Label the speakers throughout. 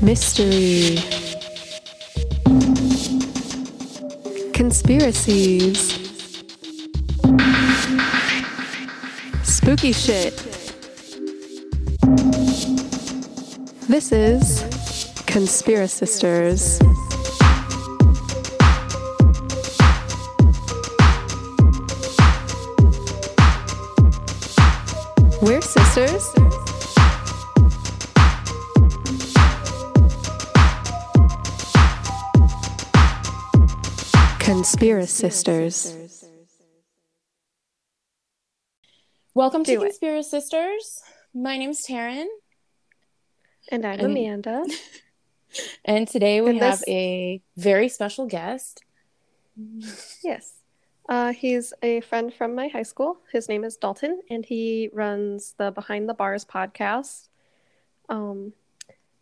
Speaker 1: mystery, conspiracies, spooky shit. This is Conspiracy Sisters. We're sisters. Conspiracy Sisters.
Speaker 2: Welcome to
Speaker 3: Do it.
Speaker 2: Conspiracy Sisters. My name's Taryn,
Speaker 3: And I'm
Speaker 2: And-
Speaker 3: Amanda.
Speaker 2: and today we
Speaker 3: And
Speaker 2: have
Speaker 3: this-
Speaker 2: a very special guest.
Speaker 3: Yes. Uh, he's a friend from my high school. His name is Dalton, and he runs the Behind the Bars podcast. Um,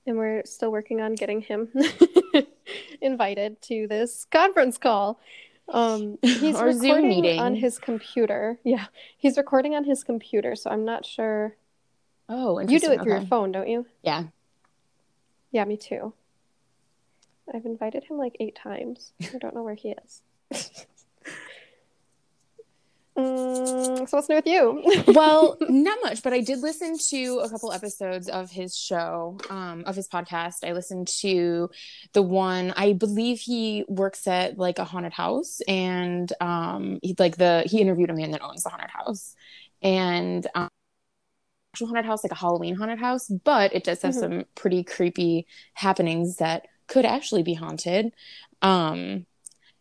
Speaker 3: and we're still working on getting him invited to this conference call. Um, he's
Speaker 2: Or Zoom
Speaker 3: recording
Speaker 2: meeting.
Speaker 3: on his computer. Yeah, he's recording on his computer, so I'm not sure.
Speaker 2: Oh,
Speaker 3: You do
Speaker 2: interesting.
Speaker 3: it through
Speaker 2: Okay.
Speaker 3: your phone, don't you?
Speaker 2: Yeah.
Speaker 3: Yeah, me too. I've invited him like eight times. I don't know where he is. mm, so what's new with you?
Speaker 2: well, not much, but I did listen to a couple episodes of his show, um, of his podcast. I listened to the one I believe he works at like a haunted house, and um, he like the he interviewed a man that owns the haunted house, and um, actual haunted house, like a Halloween haunted house, but it does have
Speaker 3: Mhm.
Speaker 2: some pretty creepy happenings that could actually be haunted. Um,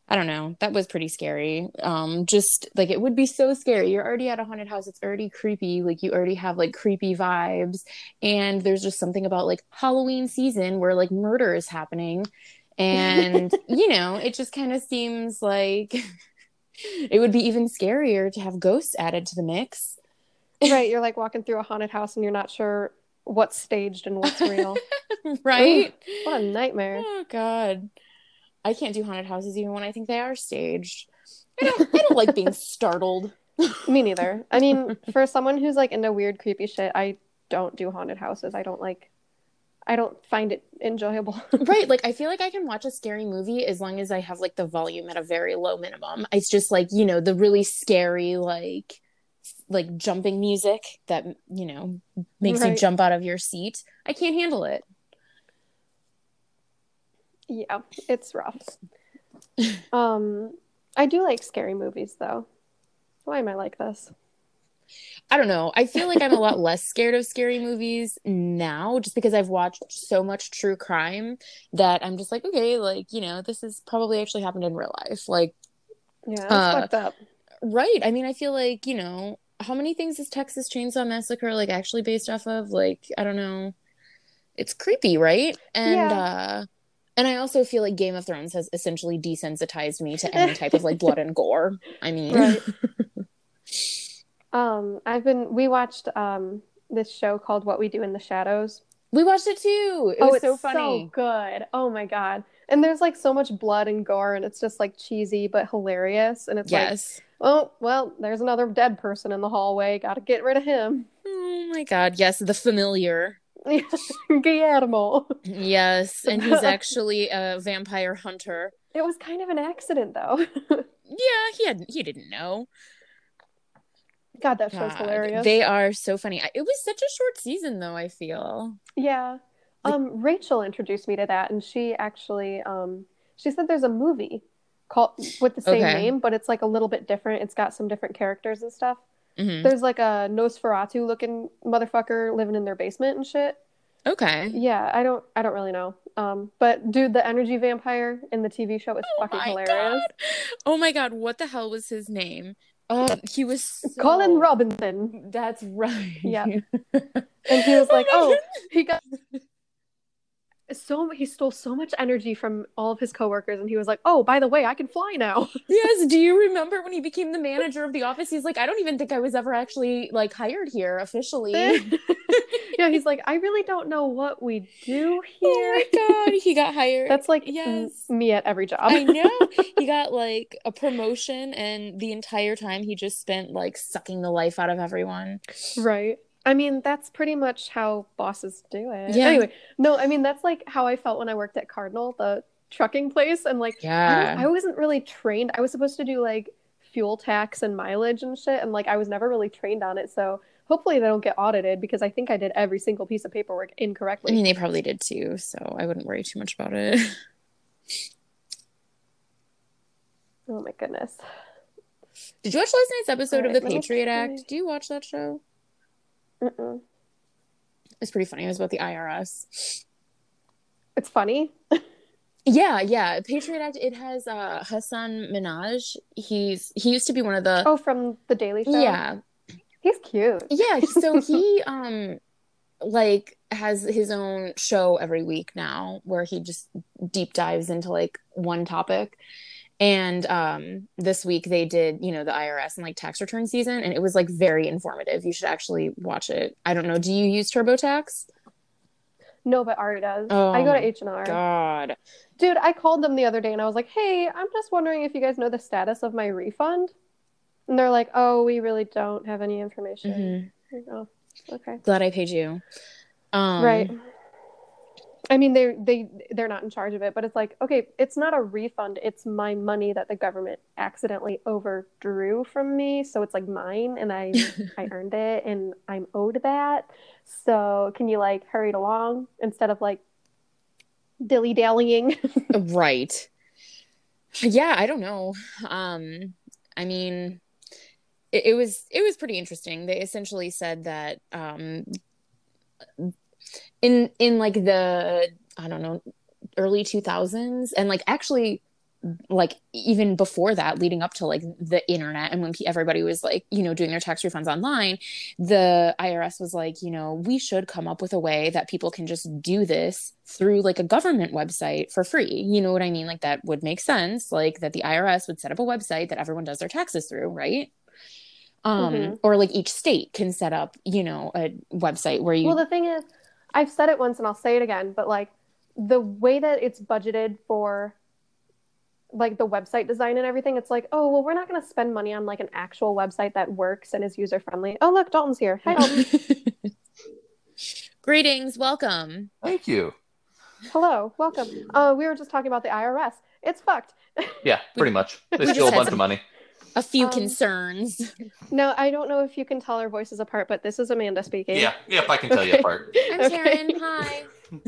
Speaker 2: I don't know. That was pretty scary. Um, just like it would be so scary. You're already at a haunted house. It's already creepy. Like you already have like creepy vibes, and there's just something about like Halloween season where like murder is happening, and you know it just kind of seems like it would be even scarier to have ghosts added to the mix.
Speaker 3: right, you're like walking through a haunted house and you're not sure what's staged and what's real.
Speaker 2: right?
Speaker 3: what a nightmare.
Speaker 2: Oh God, I can't do haunted houses even when I think they are staged. I don't. I don't like being startled.
Speaker 3: Me neither. I mean, for someone who's like into weird creepy shit, I don't do haunted houses. I don't like I don't find it enjoyable.
Speaker 2: Right. Like I feel like I can watch a scary movie as long as I have like the volume at a very low minimum. It's just like, you know, the really scary like s- like jumping music that, you know, makes you
Speaker 3: Right.
Speaker 2: jump out of your seat. I can't handle it.
Speaker 3: Yeah, it's rough. um, I do like scary movies though. Why am I like this?
Speaker 2: I don't know. I feel like I'm a lot less scared of scary movies now just because I've watched so much true crime that I'm just like, okay, like, you know, this is probably actually happened in real life. Like,
Speaker 3: Yeah, that's
Speaker 2: Uh,
Speaker 3: fucked up.
Speaker 2: right. I mean, I feel like, you know, how many things is Texas Chainsaw Massacre like actually based off of? Like, I don't know. It's creepy, right? And
Speaker 3: Yeah.
Speaker 2: uh and I also feel like Game of Thrones has essentially desensitized me to any type of like blood and gore. I mean,
Speaker 3: Right. um, I've been we watched um this show called What We Do in the Shadows.
Speaker 2: we watched it too. It
Speaker 3: oh,
Speaker 2: was
Speaker 3: it's
Speaker 2: so funny.
Speaker 3: good. Oh my god. And there's like so much blood and gore, and it's just like cheesy but hilarious. And it's like,
Speaker 2: yes.
Speaker 3: oh well, there's another dead person in the hallway. Got to get rid of him.
Speaker 2: Oh my god, yes, the familiar.
Speaker 3: Guillermo.
Speaker 2: Yes, and he's actually a vampire hunter.
Speaker 3: It was kind of an accident though.
Speaker 2: Yeah, he had he didn't know.
Speaker 3: God, that show's
Speaker 2: God,
Speaker 3: hilarious.
Speaker 2: They are so funny. I- It was such a short season though, I feel.
Speaker 3: Yeah.
Speaker 2: Like-
Speaker 3: Um, Rachel introduced me to that, and she actually um, she said there's a movie called with the same
Speaker 2: Okay.
Speaker 3: name, but it's like a little bit different. It's got some different characters and stuff.
Speaker 2: Mhm.
Speaker 3: There's like a Nosferatu looking motherfucker living in their basement and shit.
Speaker 2: Okay.
Speaker 3: Yeah, I don't I don't really know. Um, but dude, the energy vampire in the TV show is fucking
Speaker 2: Oh my
Speaker 3: hilarious.
Speaker 2: God. Oh my god, what the hell was his name? Uh, he was so...
Speaker 3: Colin Robinson.
Speaker 2: That's right.
Speaker 3: Yeah. And he was like,
Speaker 2: my
Speaker 3: "Oh, he got so he stole so much energy from all of his coworkers and he was like, "Oh, by the way, I can fly now."
Speaker 2: Yes, do you remember when he became the manager of the office? He's like, I don't even think I was ever actually like hired here officially.
Speaker 3: yeah, he's like, I really don't know what we do here.
Speaker 2: Oh my god, he got hired.
Speaker 3: That's like m-
Speaker 2: yes.
Speaker 3: me at every job.
Speaker 2: I know. He got like a promotion and the entire time he just spent like sucking the life out of everyone.
Speaker 3: right. I mean, that's pretty much how bosses do it.
Speaker 2: Yeah.
Speaker 3: Anyway, no, I mean, that's like how I felt when I worked at Cardinal, the trucking place. And like, I, don't-
Speaker 2: Yeah.
Speaker 3: I wasn't really trained. I was supposed to do like fuel tax and mileage and shit. And like, I was never really trained on it. So hopefully they don't get audited because I think I did every single piece of paperwork
Speaker 2: I
Speaker 3: incorrectly.
Speaker 2: mean, they probably did too, so I wouldn't worry too much about it.
Speaker 3: oh my goodness.
Speaker 2: Did you watch last night's episode of
Speaker 3: Alright,
Speaker 2: The
Speaker 3: let me
Speaker 2: Patriot
Speaker 3: try.
Speaker 2: Act? Do you watch that show?
Speaker 3: Mm-mm.
Speaker 2: It's pretty funny. It was about the IRS.
Speaker 3: It's funny.
Speaker 2: Yeah, yeah. Patriot Act. It has uh, Hassan Minaj. He's he used to be one of the
Speaker 3: Oh, from The Daily Show.
Speaker 2: Uh, yeah
Speaker 3: He's cute.
Speaker 2: yeah so he um like has his own show every week now where he just deep dives into like one topic and um this week they did you know the irs and like tax return season and it was like very informative you should actually watch it i don't know do you use turbotax
Speaker 3: No, but Ari does.
Speaker 2: Oh
Speaker 3: I go to
Speaker 2: my
Speaker 3: H&R.
Speaker 2: god
Speaker 3: Dude, I called them the other day and I was like, hey, I'm just wondering if you guys know the status of my refund. And they're like, oh, we really don't have any information.
Speaker 2: Mhm.
Speaker 3: I'm like, Oh, okay.
Speaker 2: glad i paid you um
Speaker 3: right. I mean, they they they're not in charge of it, but it's like, okay, it's not a refund. It's my money that the government accidentally overdrew from me, so it's like mine, and I I earned it, and I'm owed that. So can you like hurry it along instead of like dilly dallying?
Speaker 2: Right. Yeah, I don't know. Um, I mean, it, it was it was pretty interesting. They essentially said that um, in in like the I don't know early two thousands and like actually like even before that leading up to like the internet and when pe- everybody was like you know doing their tax refunds online the IRS was like, you know, we should come up with a way that people can just do this through like a government website for free. You know what I mean? Like that would make sense, like that the IRS would set up a website that everyone does their taxes through, right? Um
Speaker 3: Mhm.
Speaker 2: or like each state can set up, you know, a website where you
Speaker 3: Well, the thing is, I've said it once and I'll say it again, but like the way that it's budgeted for like the website design and everything, it's like, oh, well, we're not going to spend money on like an actual website that works and is user friendly. Oh, look, Dalton's here. Hi, Dalton.
Speaker 2: Greetings, welcome.
Speaker 4: Thank you.
Speaker 3: Hello, welcome. Uh, we were just talking about the IRS. It's fucked.
Speaker 4: Yeah, pretty much. They
Speaker 2: just
Speaker 4: steal a
Speaker 2: had
Speaker 4: bunch
Speaker 2: some-
Speaker 4: of money.
Speaker 2: A few
Speaker 3: Um,
Speaker 2: concerns.
Speaker 3: No, I don't know if you can tell our voices apart, but this is Amanda speaking.
Speaker 4: Yeah, yep, I can tell you
Speaker 3: Okay.
Speaker 4: apart.
Speaker 2: I'm
Speaker 3: Okay.
Speaker 2: Taryn. Hi.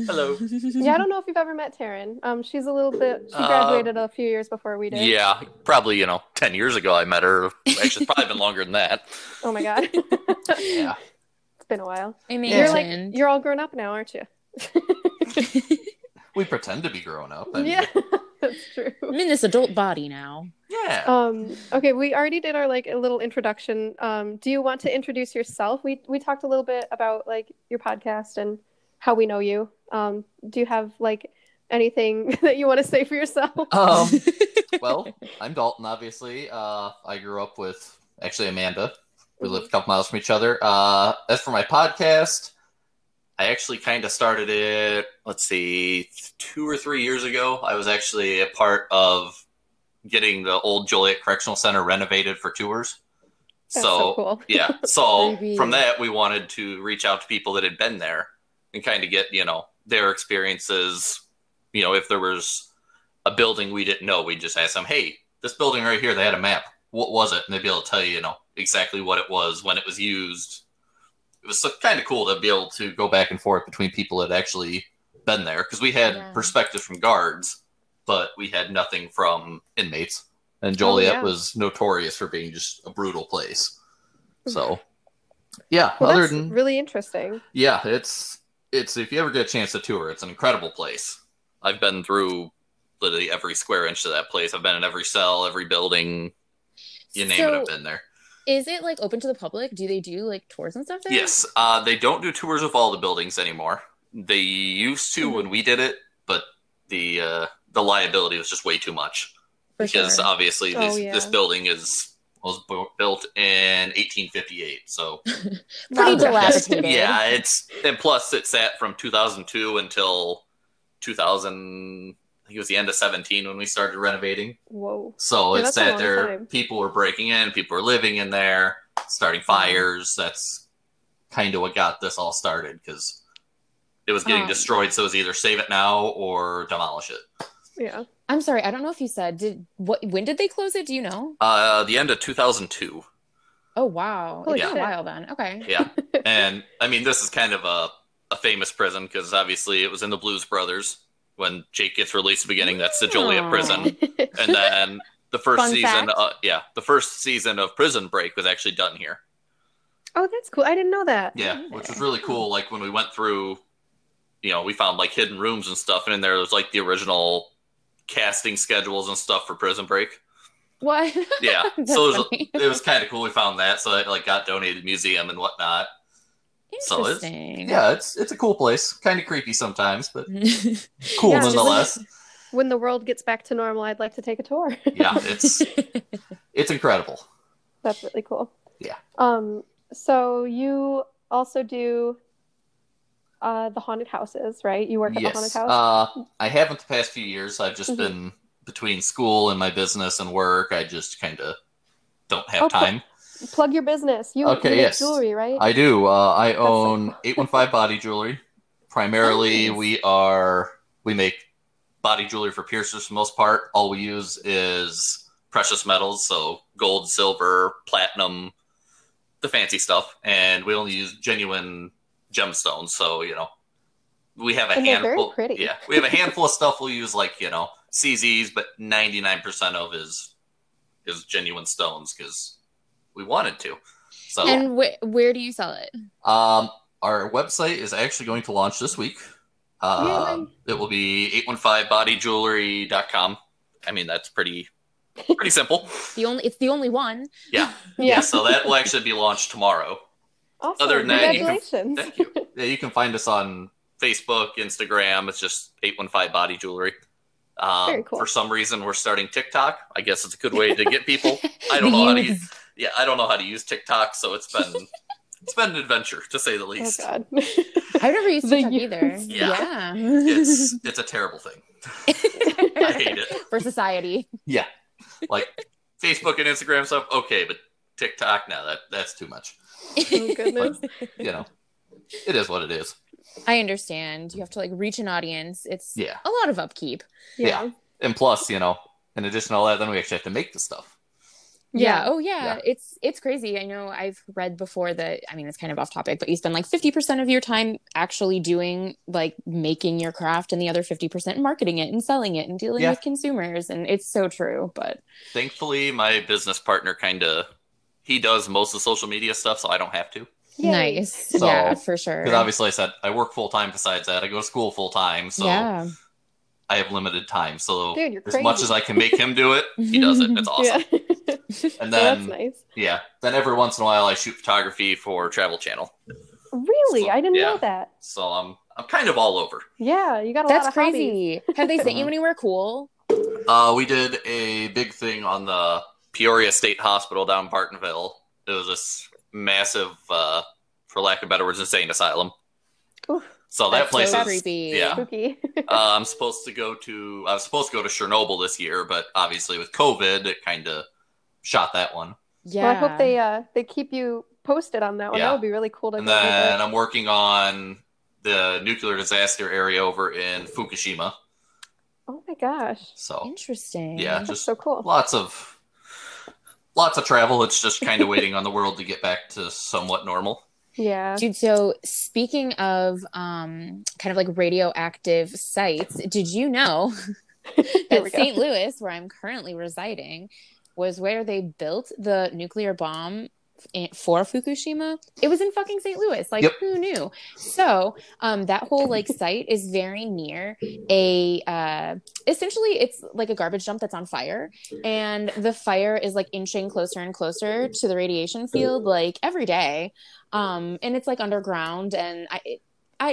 Speaker 4: Hello.
Speaker 3: Yeah, I don't know if you've ever met Taryn. Um, she's a little bit. She
Speaker 4: Uh,
Speaker 3: graduated a few years before we did.
Speaker 4: Yeah, probably, you know, 10 years ago I met her. Actually, it's probably been longer than that.
Speaker 3: Oh my god, it's
Speaker 4: Yeah.
Speaker 3: been a while.
Speaker 2: I mean,
Speaker 3: You're like you're all grown up now, aren't you?
Speaker 4: We pretend to be growing up. I mean,
Speaker 3: Yeah, that's true.
Speaker 2: I'm in this adult body now.
Speaker 4: Yeah.
Speaker 3: Um, okay, we already did our like a little introduction. Um, do you want to introduce yourself? We we talked a little bit about like your podcast and how we know you. Um, do you have like anything that you want to say for yourself?
Speaker 4: Um, well, I'm Dalton, obviously. Uh, I grew up with actually Amanda. We lived a couple miles from each other. Uh, as for my podcast, I actually kind of started it, let's see, two or three years ago. I was actually a part of getting the old Joliet Correctional Center renovated for tours.
Speaker 3: That's
Speaker 4: so,
Speaker 3: so cool.
Speaker 4: yeah. So
Speaker 2: Maybe.
Speaker 4: from that, we wanted to reach out to people that had been there and kind of get, you know, their experiences. You know, if there was a building we didn't know, we'd just ask them, hey, this building right here, they had a map. What was it? And they'd be able to tell you, you know, exactly what it was, when it was used. It was kind of cool to be able to go back and forth between people that had actually been there because we had
Speaker 2: Yeah.
Speaker 4: perspective from guards, but we had nothing from inmates.
Speaker 2: Oh,
Speaker 4: And Joliet
Speaker 3: yeah.
Speaker 4: was notorious for being just a brutal place. So, yeah.
Speaker 3: Well,
Speaker 4: other
Speaker 3: that's
Speaker 4: than
Speaker 3: really interesting.
Speaker 4: yeah, it's it's if you ever get a chance to tour, it's an incredible place. I've been through literally every square inch of that place. I've been in every cell, every building. You name it,
Speaker 2: So,
Speaker 4: I've been there.
Speaker 2: Is it like open to the public? Do they do like tours and stuff there?
Speaker 4: Yes, uh, they don't do tours of all the buildings anymore. They used
Speaker 3: Mm-hmm.
Speaker 4: to when we did it, but the uh, the liability was just way too much
Speaker 2: For
Speaker 4: because uh,
Speaker 2: sure.
Speaker 4: obviously this
Speaker 3: Oh, yeah.
Speaker 4: this building is was bu- built in 1858, so
Speaker 2: Pretty
Speaker 3: Wow.
Speaker 2: dilapidated.
Speaker 4: Yeah, it's and plus it sat from 2002 until 2000. I think it was the end of 17 when we started renovating.
Speaker 3: Whoa.
Speaker 4: So
Speaker 3: Yeah,
Speaker 4: it
Speaker 3: that's a
Speaker 4: sat
Speaker 3: long
Speaker 4: there.
Speaker 3: time. Mm-hmm.
Speaker 4: People were breaking in. People were living in there, starting fires. That's kind of what got this all started because it was getting
Speaker 2: Um.
Speaker 4: destroyed. So it was either save it now or demolish it.
Speaker 3: Yeah.
Speaker 2: I'm sorry, I don't know if you said did what when did they close it? Do you know?
Speaker 4: Uh, the end of 2002.
Speaker 2: Oh wow.
Speaker 3: Holy
Speaker 2: it's been
Speaker 3: shit.
Speaker 2: a while then. Okay.
Speaker 4: Yeah. and I mean, this is kind of a, a famous prison because obviously it was in the Blues Brothers when Jake gets released at the beginning. That's the Joliet
Speaker 2: Oh.
Speaker 4: prison. And then the first
Speaker 2: Fun
Speaker 4: season,
Speaker 2: fact.
Speaker 4: uh, yeah, the first season of Prison Break was actually done here.
Speaker 3: oh, that's cool. I didn't know that.
Speaker 4: Yeah, which was really cool. Like when we went through, you know, we found like hidden rooms and stuff, and in there was like the original casting schedules and stuff for Prison Break.
Speaker 2: What?
Speaker 4: Yeah,
Speaker 2: That's
Speaker 4: so it was,
Speaker 2: funny.
Speaker 4: it was kind of cool. We found that, so it like got donated to museum and whatnot. so it's-
Speaker 2: Interesting.
Speaker 4: Yeah, it's it's a cool place. Kind of creepy sometimes, but cool
Speaker 2: Yeah, it's just-
Speaker 4: nonetheless.
Speaker 3: When the world gets back to normal, I'd like to take a tour.
Speaker 4: yeah, it's uh, it's incredible.
Speaker 3: That's really cool.
Speaker 4: Yeah.
Speaker 3: Um. So you also do uh, the haunted houses, right? You work at the haunted
Speaker 4: Yes,
Speaker 3: house.
Speaker 4: uh, I haven't the past few years. I've just
Speaker 3: Mhm.
Speaker 4: been between school and my business and work. I just kind of don't have
Speaker 3: Oh, cool.
Speaker 4: time.
Speaker 3: Plug your business. You,
Speaker 4: uh, okay,
Speaker 3: you make
Speaker 4: yes.
Speaker 3: jewelry, right?
Speaker 4: I do. Uh, I
Speaker 3: so
Speaker 4: own eight one five body jewelry. Primarily,
Speaker 2: Nice.
Speaker 4: we are we make body jewelry for piercers for the most part. All we use is precious metals, so gold, silver, platinum, the fancy stuff, and we only use genuine gemstones. So you know, we have a
Speaker 3: And they're very
Speaker 4: handful.
Speaker 3: pretty.
Speaker 4: Yeah, we have a handful of stuff we'll use, like you know CZs, but ninety nine percent of is is genuine stones because we wanted to. So
Speaker 2: and wh- where do you sell it?
Speaker 4: um, our website is actually going to launch this week. Um, it will be 815bodyjewelry.com. I mean, that's pretty pretty simple.
Speaker 2: The only it's the only one.
Speaker 4: Yeah.
Speaker 3: Yeah.
Speaker 4: Yeah, so that will actually be launched tomorrow.
Speaker 3: Awesome.
Speaker 4: other than that, you can-
Speaker 3: Congratulations.
Speaker 4: Thank you. Yeah, you can find us on Facebook, Instagram. It's just 815 Body Jewelry. Um,
Speaker 3: Very cool.
Speaker 4: For some reason, we're starting TikTok. I guess it's a good way to get people. I don't
Speaker 2: The
Speaker 4: know how to
Speaker 2: youth.
Speaker 4: use, yeah, I don't know how to use TikTok, so it's been it's been an adventure to say the
Speaker 3: oh
Speaker 4: least.
Speaker 3: God.
Speaker 2: I've never used
Speaker 3: The
Speaker 2: TikTok
Speaker 3: youth.
Speaker 2: either.
Speaker 4: Yeah.
Speaker 2: Yeah.
Speaker 4: it's it's a terrible thing. I hate it.
Speaker 2: For society.
Speaker 4: Yeah. Like Facebook and Instagram stuff, okay, but TikTok, no, that that's too much.
Speaker 3: oh goodness.
Speaker 4: You know. It is what it is.
Speaker 2: I understand. You have to like reach an audience. It's
Speaker 4: Yeah.
Speaker 2: a lot of upkeep.
Speaker 4: Yeah. And plus, you know, in addition to all that, then we actually have to make the stuff.
Speaker 2: Yeah.
Speaker 3: Yeah.
Speaker 2: Oh yeah.
Speaker 4: Yeah.
Speaker 2: It's it's crazy. I know I've read before that I mean it's kind of off topic, but you spend like 50% of your time actually doing like making your craft and the other 50% marketing it and selling it and dealing
Speaker 4: Yeah.
Speaker 2: with consumers and it's so true, but
Speaker 4: Thankfully, my business partner kinda he does most of the social media stuff, so I don't have to.
Speaker 3: Yay.
Speaker 2: nice.
Speaker 4: So-
Speaker 2: yeah, for sure.
Speaker 4: Because obviously I said I work full time besides that. I go to school full time, so
Speaker 2: yeah.
Speaker 4: I have limited time. So
Speaker 3: Dude, you're
Speaker 4: as
Speaker 3: crazy.
Speaker 4: much as I can make him do it, he does it. It's awesome.
Speaker 3: Yeah. Well,
Speaker 4: And then
Speaker 3: that's nice.
Speaker 4: yeah. Then every once in a while I shoot photography for Travel Channel.
Speaker 3: Really, I didn't
Speaker 4: Yeah.
Speaker 3: know that.
Speaker 4: So I'm I'm kind of all over.
Speaker 3: Yeah, you got a lot
Speaker 2: That's
Speaker 3: of hobbies.
Speaker 2: crazy. Have they sent you
Speaker 4: Mhm.
Speaker 2: anywhere cool?
Speaker 4: Uh, we did a big thing on the Peoria State Hospital down in Bartonville. It was this massive, uh, for lack of better words, insane asylum.
Speaker 3: Oof.
Speaker 4: So that
Speaker 2: That's
Speaker 4: place
Speaker 2: so
Speaker 4: is
Speaker 2: creepy.
Speaker 4: yeah.
Speaker 3: Spooky.
Speaker 4: Uh, I'm supposed to go to I was supposed to go to Chernobyl this year, but obviously with COVID, it kind of shot that one.
Speaker 2: Yeah.
Speaker 3: Well, I hope they uh they keep you posted on that one.
Speaker 4: Yeah.
Speaker 3: That would be really cool to
Speaker 4: And
Speaker 3: go over.
Speaker 4: then I'm working on the nuclear disaster area over in Fukushima.
Speaker 3: Oh my gosh.
Speaker 4: So
Speaker 2: Interesting.
Speaker 4: yeah,
Speaker 3: That's
Speaker 4: just
Speaker 3: so cool.
Speaker 4: lots of lots of travel it's just kind of waiting on the world to get back to somewhat normal
Speaker 3: Yeah.
Speaker 2: Dude, so speaking of um, kind of like radioactive sites, did you know
Speaker 3: Here we
Speaker 2: that
Speaker 3: go.
Speaker 2: St. Louis, where I'm currently residing, was where they built the nuclear bomb in- for Fukushima? It was in fucking St. Louis. Like,
Speaker 4: Yep.
Speaker 2: who knew? So um, that whole like site is very near a uh, essentially it's like a garbage dump that's on fire, and the fire is like inching closer and closer to the radiation field like every day um and it's like underground and i i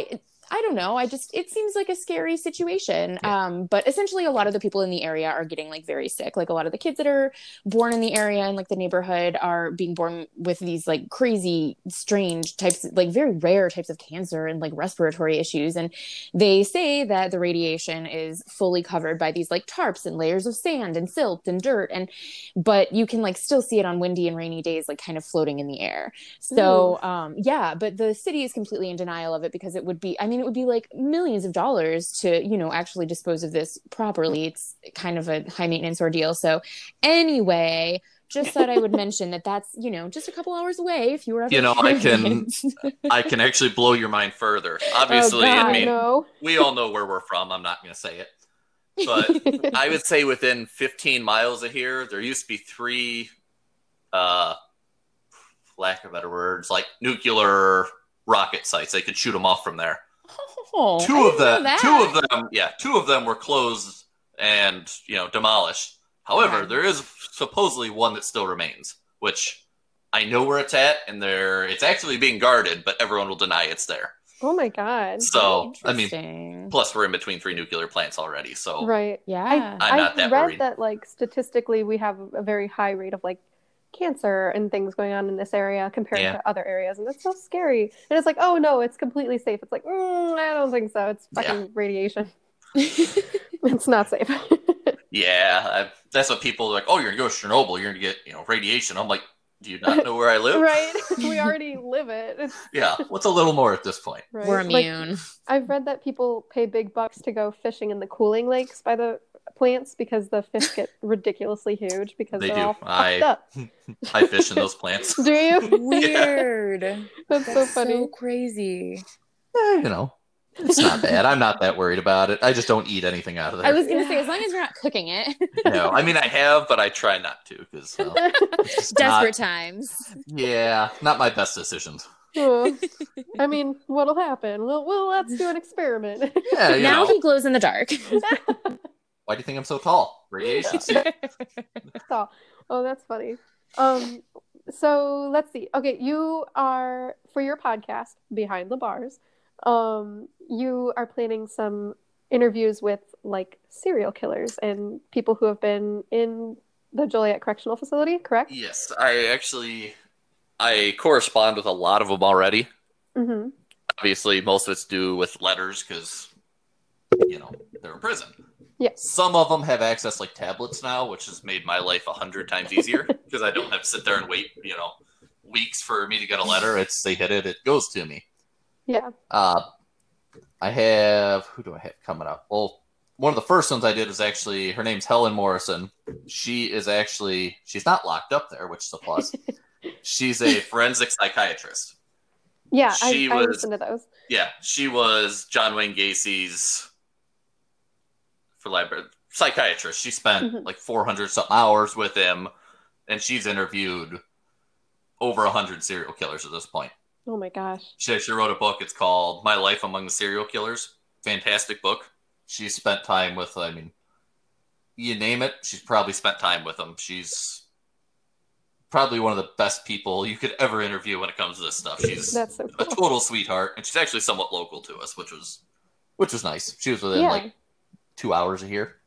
Speaker 2: I don't know. I just it seems like a scary situation. Um, but essentially, a lot of the people in the area are getting like very sick. Like a lot of the kids that are born in the area and like the neighborhood are being born with these like crazy, strange types, like very rare types of cancer and like respiratory issues. And they say that the radiation is fully covered by these like tarps and layers of sand and silt and dirt. And but you can like still see it on windy and rainy days, like kind of floating in the air. So um, yeah, but the city is completely in denial of it because it would be, I mean, it would be like millions of dollars to, you know, actually dispose of this properly. It's kind of a high maintenance ordeal. So anyway, just thought I would mention that that's, you know, just a couple hours away if you were ever
Speaker 4: You know, I can-
Speaker 2: curious.
Speaker 4: I can actually blow your mind further. Obviously,
Speaker 2: God,
Speaker 4: I
Speaker 3: I
Speaker 4: mean,
Speaker 3: know.
Speaker 4: we all know where we're from. I'm not going to say it. But I would say within 15 miles of here, there used to be three, uh, lack of better words, like nuclear rocket sites. They could shoot them off from there.
Speaker 2: Oh, I
Speaker 4: Two of
Speaker 2: didn't know
Speaker 4: them,
Speaker 2: that.
Speaker 4: two of them, yeah, two of them were closed and you know demolished. However,
Speaker 2: Yeah.
Speaker 4: there is supposedly one that still remains, which I know where it's at, and there it's actually being guarded, but everyone will deny it's there.
Speaker 3: Oh my god.
Speaker 4: So I mean,
Speaker 2: Interesting.
Speaker 4: plus we're in between three nuclear plants already, so
Speaker 3: Right.
Speaker 2: yeah.
Speaker 4: I'm not
Speaker 3: I've
Speaker 4: that
Speaker 3: read
Speaker 4: worried.
Speaker 3: that like statistically we have a very high rate of like cancer and things going on in this area compared
Speaker 4: Yeah.
Speaker 3: to other areas and that's so scary. And it's like, oh no, it's completely safe. It's like, mm, I don't think so. It's
Speaker 4: Yeah.
Speaker 3: fucking radiation. It's not safe.
Speaker 4: yeah, I, that's what people are like. Oh, you're gonna go to Chernobyl, you're gonna get you know radiation. I'm like, do you not know where I live?
Speaker 3: right? we already live it. It's-
Speaker 4: Yeah, what's a little more at this point?
Speaker 3: right?
Speaker 2: We're
Speaker 3: Like,
Speaker 2: immune.
Speaker 3: I've read that people pay big bucks to go fishing in the cooling lakes by the plants because the fish get ridiculously huge because
Speaker 4: They
Speaker 3: are
Speaker 4: do.
Speaker 3: all fucked
Speaker 4: I-
Speaker 3: up.
Speaker 4: I fish in those plants.
Speaker 3: Do you?
Speaker 2: Weird.
Speaker 3: That's, so funny.
Speaker 2: crazy.
Speaker 4: Eh, you know, it's not bad. I'm not that worried about it. I just don't eat anything out of there.
Speaker 2: I was gonna say, as long as you're not cooking it.
Speaker 4: no, I mean I have, but I try not to uh, because
Speaker 2: Desperate times.
Speaker 4: yeah, not my best decisions.
Speaker 3: Well, I mean, what'll happen? Well, well, let's do an experiment.
Speaker 4: Yeah, you
Speaker 2: now
Speaker 4: know.
Speaker 2: he glows in the dark.
Speaker 4: Why do you think I'm so tall? Radiation.
Speaker 3: so, oh, that's funny. Um, so let's see. Okay, you are for your podcast behind the bars. Um, you are planning some interviews with like serial killers and people who have been in the Joliet Correctional Facility, correct?
Speaker 4: yes, I actually I correspond with a lot of them already.
Speaker 3: Mm-hmm.
Speaker 4: Obviously, most of it's due with letters because you know they're in prison.
Speaker 3: Yeah.
Speaker 4: Some of them have access like tablets now, which has made my life a hundred times easier because I don't have to sit there and wait, you know, weeks for me to get a letter. It's they hit it, it goes to me.
Speaker 3: Yeah.
Speaker 4: Uh, I have who do I have coming up? Well, one of the first ones I did was actually her name's Helen Morrison. She is actually she's not locked up there, which is a plus. she's a forensic psychiatrist.
Speaker 3: Yeah,
Speaker 4: She
Speaker 3: I, I
Speaker 4: was-
Speaker 3: listened to those.
Speaker 4: Yeah, she was John Wayne Gacy's for library psychiatrist. She spent
Speaker 3: Mhm.
Speaker 4: like 400 something hours with him, and she's interviewed over 100 serial killers at this point.
Speaker 3: Oh my gosh.
Speaker 4: She actually wrote a book. It's called My Life Among the Serial Killers. Fantastic book. She spent time with, I mean, you name it, she's probably spent time with them. She's probably one of the best people you could ever interview when it comes to this stuff. She's
Speaker 3: That's so
Speaker 4: a
Speaker 3: cool.
Speaker 4: total sweetheart, and she's actually somewhat local to us, which was which was nice. She was within
Speaker 3: Yeah.
Speaker 4: like two hours of here,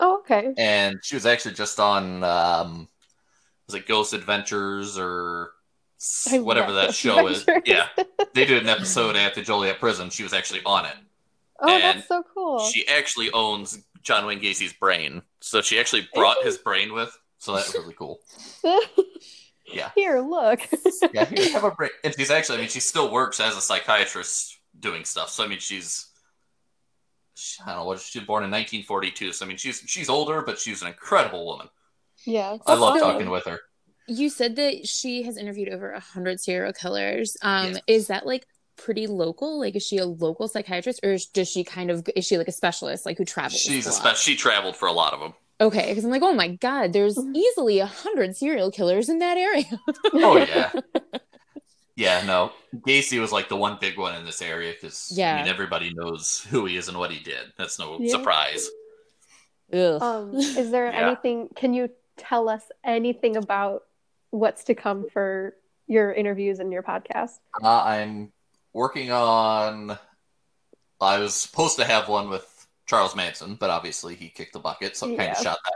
Speaker 3: Oh, okay.
Speaker 4: and she was actually just on um, was it Ghost Adventures or s-
Speaker 3: I
Speaker 4: whatever
Speaker 3: love
Speaker 4: that
Speaker 3: Ghost
Speaker 4: show is?
Speaker 3: Adventures.
Speaker 4: Yeah, they did an episode at the Joliet prison. She was actually on it.
Speaker 3: Oh,
Speaker 4: And
Speaker 3: that's so cool.
Speaker 4: She actually owns John Wayne Gacy's brain, so she actually brought his brain with. So that was really cool. Yeah.
Speaker 3: Here, look.
Speaker 4: Yeah, here, have a break. And she's actually, I mean, she still works as a psychiatrist doing stuff. So I mean, she's, she- I don't know what she was born in 1942. So I mean, she's she's older, but she's an incredible woman.
Speaker 3: yeah.
Speaker 4: I love
Speaker 2: Also-
Speaker 4: talking with her.
Speaker 2: you said that she has interviewed over a hundred serial killers. Um,
Speaker 4: Yes.
Speaker 2: is that like pretty local? Like, is she a local psychiatrist, or is, does she kind of is she like a specialist, like who travels?
Speaker 4: She's a
Speaker 2: lot?
Speaker 4: spe- she traveled for a lot of them.
Speaker 2: Okay, because I'm like, oh my god, there's easily a hundred serial killers in that area.
Speaker 4: Oh yeah, yeah. No, Gacy was like the one big one in this area because I
Speaker 2: Yeah.
Speaker 4: mean everybody knows who he is and what he did. That's no
Speaker 3: Yeah.
Speaker 4: surprise.
Speaker 2: Ugh.
Speaker 3: Um, is there
Speaker 4: Yeah.
Speaker 3: anything? Can you tell us anything about what's to come for your interviews and your podcast?
Speaker 4: Uh, I'm working Uh, on I was supposed to have one with Charles Manson, but obviously he kicked the bucket, so I kind
Speaker 3: Yeah.
Speaker 4: of shot that.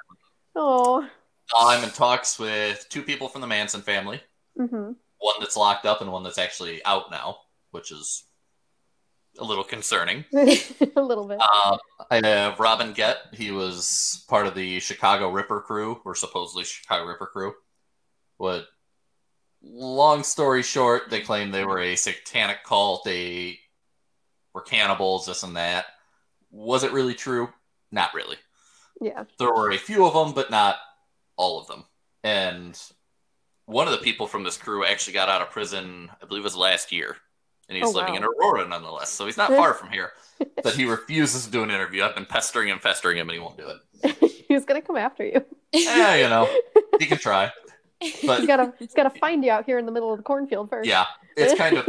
Speaker 3: Oh.
Speaker 4: I'm in talks with two people from the Manson family,
Speaker 3: Mm-hmm.
Speaker 4: one that's locked up and one that's actually out now, which is a little concerning.
Speaker 3: a little bit.
Speaker 4: Uh, I have Robin Gett. He was part of the Chicago Ripper crew, or supposedly Chicago Ripper crew. What? Long story short, they claim they were a satanic cult. They were cannibals, this and that. Was it really true? Not really.
Speaker 3: Yeah.
Speaker 4: There were a few of them, but not all of them. And one of the people from this crew actually got out of prison, I believe it was last year. And he's
Speaker 3: Oh,
Speaker 4: living
Speaker 3: wow.
Speaker 4: in Aurora nonetheless, so he's not far from here. But he refuses to do an interview. I've been pestering him, pestering him, and he won't do it.
Speaker 3: He's gonna come after you.
Speaker 4: Yeah, you know, he can try. But
Speaker 3: He's gotta he's gotta find you out here in the middle of the cornfield first.
Speaker 4: yeah, it's kind of.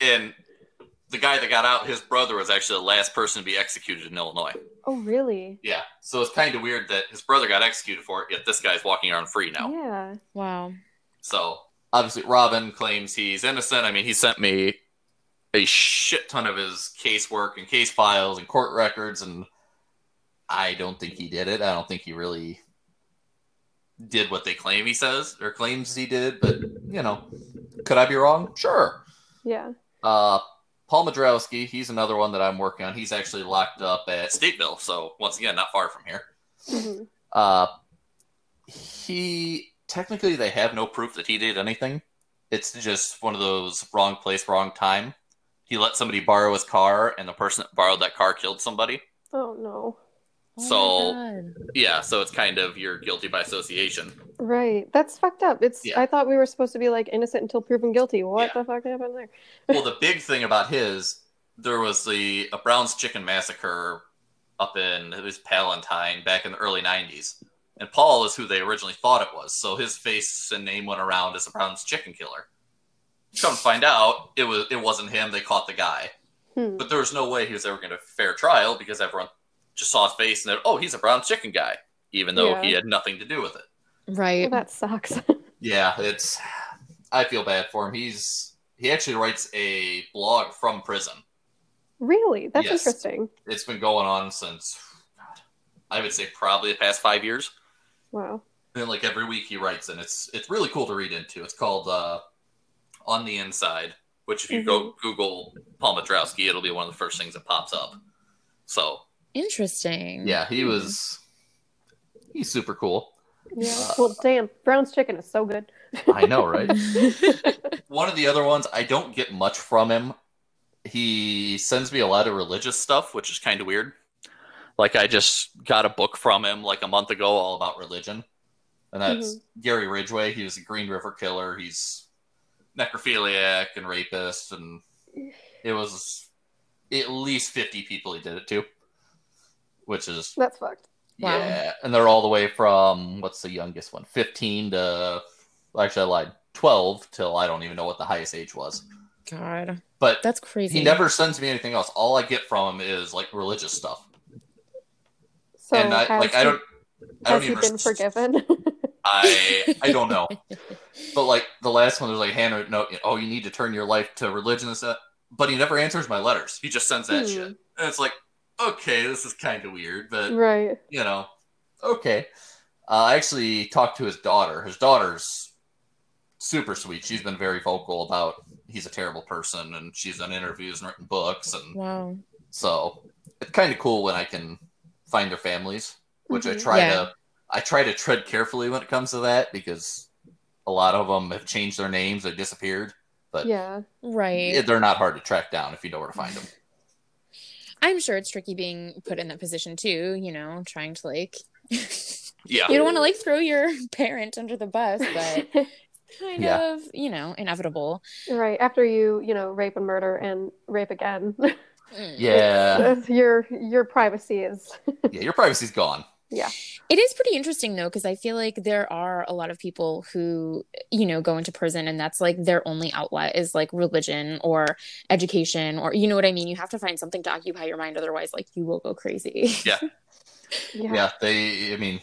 Speaker 4: And the guy that got out, his brother was actually the last person to be executed in Illinois.
Speaker 3: Oh really?
Speaker 4: Yeah, so it's kind of weird that his brother got executed for it, yet this guy's walking around free now.
Speaker 3: Yeah.
Speaker 2: Wow.
Speaker 4: So obviously, Robin claims he's innocent. I mean, he sent me a shit ton of his casework and case files and court records, and I don't think he did it. I don't think he really did what they claim he says or claims he did. But you know, could I be wrong? Sure.
Speaker 3: Yeah.
Speaker 4: Uh, Paul Madrowski, he's another one that I'm working on. He's actually locked up at Stateville, so once again, not far from here.
Speaker 3: hmm
Speaker 4: Uh, he technically they have no proof that he did anything. It's just one of those wrong place, wrong time. He let somebody borrow his car, and the person that borrowed that car killed somebody.
Speaker 3: Oh no.
Speaker 4: So- Yeah, so it's kind of you're guilty by association.
Speaker 3: Right. That's fucked up. It's
Speaker 4: Yeah.
Speaker 3: I thought we were supposed to be like innocent until proven guilty. What
Speaker 4: Yeah.
Speaker 3: the fuck happened there?
Speaker 4: well, the big thing about his, there was the a Brown's Chicken Massacre up in it was Palatine back in the early '90s, and Paul is who they originally thought it was. So his face and name went around as a Brown's Chicken Killer. Come to find out, it was it wasn't him. They caught the guy,
Speaker 3: Hmm.
Speaker 4: but there was no way he was ever going to fair trial because everyone just saw his face and said, "Oh, he's a Brown's Chicken guy," even though
Speaker 3: Yeah.
Speaker 4: he had nothing to do with it.
Speaker 2: Right.
Speaker 3: Well, that sucks.
Speaker 4: Yeah, it's. I feel bad for him. He's he actually writes a blog from prison.
Speaker 3: really? That's
Speaker 4: Yes.
Speaker 3: interesting.
Speaker 4: It's been going on since, God, I would say probably the past five years.
Speaker 3: Wow.
Speaker 4: And like every week he writes, and it's it's really cool to read into. It's called uh, "On the Inside," which if you go Google Paul Matrowski, it'll be one of the first things that pops up. So
Speaker 2: Interesting.
Speaker 4: yeah, he was he's super cool.
Speaker 3: Yeah.
Speaker 4: Uh,
Speaker 3: well, damn. Brown's chicken is so good.
Speaker 4: I know, right? one of the other ones i don't get much from him he sends me a lot of religious stuff which is kind of weird like i just got a book from him like a month ago all about religion and that's gary ridgway he was a green river killer he's necrophiliac and rapist and it was at least 50 people he did it to which is
Speaker 3: That's fucked.
Speaker 2: Wow.
Speaker 4: yeah and they're all the way from what's the youngest one 15 to well, actually i lied 12 till i don't even know what the highest age was
Speaker 2: God,
Speaker 4: but
Speaker 2: that's crazy.
Speaker 4: he never sends me anything else. All I get from him is like religious stuff,
Speaker 3: So
Speaker 4: and I
Speaker 3: has
Speaker 4: like I
Speaker 3: he-
Speaker 4: don't, I don't
Speaker 3: has he
Speaker 4: even.
Speaker 3: been forgiven?
Speaker 4: I I don't know, but like the last one was like Hannah, no, oh, you need to turn your life to religion and stuff. But he never answers my letters. He just sends that
Speaker 3: Hmm.
Speaker 4: shit, and it's like, okay, this is kind of weird, but
Speaker 3: right.
Speaker 4: you know, okay. Uh, I actually talked to his daughter. His daughter's super sweet. She's been very vocal about he's a terrible person, and she's done interviews and written books and.
Speaker 2: wow.
Speaker 4: So it's kind of cool when I can find their families, which I
Speaker 3: Mhm.
Speaker 4: try
Speaker 2: Mm-hmm. Yeah.
Speaker 4: to I try to tread carefully when it comes to that because a lot of them have changed their names, they disappeared. But
Speaker 3: Yeah.
Speaker 2: Right.
Speaker 4: they're not hard to track down if you know where to find them.
Speaker 2: I'm sure it's tricky being put in that position too, you know, trying to like you
Speaker 4: Yeah.
Speaker 2: don't want to like throw your parent under the bus, but kind
Speaker 4: Yeah.
Speaker 2: of, you know, inevitable.
Speaker 3: right. After you, you know, rape and murder and rape again,
Speaker 2: Mm.
Speaker 4: Yeah.
Speaker 3: your your privacy is
Speaker 4: yeah, your privacy's gone.
Speaker 2: It is pretty interesting though, because I feel like there are a lot of people who, you know, go into prison and that's like their only outlet is like religion or education or, you know what I mean? You have to find something to occupy your mind. Otherwise, like you will go crazy.
Speaker 4: Yeah.
Speaker 3: yeah.
Speaker 4: Yeah. they I mean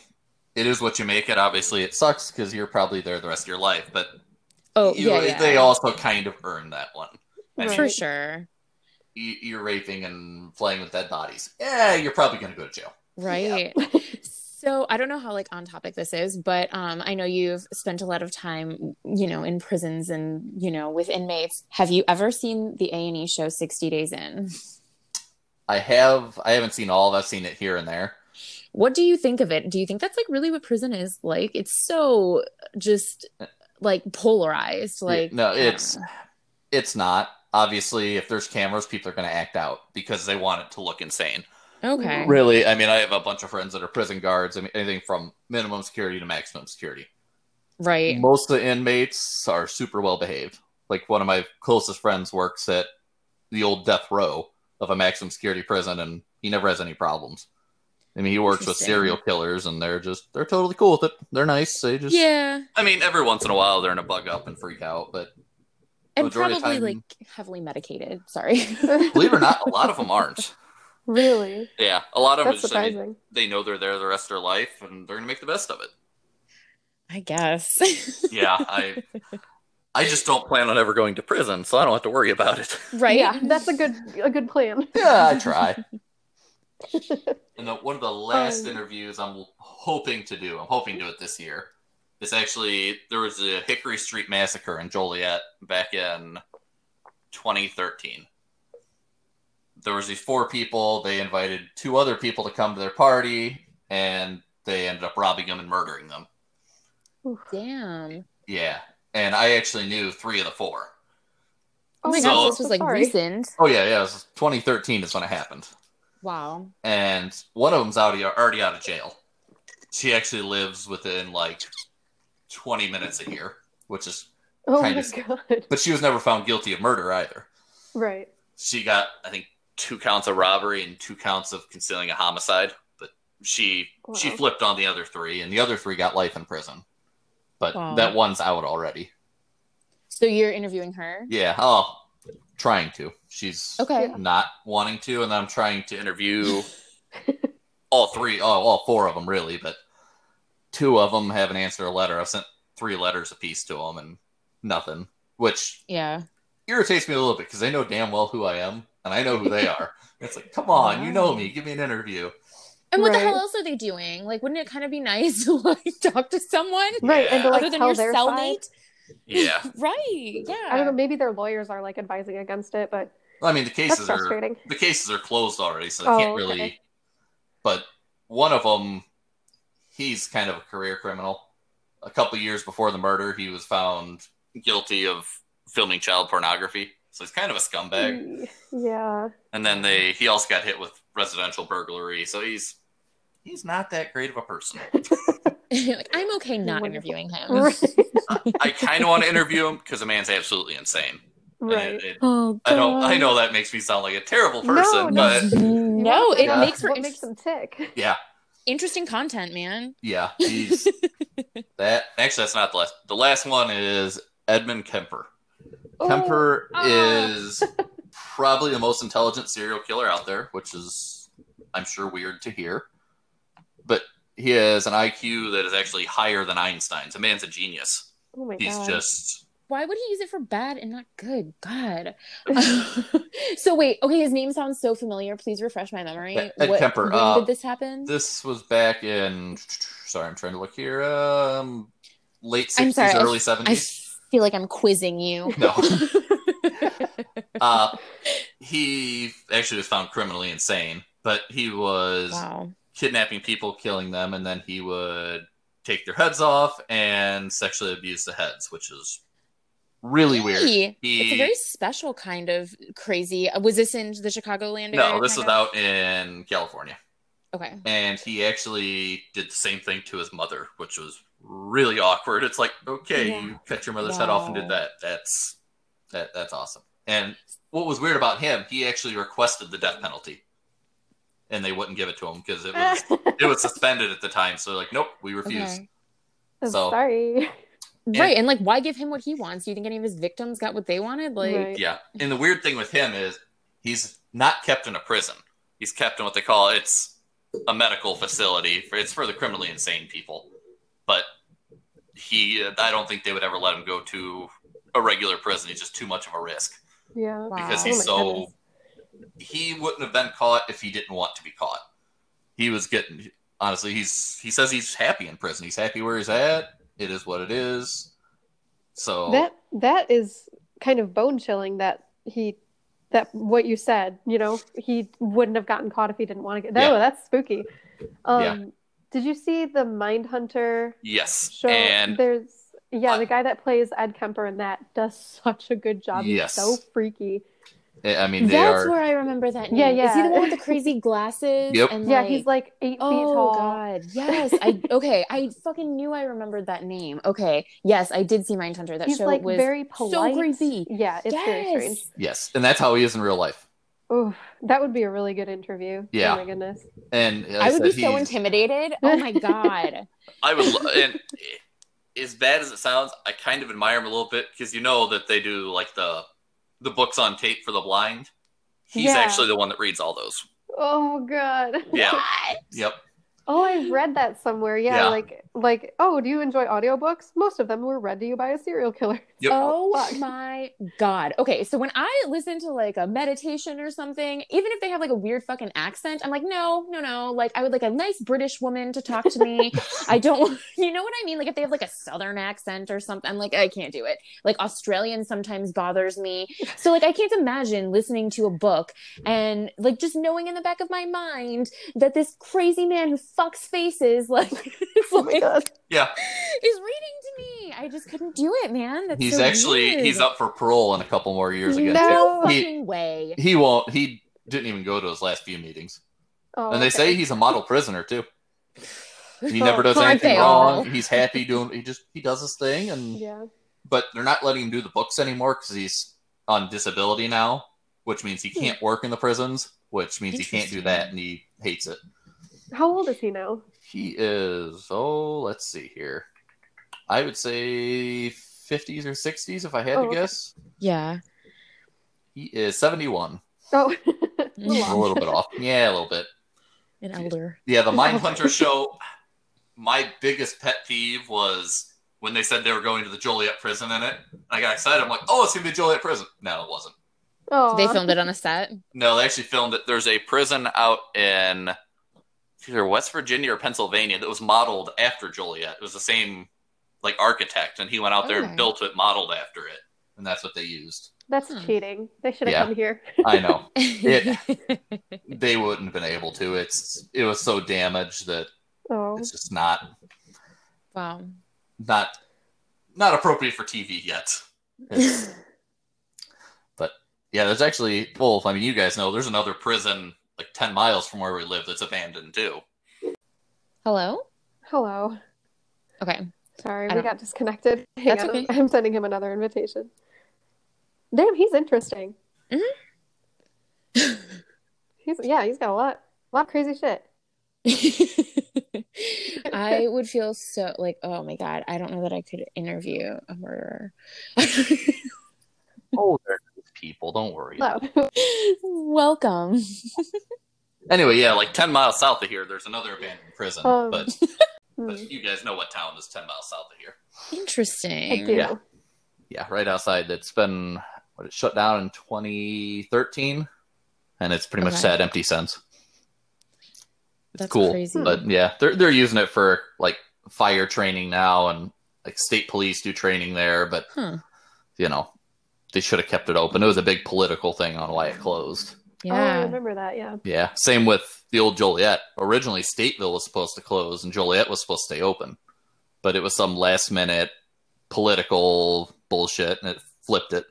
Speaker 4: it is what you make it. Obviously it sucks because you're probably there the rest of your life, but
Speaker 2: oh,
Speaker 4: you,
Speaker 2: yeah, yeah.
Speaker 4: they also kind of earn that one. I
Speaker 3: Right.
Speaker 4: mean,
Speaker 2: For sure.
Speaker 4: you, you're raping and playing with dead bodies. Yeah, you're probably going to go to jail.
Speaker 2: Right. so I don't know how like on topic this is, but um, I know you've spent a lot of time, you know, in prisons and you know with inmates. Have you ever seen the A and E show Sixty Days In?
Speaker 4: I have. I haven't seen all. of it. I've seen it here and there.
Speaker 2: What do you think of it? Do you think that's like really what prison is like? It's so just like polarized. Like
Speaker 4: no,
Speaker 2: I don't
Speaker 4: it's
Speaker 2: know.
Speaker 4: it's not. Obviously, if there's cameras, people are going to act out because they want it to look insane.
Speaker 2: okay.
Speaker 4: Really, I mean, I have a bunch of friends that are prison guards. I mean, anything from minimum security to maximum security.
Speaker 2: Right.
Speaker 4: Most of the inmates are super well behaved. Like one of my closest friends works at the old death row of a maximum security prison, and he never has any problems. I mean, he works with
Speaker 2: Interesting.
Speaker 4: serial killers, and they're just they're totally cool with it. They're nice. They just
Speaker 2: Yeah.
Speaker 4: I mean, every once in a while they're in a bug up and freak out, but
Speaker 2: And
Speaker 4: Majority
Speaker 2: probably
Speaker 4: of time-
Speaker 2: like heavily medicated. Sorry.
Speaker 4: believe it or not, a lot of them aren't.
Speaker 3: Really?
Speaker 4: Yeah, a lot of them
Speaker 3: That's
Speaker 4: just I mean,
Speaker 3: surprising.
Speaker 4: they know they're there the rest of their life, and they're gonna make the best of it.
Speaker 2: I guess.
Speaker 4: Yeah, I I just don't plan on ever going to prison, so I don't have to worry about it.
Speaker 2: Right.
Speaker 3: Yeah, that's a good a good plan.
Speaker 4: yeah, I try. and the, one of the last
Speaker 3: Um,
Speaker 4: interviews I'm hoping to do, I'm hoping to do it this year. It's actually there was a Hickory Street massacre in Joliet back in 2013. There was these four people. They invited two other people to come to their party, and they ended up robbing them and murdering them.
Speaker 2: Damn.
Speaker 4: Yeah, and I actually knew three of the four.
Speaker 2: Oh my
Speaker 4: So-
Speaker 2: gosh,
Speaker 3: God,
Speaker 2: this was like recent.
Speaker 4: Oh yeah, yeah. It was 2013 is when it happened.
Speaker 2: Wow.
Speaker 4: and one of them's already already out of jail. She actually lives within like twenty minutes of here, which is.
Speaker 3: Oh
Speaker 4: kind
Speaker 3: my
Speaker 4: of-
Speaker 3: god.
Speaker 4: But she was never found guilty of murder either.
Speaker 3: Right.
Speaker 4: She got, I think, two counts of robbery and two counts of concealing a homicide. But she she
Speaker 3: Wow.
Speaker 4: flipped on the other three, and the other three got life in prison. But
Speaker 2: Wow.
Speaker 4: that one's out already.
Speaker 2: So you're interviewing her?
Speaker 4: Yeah. Oh, trying to. She's
Speaker 2: Okay.
Speaker 4: not wanting to, and I'm trying to interview all three, oh, all four of them really, but two of them haven't answered a letter. I've sent three letters apiece to them and nothing, which
Speaker 2: Yeah.
Speaker 4: irritates me a little bit because they know damn well who I am and I know who they are. It's like, come on, you know me, give me an interview.
Speaker 2: And what the
Speaker 3: Right.
Speaker 2: hell else are they doing? Like, wouldn't it kind of be nice to like talk to someone
Speaker 3: Right, and to
Speaker 4: Yeah.
Speaker 3: like
Speaker 2: other than
Speaker 3: tell
Speaker 2: your
Speaker 3: their side.
Speaker 2: cellmate?
Speaker 4: Yeah,
Speaker 2: Right. Yeah.
Speaker 3: I don't know. Maybe their lawyers are like advising against it, but
Speaker 4: I mean the
Speaker 3: that's
Speaker 4: cases are
Speaker 3: frustrating.
Speaker 4: the cases are closed already, so they
Speaker 3: Oh,
Speaker 4: can't really.
Speaker 3: okay.
Speaker 4: But one of them, he's kind of a career criminal. A couple years before the murder, he was found guilty of filming child pornography, so he's kind of a
Speaker 3: Mm.
Speaker 4: scumbag.
Speaker 3: Yeah.
Speaker 4: And then they, he also got hit with residential burglary, so he's he's not that great of a person.
Speaker 2: like, I'm okay not
Speaker 3: Wonderful.
Speaker 2: interviewing him.
Speaker 3: Right.
Speaker 4: I kind of want to interview him because the man's absolutely insane. And
Speaker 3: right.
Speaker 4: it- it-
Speaker 2: Oh,
Speaker 4: I don't. I know that makes me sound like a terrible
Speaker 3: No, no.
Speaker 4: person, but
Speaker 2: No, it
Speaker 4: Yeah.
Speaker 2: makes for
Speaker 3: what
Speaker 2: inter-
Speaker 3: makes them tick.
Speaker 4: yeah,
Speaker 2: interesting content, man.
Speaker 4: Yeah, he's that. Actually, that's not the last. The last one is Edmund Kemper. Kemper
Speaker 2: ah.
Speaker 4: is probably the most intelligent serial killer out there, which is, I'm sure, weird to hear. But he has an IQ that is actually higher than Einstein's. A man's a genius.
Speaker 3: Oh my
Speaker 4: He's
Speaker 3: god.
Speaker 4: just
Speaker 2: Why would he use it for bad and not good? God. so wait, okay, his name sounds so familiar. Please refresh my memory.
Speaker 4: Ed- Ed Kemper,
Speaker 2: When
Speaker 4: uh,
Speaker 2: did this happen?
Speaker 4: This was back in. Sorry, I'm trying to look here. Um, late
Speaker 2: I'm
Speaker 4: 60s,
Speaker 2: sorry, I-
Speaker 4: early
Speaker 2: I
Speaker 4: 70s.
Speaker 2: feel like I'm quizzing you.
Speaker 4: No. uh, he actually was found criminally insane, but he was
Speaker 2: wow.
Speaker 4: kidnapping people, killing them, and then he would take their heads off and sexually abuse the heads, which is really weird.
Speaker 2: Hey, It's a
Speaker 4: He-
Speaker 2: very special kind of crazy. uh, Was this in the Chicagoland area?
Speaker 4: No, this was
Speaker 2: kind
Speaker 4: out in California.
Speaker 2: of? Okay.
Speaker 4: And he actually did the same thing to his mother, which was really awkward. It's like, okay,
Speaker 3: Yeah.
Speaker 4: you cut your mother's head off and did
Speaker 2: Wow.
Speaker 4: that. That's that that's awesome. And what was weird about him, he actually requested the death penalty. And they wouldn't give it to him because it was it was suspended at the time. So like, nope, we refuse.
Speaker 2: Okay.
Speaker 3: I'm
Speaker 4: so-
Speaker 3: Sorry.
Speaker 2: Right, and like, why give him what he wants? Do you think any of his victims got what they wanted? Like,
Speaker 3: Right.
Speaker 4: Yeah. And the weird thing with him is he's not kept in a prison. He's kept in what they call it's a medical facility. For, it's for the criminally insane people. But he, I don't think they would ever let him go to a regular prison. He's just too much of a risk
Speaker 3: Yeah.
Speaker 2: Wow.
Speaker 4: because
Speaker 3: Oh
Speaker 4: he's
Speaker 3: my
Speaker 4: so
Speaker 3: goodness.
Speaker 4: he wouldn't have been caught if he didn't want to be caught. He was getting honestly. He's he says he's happy in prison. He's happy where he's at. It is what it is. So
Speaker 3: That that is kind of bone chilling that he that what you said, you know, he wouldn't have gotten caught if he didn't want to get No,
Speaker 4: Yeah.
Speaker 3: that's spooky. Um
Speaker 4: Yeah.
Speaker 3: did you see the Mindhunter
Speaker 4: yes,
Speaker 3: show?
Speaker 4: and
Speaker 3: There's yeah,
Speaker 4: I-
Speaker 3: the guy that plays Ed Kemper in that does such a good job.
Speaker 4: Yes.
Speaker 3: He's so freaky.
Speaker 4: I mean they
Speaker 2: That's
Speaker 4: are.
Speaker 2: where I remember that. Name.
Speaker 3: Yeah,
Speaker 2: Is he the
Speaker 3: yeah.
Speaker 2: one with the crazy glasses?
Speaker 4: Yep.
Speaker 2: And
Speaker 3: yeah,
Speaker 2: like,
Speaker 3: he's like eight feet
Speaker 2: Oh
Speaker 3: tall.
Speaker 2: God! Yes, I okay. I fucking knew I remembered that name. Okay, yes, I did see Mindhunter. That
Speaker 3: He's
Speaker 2: show
Speaker 3: like
Speaker 2: was
Speaker 3: very
Speaker 2: so
Speaker 3: polite.
Speaker 2: creepy.
Speaker 3: Yeah, it's
Speaker 2: yes.
Speaker 3: very strange.
Speaker 4: Yes, and that's how he is in real life.
Speaker 3: Oof, that would be a really good interview.
Speaker 4: Yeah.
Speaker 3: Oh my goodness.
Speaker 4: And like
Speaker 2: I would be
Speaker 4: said,
Speaker 2: so
Speaker 4: he's-
Speaker 2: intimidated. Oh my god!
Speaker 4: I would, lo- and as bad as it sounds, I kind of admire him a little bit because you know that they do like the the books on tape for the blind. He's
Speaker 3: Yeah.
Speaker 4: actually the one that reads all those.
Speaker 3: Oh god.
Speaker 4: Yeah.
Speaker 2: What?
Speaker 4: Yep.
Speaker 3: Oh, I've read that somewhere. Yeah,
Speaker 4: Yeah.
Speaker 3: like like oh, do you enjoy audiobooks? Most of them were read to you by a serial killer.
Speaker 4: Yep.
Speaker 2: Oh
Speaker 3: Fuck.
Speaker 2: my god. Okay, so when I listen to like a meditation or something, even if they have like a weird fucking accent, I'm like, no, no, no. Like I would like a nice British woman to talk to me. I don't want- you know what I mean? Like if they have like a southern accent or something, I'm like, I can't do it. Like Australian sometimes bothers me. So like I can't imagine listening to a book and like just knowing in the back of my mind that this crazy man who fucks faces like is like
Speaker 4: Yeah.
Speaker 2: is reading to me. I just couldn't do it, man. That's
Speaker 4: He's
Speaker 2: so
Speaker 4: actually
Speaker 2: weird.
Speaker 4: he's up for parole in a couple more years again.
Speaker 2: No
Speaker 3: No.
Speaker 4: He-
Speaker 2: fucking way.
Speaker 4: He won't. He didn't even go to his last few meetings.
Speaker 3: Oh,
Speaker 4: And they say he's a model prisoner too. He never does
Speaker 2: Aren't
Speaker 4: anything
Speaker 2: they all?
Speaker 4: wrong. He's happy doing. He just he does his thing, and
Speaker 3: Yeah.
Speaker 4: but they're not letting him do the books anymore because he's on disability now, which means he can't work in the prisons, which means he can't do that, and he hates it.
Speaker 3: How old is he now?
Speaker 4: He is oh, let's see here. I would say fifties or sixties if I had
Speaker 3: Oh,
Speaker 4: to
Speaker 3: okay.
Speaker 4: guess.
Speaker 2: Yeah.
Speaker 4: He is seventy-one.
Speaker 3: Oh.
Speaker 4: We're a little bit off. Yeah, a little bit.
Speaker 2: An elder.
Speaker 4: Yeah, the Mindhunter show. My biggest pet peeve was when they said they were going to the Joliet prison in it. I got excited. I'm like, oh, it's gonna be Joliet prison. No, it wasn't.
Speaker 3: Oh.
Speaker 2: They filmed it on a set.
Speaker 4: No, they actually filmed it. There's a prison out in either West Virginia or Pennsylvania that was modeled after Joliet. It was the same like architect, and he went out there
Speaker 2: Okay.
Speaker 4: and built it, modeled after it, and that's what they used.
Speaker 3: That's
Speaker 2: Hmm.
Speaker 3: cheating. They should have
Speaker 4: Yeah.
Speaker 3: come here.
Speaker 4: I know they wouldn't have been able to. It's it was so damaged that
Speaker 3: Oh.
Speaker 4: it's just not
Speaker 2: wow.
Speaker 4: not not appropriate for TV yet. It's- yeah, there's actually well, I mean, you guys know there's another prison like ten miles from where we live that's abandoned too.
Speaker 2: Hello?
Speaker 3: Hello.
Speaker 2: Okay.
Speaker 3: Sorry,
Speaker 2: I
Speaker 3: we
Speaker 2: don't-
Speaker 3: got disconnected. Hang
Speaker 2: That's
Speaker 3: on,
Speaker 2: okay.
Speaker 3: I'm sending him another invitation. Damn, he's interesting.
Speaker 2: Mm-hmm.
Speaker 3: He's yeah, he's got a lot a lot of crazy shit.
Speaker 2: I would feel so like, oh my God, I don't know that I could interview a murderer.
Speaker 4: Oh, there's people. Don't worry.
Speaker 3: Hello.
Speaker 2: Welcome.
Speaker 4: Anyway, yeah, like ten miles south of here, there's another abandoned prison,
Speaker 2: Oh.
Speaker 3: Um,
Speaker 4: but,
Speaker 3: Hmm,
Speaker 4: but you guys know what town is ten miles south of here.
Speaker 3: I
Speaker 2: Interesting.
Speaker 3: do. Oh,
Speaker 4: yeah. Yeah, right outside. That's been what it shut down in 2013, and it's pretty
Speaker 2: Okay.
Speaker 4: much sat empty since. It's
Speaker 2: That's
Speaker 4: cool,
Speaker 2: crazy.
Speaker 4: but yeah, they're they're using it for like fire training now, and like state police do training there. But
Speaker 2: Huh.
Speaker 4: you know, they should have kept it open. It was a big political thing on why it closed.
Speaker 3: Oh, I
Speaker 2: Yeah.
Speaker 3: remember that, yeah.
Speaker 4: Yeah, same with the old Joliet. Originally, Stateville was supposed to close and Joliet was supposed to stay open, but it was some last minute political bullshit and it flipped it.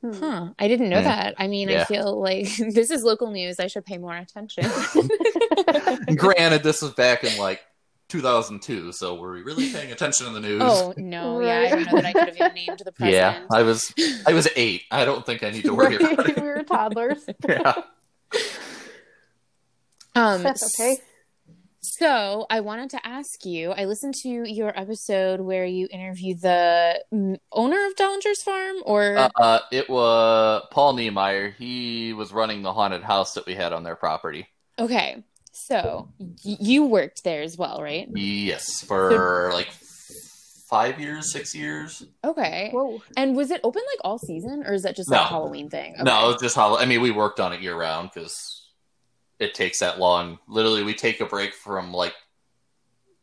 Speaker 3: Hmm.
Speaker 2: Huh. I didn't know
Speaker 4: Yeah.
Speaker 2: that. I mean, I
Speaker 4: Yeah.
Speaker 2: feel like this is local news. I should pay more attention.
Speaker 4: And granted, this was back in like 2002, so were we really paying attention to the news?
Speaker 2: oh no, yeah, I don't know that I could have even named the
Speaker 4: yeah,
Speaker 2: president.
Speaker 4: I was I was eight. I don't think I need to worry about
Speaker 3: Right,
Speaker 4: it.
Speaker 3: we were toddlers.
Speaker 4: Yeah.
Speaker 2: Um,
Speaker 3: That's okay.
Speaker 2: So I wanted to ask you. I listened to your episode where you interviewed the mm, owner of Dollinger's Farm, or
Speaker 4: Uh, it was Paul Niemeyer. He was running the haunted house that we had on their property.
Speaker 2: okay, so y- you worked there as well, right?
Speaker 4: Yes, for like five years, six years.
Speaker 2: Okay.
Speaker 3: Whoa.
Speaker 2: And was it open like all season or is that just
Speaker 4: No.
Speaker 2: like a Halloween thing? Okay.
Speaker 4: No, it was just how I mean, we worked on it year round because it takes that long. Literally, we take a break from like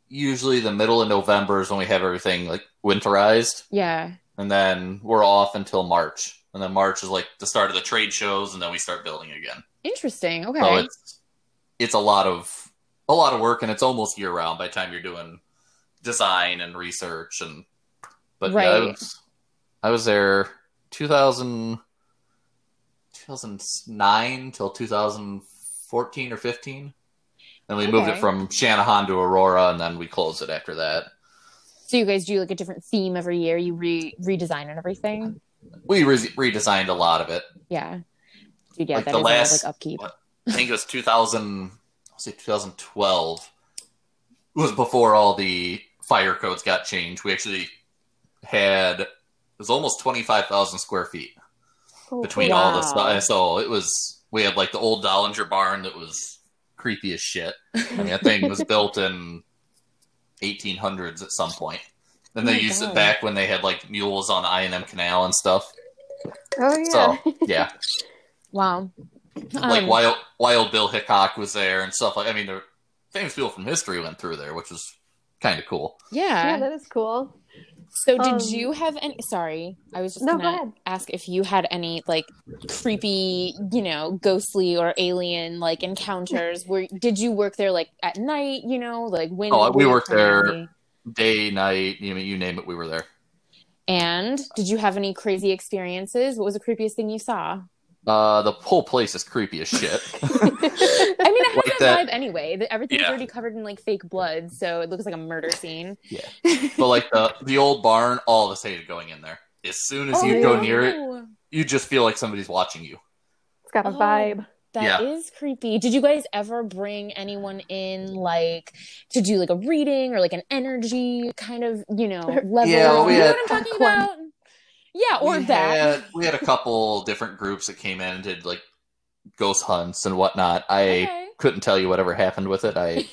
Speaker 4: usually the middle of November is when we have everything like winterized,
Speaker 2: Yeah.
Speaker 4: and then we're off until March, and then March is like the start of the trade shows, and then we start building again.
Speaker 2: Interesting. Okay.
Speaker 4: So Oh, it's it's a lot of a lot of work, and it's almost year round by the time you're doing design and research and. But yeah, I
Speaker 2: Right.
Speaker 4: was, I was there 2000, 2009 till 2014 or 15. And we moved it
Speaker 2: Okay.
Speaker 4: from Shanahan to Aurora, and then we closed it after that.
Speaker 2: so you guys do like a different theme every year. You re redesign and everything.
Speaker 4: We re- redesigned a lot of it.
Speaker 2: Yeah. Dude, yeah,
Speaker 4: Like
Speaker 2: that
Speaker 4: the
Speaker 2: is a lot of,
Speaker 4: last-
Speaker 2: like upkeep.
Speaker 4: I think it was 2000, I'll say 2012. It was before all the fire codes got changed. We actually had, it was almost 25,000 square feet
Speaker 3: Oh,
Speaker 4: between
Speaker 2: wow.
Speaker 4: all the stuff. So it was, we had like the old Dollinger barn that was creepy as shit. I mean, that thing was built in 1800s at some point. Then
Speaker 2: Oh
Speaker 4: they
Speaker 2: my
Speaker 4: used
Speaker 2: God.
Speaker 4: it back when they had like mules on I and M Canal and stuff.
Speaker 3: Oh yeah.
Speaker 4: So yeah,
Speaker 2: Wow.
Speaker 4: like
Speaker 2: Um,
Speaker 4: Wild Wild Bill Hickok was there and stuff like. I mean, the famous people from history went through there, which was kind of cool.
Speaker 3: yeah,
Speaker 2: Yeah.
Speaker 3: that is cool.
Speaker 2: so did
Speaker 3: um,
Speaker 2: you have any sorry, I was just
Speaker 3: No, go
Speaker 2: gonna
Speaker 3: ahead.
Speaker 2: ask if you had any like creepy, you know, ghostly or alien like encounters. Where did you work there like at night? You know, like when?
Speaker 4: Oh, we
Speaker 2: when
Speaker 4: worked there.
Speaker 2: time?
Speaker 4: Day, night, you know, you name it, we were there.
Speaker 2: And did you have any crazy experiences? What was the creepiest thing you saw?
Speaker 4: Uh, the whole place is creepy as shit.
Speaker 2: I mean, I have
Speaker 4: Like
Speaker 2: that,
Speaker 4: that-
Speaker 2: vibe anyway. that Everything's
Speaker 4: Yeah.
Speaker 2: already covered in like fake blood, so it looks like a murder scene.
Speaker 4: but like the the old barn, all of us hated going in there. As soon as you
Speaker 3: Oh,
Speaker 4: go
Speaker 3: no.
Speaker 4: near it, you just feel like somebody's watching you.
Speaker 3: It's got a
Speaker 2: Oh.
Speaker 3: vibe.
Speaker 2: That is creepy. Did you guys ever bring anyone in, like, to do like a reading or like an energy kind of, you know, level?
Speaker 4: Yeah, we
Speaker 2: you know
Speaker 4: had-
Speaker 2: what I'm talking
Speaker 3: Fuck one.
Speaker 2: about? Yeah, or
Speaker 4: we
Speaker 2: that.
Speaker 4: Had, we had a couple different groups that came in and did like ghost hunts and whatnot. I
Speaker 2: Okay.
Speaker 4: couldn't tell you whatever happened with it. I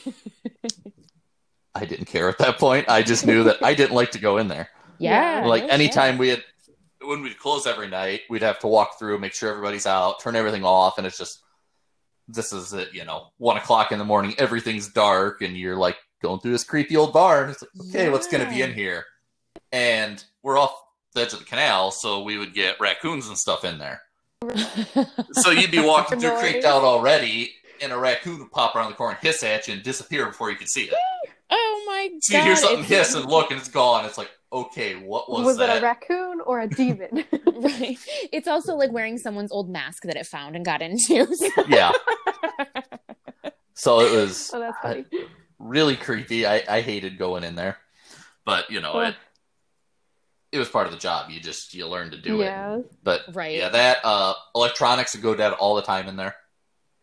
Speaker 4: I didn't care at that point. I just knew that I didn't like to go in there.
Speaker 2: Yeah.
Speaker 4: like
Speaker 2: no
Speaker 4: anytime we had when we'd close every night we'd have to walk through make sure everybody's out turn everything off and it's just this is it you know one o'clock in the morning everything's dark and you're like going through this creepy old barn it's like okay what's gonna be
Speaker 2: Yeah.
Speaker 4: in here and we're off the edge of the canal so we would get raccoons and stuff in there
Speaker 2: shit.
Speaker 4: so you'd be walking through
Speaker 3: Noise.
Speaker 4: creeped out already and a raccoon would pop around the corner and hiss at you and disappear before you could see it
Speaker 2: oh my god.
Speaker 4: so you hear something
Speaker 2: it's-
Speaker 4: hiss and look and it's gone it's like okay what was,
Speaker 3: Was, it a raccoon or a demon?
Speaker 2: Right. It's also like wearing someone's old mask that it found and got into.
Speaker 4: yeah. So it was
Speaker 3: oh, that's funny.
Speaker 4: really creepy. I, I hated going in there, but you know it. It was part of the job. You just you learn to do it.
Speaker 3: yeah.
Speaker 4: But
Speaker 2: right.
Speaker 4: yeah, that uh, electronics would go down all the time in there.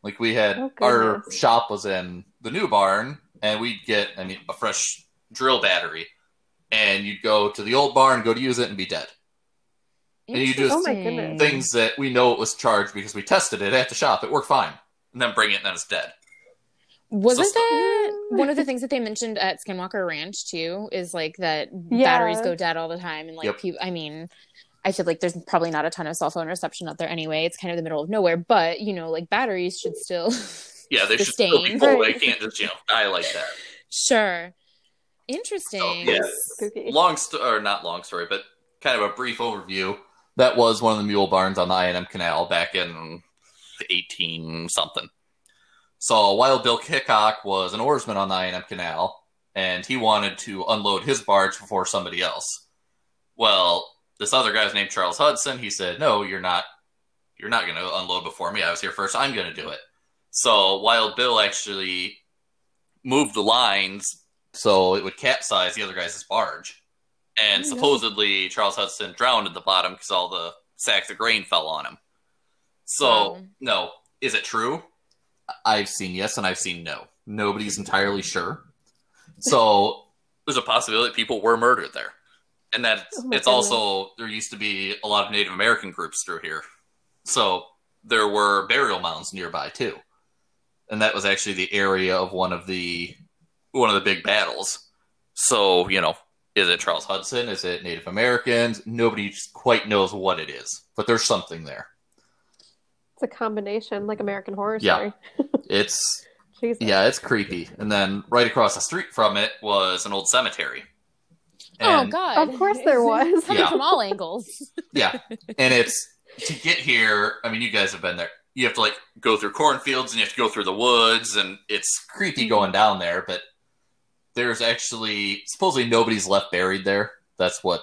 Speaker 4: Like we had
Speaker 3: Oh,
Speaker 4: our
Speaker 3: goodness.
Speaker 4: shop was in the new barn, and we'd get I mean a fresh drill battery, and you'd go to the old barn, go to use it, and be dead. and you just-
Speaker 3: Oh my goodness.
Speaker 2: Interesting.
Speaker 4: Things that we know it was charged because we tested it at the shop. It worked fine, and then bring it, and then it's dead.
Speaker 2: Wasn't
Speaker 4: So-
Speaker 2: that one of the things that they mentioned at Skinwalker Ranch too? Is like that
Speaker 3: Yeah.
Speaker 2: batteries go dead all the time, and like
Speaker 4: Yep.
Speaker 2: people. I mean, I feel like there's probably not a ton of cell phone reception out there anyway. It's kind of the middle of nowhere, but you know, like batteries should still.
Speaker 4: Yeah, they should still be
Speaker 2: sustain.
Speaker 4: full. They
Speaker 3: Right.
Speaker 4: can't just you know die like that.
Speaker 2: Sure. Interesting. Oh,
Speaker 4: yeah.
Speaker 3: Spooky.
Speaker 4: Long st- or not long story, but kind of a brief overview. That was one of the mule barns on the INM Canal back in eighteen something. So Wild Bill Hickok was an oarsman on the INM Canal, and he wanted to unload his barge before somebody else. Well, this other guy's named Charles Hudson. He said, "No, you're not. You're not going to unload before me. I was here first. I'm going to do it." So Wild Bill actually moved the lines so it would capsize the other guy's barge. And
Speaker 2: Oh, no.
Speaker 4: supposedly Charles Hudson drowned at the bottom because all the sacks of grain fell on him. So,
Speaker 2: Wow.
Speaker 4: no, is it true? I've seen yes and I've seen no. Nobody's entirely sure. So, there's a possibility that people were murdered there. And that
Speaker 3: Oh my
Speaker 4: it's also there used to be a lot of Native American groups through here. So, there were burial mounds nearby too and that was actually the area of one of the one of the big battles. So you know, Is it Charles Hudson? Is it Native Americans? Nobody quite knows what it is, but there's something there.
Speaker 3: It's a combination, like American Horror
Speaker 4: Yeah.
Speaker 3: Story.
Speaker 4: It's
Speaker 3: Jesus.
Speaker 4: yeah, it's creepy. And then right across the street from it was an old cemetery.
Speaker 2: oh
Speaker 4: And-
Speaker 2: God!
Speaker 3: Of course there was.
Speaker 4: Yeah.
Speaker 2: from all angles.
Speaker 4: Yeah. And it's to get here, I mean you guys have been there. You have to like go through cornfields and you have to go through the woods and it's
Speaker 3: Mm-hmm.
Speaker 4: creepy going down there, but there's actually supposedly nobody's left buried there. That's what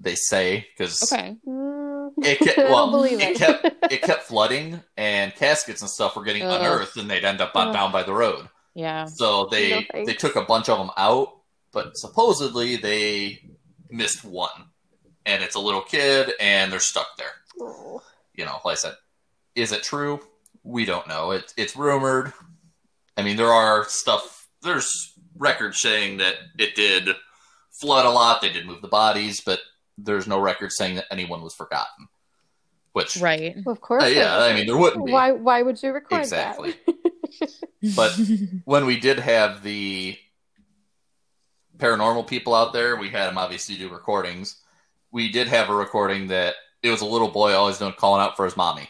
Speaker 4: they say because
Speaker 2: Okay.
Speaker 3: Mm,
Speaker 4: it kept,
Speaker 3: I don't
Speaker 4: well,
Speaker 3: believe
Speaker 4: it,
Speaker 3: it.
Speaker 4: kept it kept flooding and caskets and stuff were getting
Speaker 2: Ugh.
Speaker 4: unearthed and they'd end up on,
Speaker 3: Ugh.
Speaker 4: down by the road.
Speaker 2: Yeah.
Speaker 4: So
Speaker 3: No
Speaker 4: they
Speaker 3: thanks.
Speaker 4: they took a bunch of them out, but supposedly they missed one, and it's a little kid, and they're stuck there.
Speaker 3: Oh.
Speaker 4: You know, like I said, is it true? We don't know. It, it's rumored. I mean, there are stuff. There's records saying that it did flood a lot. They did move the bodies, but there's no record saying that anyone was forgotten. Which,
Speaker 2: Right.
Speaker 3: Of course.
Speaker 4: uh,
Speaker 3: it
Speaker 4: yeah,
Speaker 3: was.
Speaker 4: I mean, there wouldn't be.
Speaker 3: why why would you record
Speaker 4: Exactly.
Speaker 3: that?
Speaker 4: But- when we did have the paranormal people out there, we had them obviously do recordings. We did have a recording that it was a little boy always known calling out for his mommy.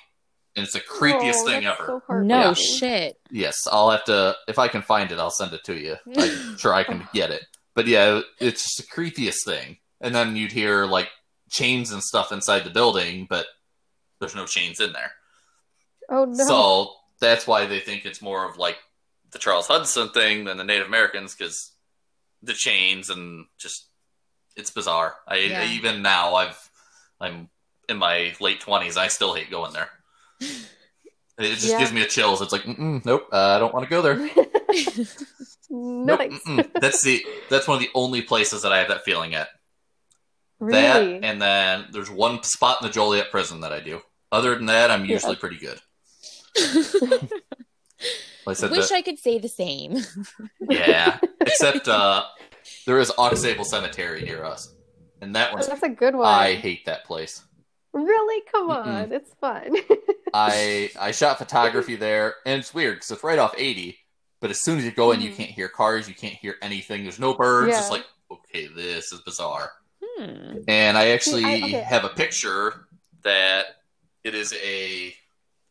Speaker 4: And it's the creepiest
Speaker 3: Oh,
Speaker 4: thing
Speaker 3: that's
Speaker 4: ever.
Speaker 3: so heartbreaking.
Speaker 2: no
Speaker 4: Yeah.
Speaker 2: shit.
Speaker 4: Yes, I'll have to if I can find it, I'll send it to you. I'm sure I can get it. But yeah, it's just the creepiest thing. And then you'd hear like chains and stuff inside the building, but there's no chains in there.
Speaker 3: Oh no.
Speaker 4: So that's why they think it's more of like the Charles Hudson thing than the Native Americans because the chains and just it's bizarre. I,
Speaker 2: Yeah.
Speaker 4: even now I've I'm in my late twenties. I still hate going there. It just
Speaker 3: Yeah.
Speaker 4: gives me a chills. It's like mm-mm, nope, uh, I don't want to go there. Nope,
Speaker 3: nice.
Speaker 4: mm-mm. that's the that's one of the only places that I have that feeling at.
Speaker 3: Really?
Speaker 4: That and then there's one spot in the Joliet prison that I do. Other than that, I'm
Speaker 3: Yeah.
Speaker 4: usually pretty good. Like I said,
Speaker 2: Wish
Speaker 4: the-
Speaker 2: I could say the same.
Speaker 4: Yeah. Except uh there is Oxable Cemetery near us. And that
Speaker 3: Oh,
Speaker 4: one's
Speaker 3: that's a good one.
Speaker 4: I hate that place.
Speaker 3: Really? Come
Speaker 4: Mm-mm.
Speaker 3: on. It's fun.
Speaker 4: I I shot photography there and it's weird cuz it's right off 80, but as soon as you go in you
Speaker 3: Mhm.
Speaker 4: can't hear cars, you can't hear anything. There's no birds. It's
Speaker 3: Yeah.
Speaker 4: like okay, this is bizarre.
Speaker 2: Hmm.
Speaker 4: And I actually
Speaker 3: I- okay.
Speaker 4: have a picture that it is a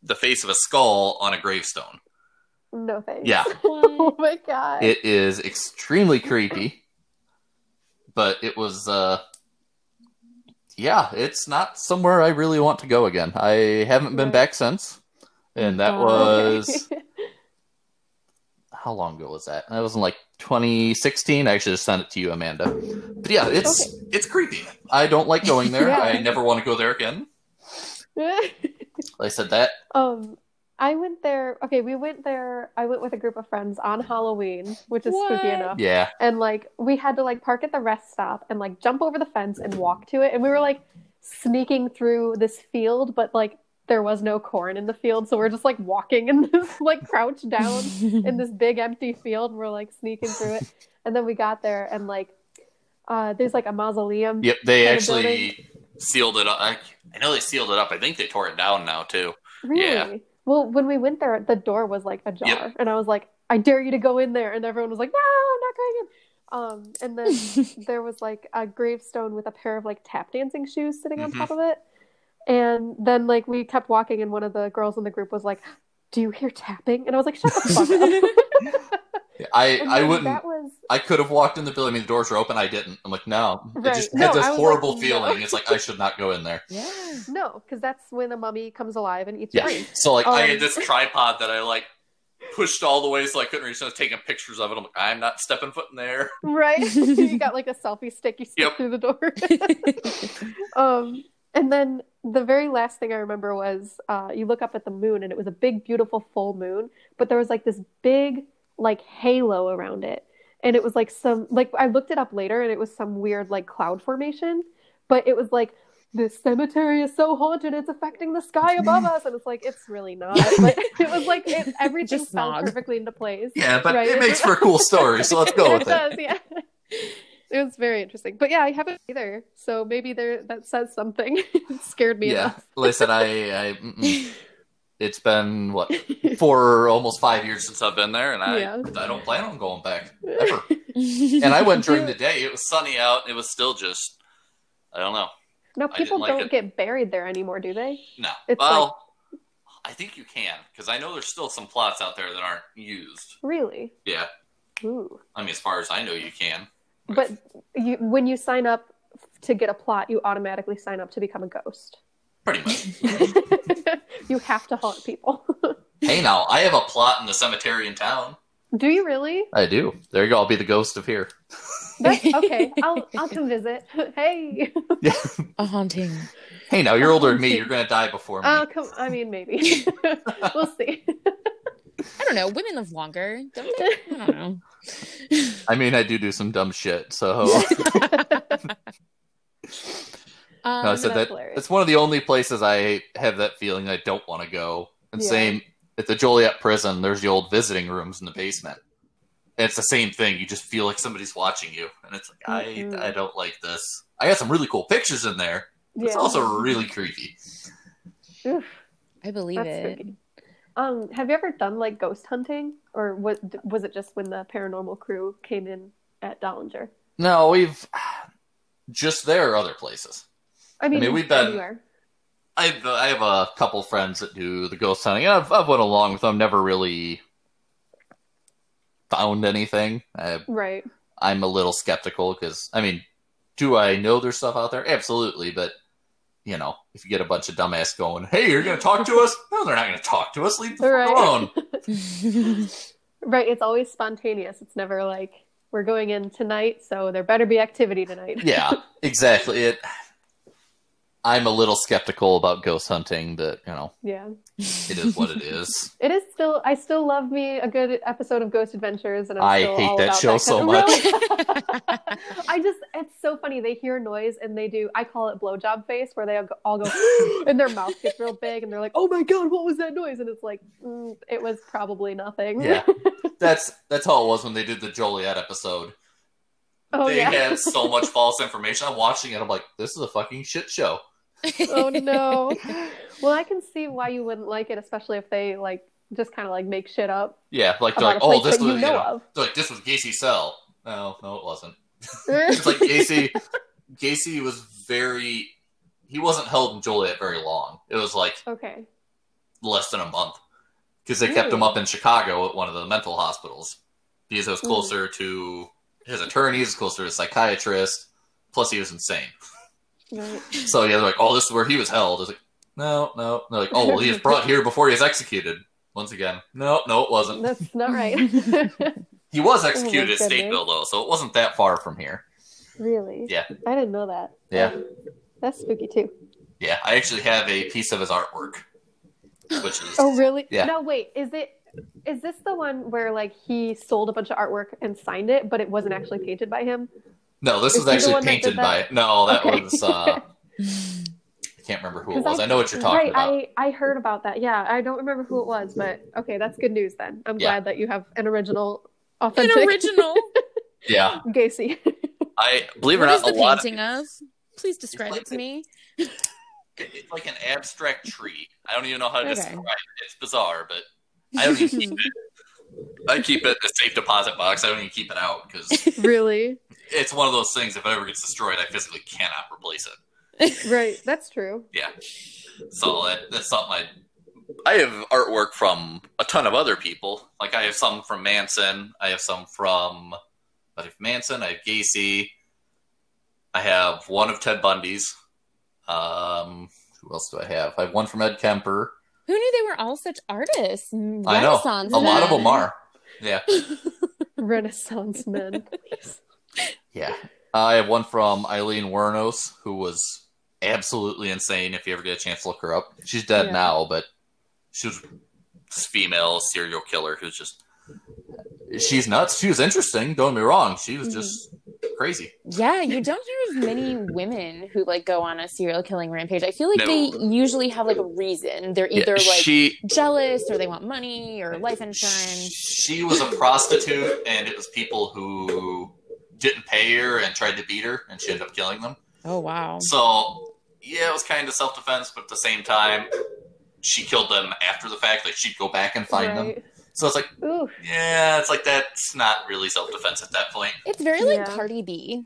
Speaker 4: the face of a skull on a gravestone.
Speaker 3: no thanks.
Speaker 4: Yeah.
Speaker 3: oh my god.
Speaker 4: It is extremely creepy, but it was, uh, yeah, it's not somewhere I really want to go again. I haven't been
Speaker 3: Right.
Speaker 4: back since, and that
Speaker 2: Oh,
Speaker 3: Okay.
Speaker 4: was how long ago was that? That was in like 2016. I actually just sent it to you, Amanda. But yeah, it's it's creepy. I don't like going there.
Speaker 3: Yeah.
Speaker 4: I never want to go there again. Like I said that.
Speaker 3: um I went there okay, we went there I went with a group of friends on Halloween, which is
Speaker 2: What?
Speaker 3: spooky enough.
Speaker 4: Yeah,
Speaker 3: And like we had to like park at the rest stop and like jump over the fence and walk to it. And we were like sneaking through this field, but like there was no corn in the field, so we're just like walking in this like crouched down in this big empty field and we're like sneaking through it and then we got there and like uh there's like a mausoleum
Speaker 4: yep. They
Speaker 3: Kind of
Speaker 4: actually sealed it up. I, I know they sealed it up. I think they tore it down now too.
Speaker 3: really
Speaker 4: yeah.
Speaker 3: well when we went there the door was like ajar
Speaker 4: Yep.
Speaker 3: and i was like i dare you to go in there and everyone was like no i'm not going in um and then there was like a gravestone with a pair of like tap dancing shoes sitting on
Speaker 4: Mhm.
Speaker 3: top of it and then like we kept walking and one of the girls in the group was like do you hear tapping and i was like shut the fuck up
Speaker 4: I
Speaker 3: And
Speaker 4: I
Speaker 3: then
Speaker 4: wouldn't.
Speaker 3: that was
Speaker 4: I could have walked in the building. I mean, the doors were open. I didn't. I'm like, no. I
Speaker 3: Right.
Speaker 4: just
Speaker 3: No,
Speaker 4: had this
Speaker 3: I was
Speaker 4: horrible
Speaker 3: like, no.
Speaker 4: feeling. It's like I should not go in there.
Speaker 2: yeah.
Speaker 3: no because that's when a mummy comes alive and eats
Speaker 4: Yeah.
Speaker 3: brains
Speaker 4: So like, I
Speaker 3: Um.
Speaker 4: had this tripod that I like pushed all the way so I couldn't reach. it. I was taking pictures of it. I'm like, I'm not stepping foot in there.
Speaker 3: Right? you got like a selfie stick you stick
Speaker 4: Yep.
Speaker 3: through the door. um, and then the very last thing I remember was uh, you look up at the moon and it was a big, beautiful full moon, but there was like this big, like, halo around it. And it was like some, like, I looked it up later and it was some weird, like, cloud formation, but it was like, this cemetery is so haunted, it's affecting the sky above us. And it's like, it's really not. Like, it was like, it, everything
Speaker 2: Just
Speaker 3: fell
Speaker 2: smog.
Speaker 3: perfectly into place.
Speaker 4: Yeah, but
Speaker 3: Right.
Speaker 4: it makes for a cool story. So let's go
Speaker 3: it
Speaker 4: with it.
Speaker 3: does, yeah. It was very interesting, but yeah, I haven't either. So maybe there that says something. it scared me
Speaker 4: Yeah.
Speaker 3: enough.
Speaker 4: Listen, I, I mm-mm. it's been what four, almost five years since I've been there, and I
Speaker 3: Yeah.
Speaker 4: I don't plan on going back ever. And I went during the day. It was sunny out. It was still just, I don't know.
Speaker 3: No,
Speaker 4: I
Speaker 3: people
Speaker 4: didn't like
Speaker 3: don't
Speaker 4: it.
Speaker 3: get buried there anymore, do they?
Speaker 4: No.
Speaker 3: It's
Speaker 4: well, I think you can because I know there's still some plots out there that aren't used.
Speaker 3: Really?
Speaker 4: Yeah.
Speaker 3: Ooh.
Speaker 4: I mean, as far as I know, you can.
Speaker 3: But you, when you sign up to get a plot, you automatically sign up to become a ghost.
Speaker 4: Pretty much.
Speaker 3: you have to haunt people.
Speaker 4: hey, now, I have a plot in the cemetery in town.
Speaker 3: do you really?
Speaker 4: I do. There you go. I'll be the ghost of here.
Speaker 3: That's, okay, I'll I'll come visit. hey,
Speaker 2: a haunting.
Speaker 4: Hey, now, you're older than me. You're going to die before me.
Speaker 3: I'll come. I mean, maybe we'll see.
Speaker 2: I don't know. Women live longer, don't they? I don't know.
Speaker 4: I mean, I do do some dumb shit. So
Speaker 2: Um,
Speaker 4: No, I said
Speaker 3: Oh, that's
Speaker 4: that
Speaker 3: hilarious.
Speaker 4: it's one of the only places I have that feeling I don't want to go. And
Speaker 3: Yeah.
Speaker 4: same at the Joliet prison, there's the old visiting rooms in the basement. And it's the same thing. You just feel like somebody's watching you, and it's like
Speaker 3: Mhm.
Speaker 4: I I don't like this. I got some really cool pictures in there. but It's
Speaker 3: Yeah.
Speaker 4: also really creepy.
Speaker 3: Oof,
Speaker 2: I believe
Speaker 3: that's
Speaker 2: it.
Speaker 3: spooky. Um, have you ever done like ghost hunting, or was was it just when the paranormal crew came in at Dollinger?
Speaker 4: No, we've just there are other places.
Speaker 3: I mean,
Speaker 4: mean, we've been-
Speaker 3: anywhere.
Speaker 4: I've I have a couple friends that do the ghost hunting. and I've I've went along with them. Never really found anything. I
Speaker 3: right.
Speaker 4: I'm a little skeptical because I mean, do I know there's stuff out there? Absolutely, but you know, if you get a bunch of dumbass going, "Hey, you're going to talk to us?" No, they're not going to talk to us. Leave the
Speaker 3: Right.
Speaker 4: fuck alone.
Speaker 3: Right, it's always spontaneous. It's never like we're going in tonight, so there better be activity tonight.
Speaker 4: yeah, exactly. It. I'm a little skeptical about ghost hunting, but you know,
Speaker 3: yeah.
Speaker 4: it is what it is.
Speaker 3: It is still I still love me a good episode of Ghost Adventures and I'm
Speaker 4: I
Speaker 3: still
Speaker 4: hate
Speaker 3: all
Speaker 4: that
Speaker 3: about
Speaker 4: show
Speaker 3: kind
Speaker 4: so
Speaker 3: of-
Speaker 4: much.
Speaker 3: Really? I just it's so funny. They hear noise and they do I call it blowjob face where they all go, all go and their mouth gets real big and they're like, "Oh my god, what was that noise?" and it's like, mm, "It was probably nothing."
Speaker 4: Yeah, that's that's how it was when they did the Joliet episode.
Speaker 3: oh
Speaker 4: they
Speaker 3: yeah.
Speaker 4: had so much false information. I'm watching it. I'm like, this is a fucking shit show.
Speaker 3: oh no. Well, I can see why you wouldn't like it especially if they like just kind of like make shit up
Speaker 4: Yeah, like they're
Speaker 3: about
Speaker 4: like,
Speaker 3: a place
Speaker 4: oh, this
Speaker 3: that
Speaker 4: was
Speaker 3: you know of.
Speaker 4: They're like, this was Gacy Cell. No, no, it wasn't. It's like Gacy. Gacy was very. He wasn't held in Joliet very long. It was like
Speaker 3: okay.
Speaker 4: less than a month because they kept him
Speaker 3: Ooh.
Speaker 4: up in Chicago at one of the mental hospitals because it was
Speaker 3: Ooh.
Speaker 4: closer to his attorneys, closer to a psychiatrist. Plus, he was insane.
Speaker 3: Right.
Speaker 4: So yeah, they're like, "Oh, this is where he was held." It's like, no, no. They're like, "Oh, well, he was brought here before he was executed." Once again, no, no, it wasn't.
Speaker 3: That's not right.
Speaker 4: He was executed at
Speaker 3: Oh goodness.
Speaker 4: Stateville though, so it wasn't that far from here.
Speaker 3: really?
Speaker 4: Yeah.
Speaker 3: I didn't know that.
Speaker 4: Yeah.
Speaker 3: That's spooky too.
Speaker 4: Yeah, I actually have a piece of his artwork, which is
Speaker 3: Oh, really?
Speaker 4: Yeah.
Speaker 3: No, wait. Is it? Is this the one where like he sold a bunch of artwork and signed it, but it wasn't actually painted by him?
Speaker 4: no, this
Speaker 3: Is
Speaker 4: was
Speaker 3: he the
Speaker 4: actually
Speaker 3: one that did
Speaker 4: painted
Speaker 3: that?
Speaker 4: by no, that
Speaker 3: Okay.
Speaker 4: was uh, I can't remember who it
Speaker 3: 'Cause
Speaker 4: was.
Speaker 3: I-
Speaker 4: I, know what you're talking
Speaker 3: right.
Speaker 4: about.
Speaker 3: I I heard about that. Yeah, I don't remember who it was, but okay, that's good news then. I'm
Speaker 4: Yeah.
Speaker 3: glad that you have an original,
Speaker 2: An
Speaker 3: authentic
Speaker 2: original.
Speaker 4: yeah,
Speaker 3: Gacy.
Speaker 4: I believe it or
Speaker 2: What is
Speaker 4: not, a
Speaker 2: the
Speaker 4: lot
Speaker 2: painting of? Please describe
Speaker 4: like
Speaker 2: it to me.
Speaker 4: it's like an abstract tree. I don't even know how to
Speaker 2: Okay.
Speaker 4: describe it. It's bizarre, but I don't even keep it. I keep it in a safe deposit box. I don't even keep it out because
Speaker 3: really?
Speaker 4: it's one of those things. If it ever gets destroyed, I physically cannot replace it.
Speaker 3: Right. That's true.
Speaker 4: So that, that's something I. I have artwork from a ton of other people. Like I have some from Manson. I have some from, but if Manson, I have Gacy. I have one of Ted Bundy's. Um, who else do I have? I have one from Ed Kemper.
Speaker 2: Who knew they were all such artists? Mm, I
Speaker 4: I know a lot of them are. Yeah,
Speaker 3: Renaissance men.
Speaker 4: yeah. I have one from Eileen Wernos, who was absolutely insane. If you ever get a chance to look her up, she's dead
Speaker 3: Yeah.
Speaker 4: now, but she was this female serial killer who's just she's nuts. She was interesting. Don't get me wrong. She was
Speaker 2: Mm-hmm.
Speaker 4: just crazy.
Speaker 2: Yeah, you don't hear of many women who like go on a serial killing rampage. I feel like
Speaker 4: No.
Speaker 2: they usually have like a reason. They're either like
Speaker 4: she
Speaker 2: jealous or they want money or life insurance.
Speaker 4: she was a prostitute, and it was people who didn't pay her and tried to beat her, and she ended up killing them.
Speaker 2: Oh wow.
Speaker 4: So yeah, it was kind of self defense, but at the same time, she killed them after the fact. Like she'd go back and find them.
Speaker 3: right.
Speaker 4: So it's like,
Speaker 3: Ooh,
Speaker 4: yeah, it's like that's not really self defense at that point.
Speaker 2: It's very like
Speaker 3: Yeah.
Speaker 2: Cardi B.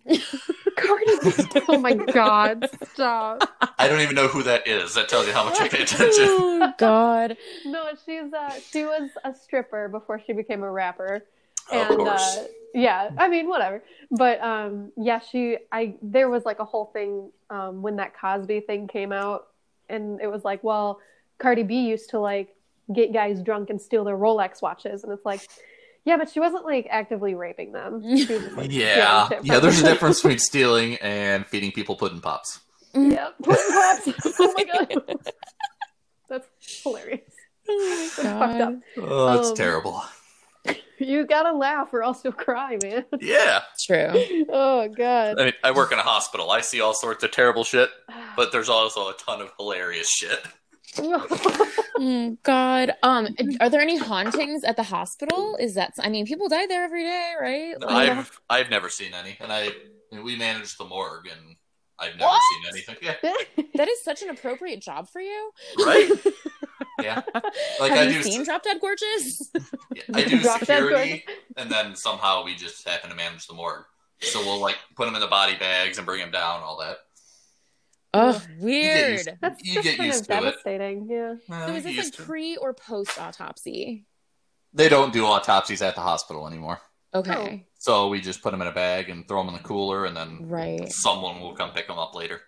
Speaker 3: Cardi. B. oh my God! Stop.
Speaker 4: I don't even know who that is. That tells you how much I pay attention.
Speaker 2: Oh God.
Speaker 3: No, she's uh, she was a stripper before she became a rapper.
Speaker 4: of
Speaker 3: and
Speaker 4: course.
Speaker 3: uh, yeah i mean whatever but um yeah she i there was like a whole thing um when that cosby thing came out and it was like well cardi b used to like get guys drunk and steal their rolex watches and it's like yeah but she wasn't like actively raping them She was just, like,
Speaker 4: yeah.
Speaker 3: stealing shit
Speaker 4: Yeah,
Speaker 3: from
Speaker 4: there's a
Speaker 3: them.
Speaker 4: difference between stealing and feeding people puddin' pops.
Speaker 3: yeah pudding pops oh my god that's hilarious
Speaker 2: Oh my
Speaker 3: fucked up
Speaker 2: God.
Speaker 4: Oh, it's
Speaker 3: Um,
Speaker 4: terrible.
Speaker 3: you gotta laugh or else you'll cry man
Speaker 4: Yeah.
Speaker 2: True.
Speaker 3: oh god
Speaker 4: I mean, I work in a hospital. I see all sorts of terrible shit, but there's also a ton of hilarious shit.
Speaker 2: Oh God. Um, are there any hauntings at the hospital? Is that? I mean, people die there every day, right?
Speaker 4: No,
Speaker 2: Like-
Speaker 4: I've I've never seen any, and I and we manage the morgue, and I've never
Speaker 2: What?
Speaker 4: seen anything. Yeah,
Speaker 2: that is such an appropriate job for you.
Speaker 4: right? yeah, like
Speaker 2: Have
Speaker 4: I
Speaker 2: you
Speaker 4: do,
Speaker 2: seen Drop Dead Gorgeous?
Speaker 4: yeah, I do
Speaker 3: Drop that
Speaker 4: security, and then somehow we just happen to manage the morgue. So we'll like put them in the body bags and bring them down, all that.
Speaker 2: Oh,
Speaker 4: You get used-
Speaker 2: weird.
Speaker 3: That's
Speaker 4: You
Speaker 3: just
Speaker 4: get
Speaker 3: kind
Speaker 4: used
Speaker 3: of
Speaker 4: to it.
Speaker 3: devastating. Yeah.
Speaker 4: Well,
Speaker 2: So
Speaker 4: you
Speaker 2: is
Speaker 4: get
Speaker 2: this
Speaker 4: Uh,
Speaker 2: like
Speaker 4: used to it.
Speaker 2: pre or post autopsy?
Speaker 4: they don't do autopsies at the hospital anymore,
Speaker 2: Oh. Okay.
Speaker 4: so we just put them in a bag and throw them in the cooler, and then
Speaker 2: Right.
Speaker 4: someone will come pick them up later.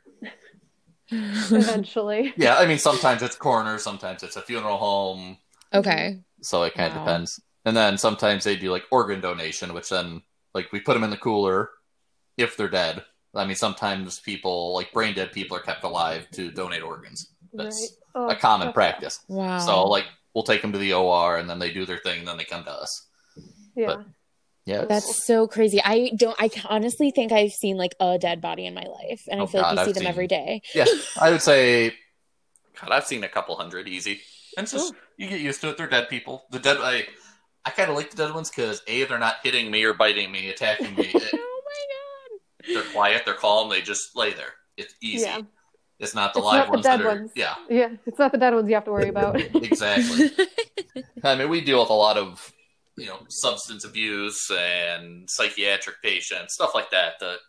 Speaker 3: Eventually.
Speaker 4: Yeah, I mean sometimes it's coroner, sometimes it's a funeral home,
Speaker 2: okay.
Speaker 4: so it kind of
Speaker 2: Wow.
Speaker 4: depends. And then sometimes they do like organ donation, which then like we put them in the cooler if they're dead. I mean sometimes people like brain dead people are kept alive to donate organs. That's
Speaker 3: right. Oh,
Speaker 4: A common
Speaker 3: okay.
Speaker 4: practice.
Speaker 2: Wow.
Speaker 4: So like we'll take them to the OR and then they do their thing, then they come to us.
Speaker 3: Yeah.
Speaker 4: but- Yeah, it's-
Speaker 2: That's so crazy. I don't. I honestly think I've seen like a dead body in my life, and I
Speaker 4: Oh,
Speaker 2: feel like
Speaker 4: God,
Speaker 2: you see
Speaker 4: I've
Speaker 2: them
Speaker 4: seen-
Speaker 2: every day.
Speaker 4: yeah. I would say, God, I've seen a couple hundred easy. And it's just you get used to it. They're dead people. The dead, I, I kind of like the dead ones because a they're not hitting me or biting me, attacking me.
Speaker 2: Oh my
Speaker 4: they're quiet, they're calm, they just lay there. It's easy.
Speaker 3: Yeah.
Speaker 4: It's not the
Speaker 3: It's
Speaker 4: live
Speaker 3: not the
Speaker 4: ones
Speaker 3: dead
Speaker 4: that are.
Speaker 3: ones.
Speaker 4: Yeah,
Speaker 3: Yeah. It's not the dead ones you have to worry about.
Speaker 4: exactly. I mean, we deal with a lot of you know substance abuse and psychiatric patients, stuff like that. That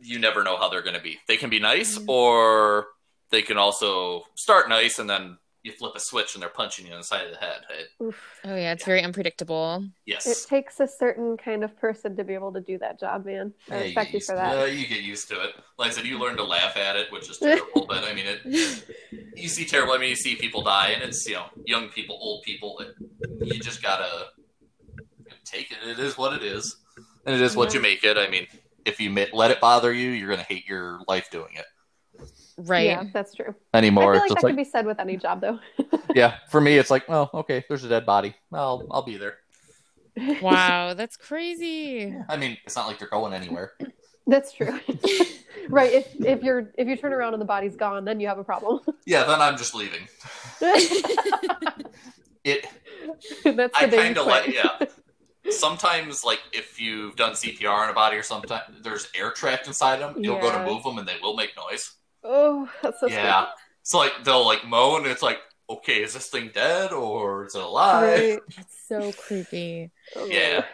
Speaker 4: you never know how they're going to be. They can be nice,
Speaker 3: Mm-hmm.
Speaker 2: Mhm.
Speaker 4: or they can also start nice and then you flip a switch and they're punching you in the side of the head. It,
Speaker 3: Oof.
Speaker 2: oh yeah, it's very unpredictable.
Speaker 3: It
Speaker 4: yes.
Speaker 3: takes a certain kind of person to be able to do that job, man. I
Speaker 4: Yeah,
Speaker 3: respect
Speaker 4: get
Speaker 3: you
Speaker 4: used
Speaker 3: for
Speaker 4: to-
Speaker 3: that.
Speaker 4: yeah, you get used to it. Like I said, you learn to laugh at it, which is terrible. but I mean, it, you see terrible. I mean, you see people die, and it's you know young people, old people. It, you just gotta take it. It is what it is, and it is what you make it. I mean, if you mi- let it bother you, you're gonna hate your life doing it
Speaker 2: Right.
Speaker 3: Yeah, that's true.
Speaker 4: anymore.
Speaker 3: I feel
Speaker 4: It's
Speaker 3: like that
Speaker 4: just like,
Speaker 3: could be said with any job, though.
Speaker 4: yeah, for me, it's like, oh, okay, there's a dead body. I'll I'll be there.
Speaker 2: Wow, that's crazy.
Speaker 4: I mean, it's not like they're going anywhere.
Speaker 3: That's true. right. If if you're if you turn around and the body's gone, then you have a problem.
Speaker 4: Yeah, then I'm just leaving.
Speaker 3: that's
Speaker 4: It
Speaker 3: the
Speaker 4: I
Speaker 3: day you
Speaker 4: kind of
Speaker 3: quit.
Speaker 4: like yeah. Sometimes, like if you've done CPR on a body or something, there's air trapped inside them. You'll go
Speaker 3: Yeah.
Speaker 4: to move them, and they will make noise.
Speaker 3: Oh, that's so
Speaker 4: yeah. So like they'll like moan. And it's like, okay, is this thing dead or is it alive?
Speaker 3: scary. Right.
Speaker 2: That's so creepy.
Speaker 3: Oh.
Speaker 4: Yeah.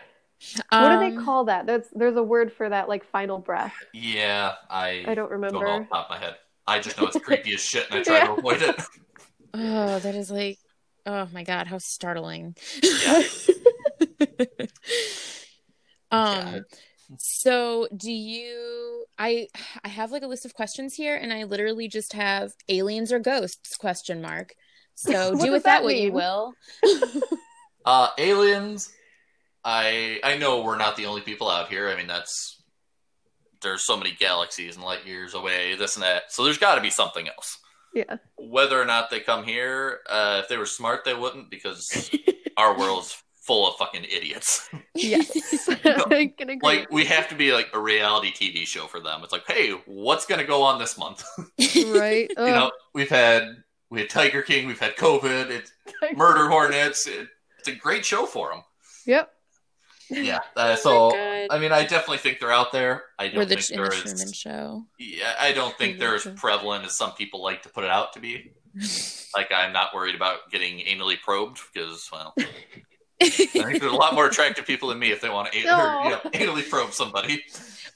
Speaker 3: What do they
Speaker 2: Um,
Speaker 3: call that? That's there's a word for that, like final breath.
Speaker 4: Yeah, I,
Speaker 3: I don't
Speaker 4: don't
Speaker 3: remember.
Speaker 4: know off the top of my head. I just know it's creepy as shit, and I try
Speaker 3: Yeah.
Speaker 4: to avoid it.
Speaker 2: Oh, that is like, oh my God, how startling.
Speaker 4: Yeah.
Speaker 2: Um, so do you, I, I have like a list of questions here and I literally just have aliens or ghosts question mark. So
Speaker 3: What
Speaker 2: do
Speaker 3: does
Speaker 2: with that,
Speaker 3: that
Speaker 2: what you
Speaker 3: mean?
Speaker 2: will.
Speaker 4: Uh, aliens. I I know we're not the only people out here. I mean, that's there's so many galaxies and light years away. This and that. So there's got to be something else.
Speaker 3: Yeah.
Speaker 4: Whether or not they come here, uh, if they were smart, they wouldn't because our world's full of fucking idiots.
Speaker 3: Yes. I can agree.
Speaker 4: Like we have to be like a reality TV show for them. It's like, hey, what's gonna go on this month?
Speaker 3: right.
Speaker 4: you know, we've had we had Tiger King, we've had COVID, it's Murder Hornets. It, it's a great show for them.
Speaker 3: Yep.
Speaker 4: Yeah.
Speaker 2: Oh
Speaker 4: Uh, so
Speaker 2: my God.
Speaker 4: I mean, I definitely think they're out there. I
Speaker 2: We're
Speaker 4: don't
Speaker 2: the,
Speaker 4: think
Speaker 2: in the
Speaker 4: they're as
Speaker 2: Truman Show.
Speaker 4: yeah, I don't think they're as
Speaker 2: Truman Show.
Speaker 4: prevalent as some people like to put it out to be. Like I'm not worried about getting anally probed because, well, I think there's a lot more attractive people than me if they want to
Speaker 3: No.
Speaker 4: you know, anally probe somebody.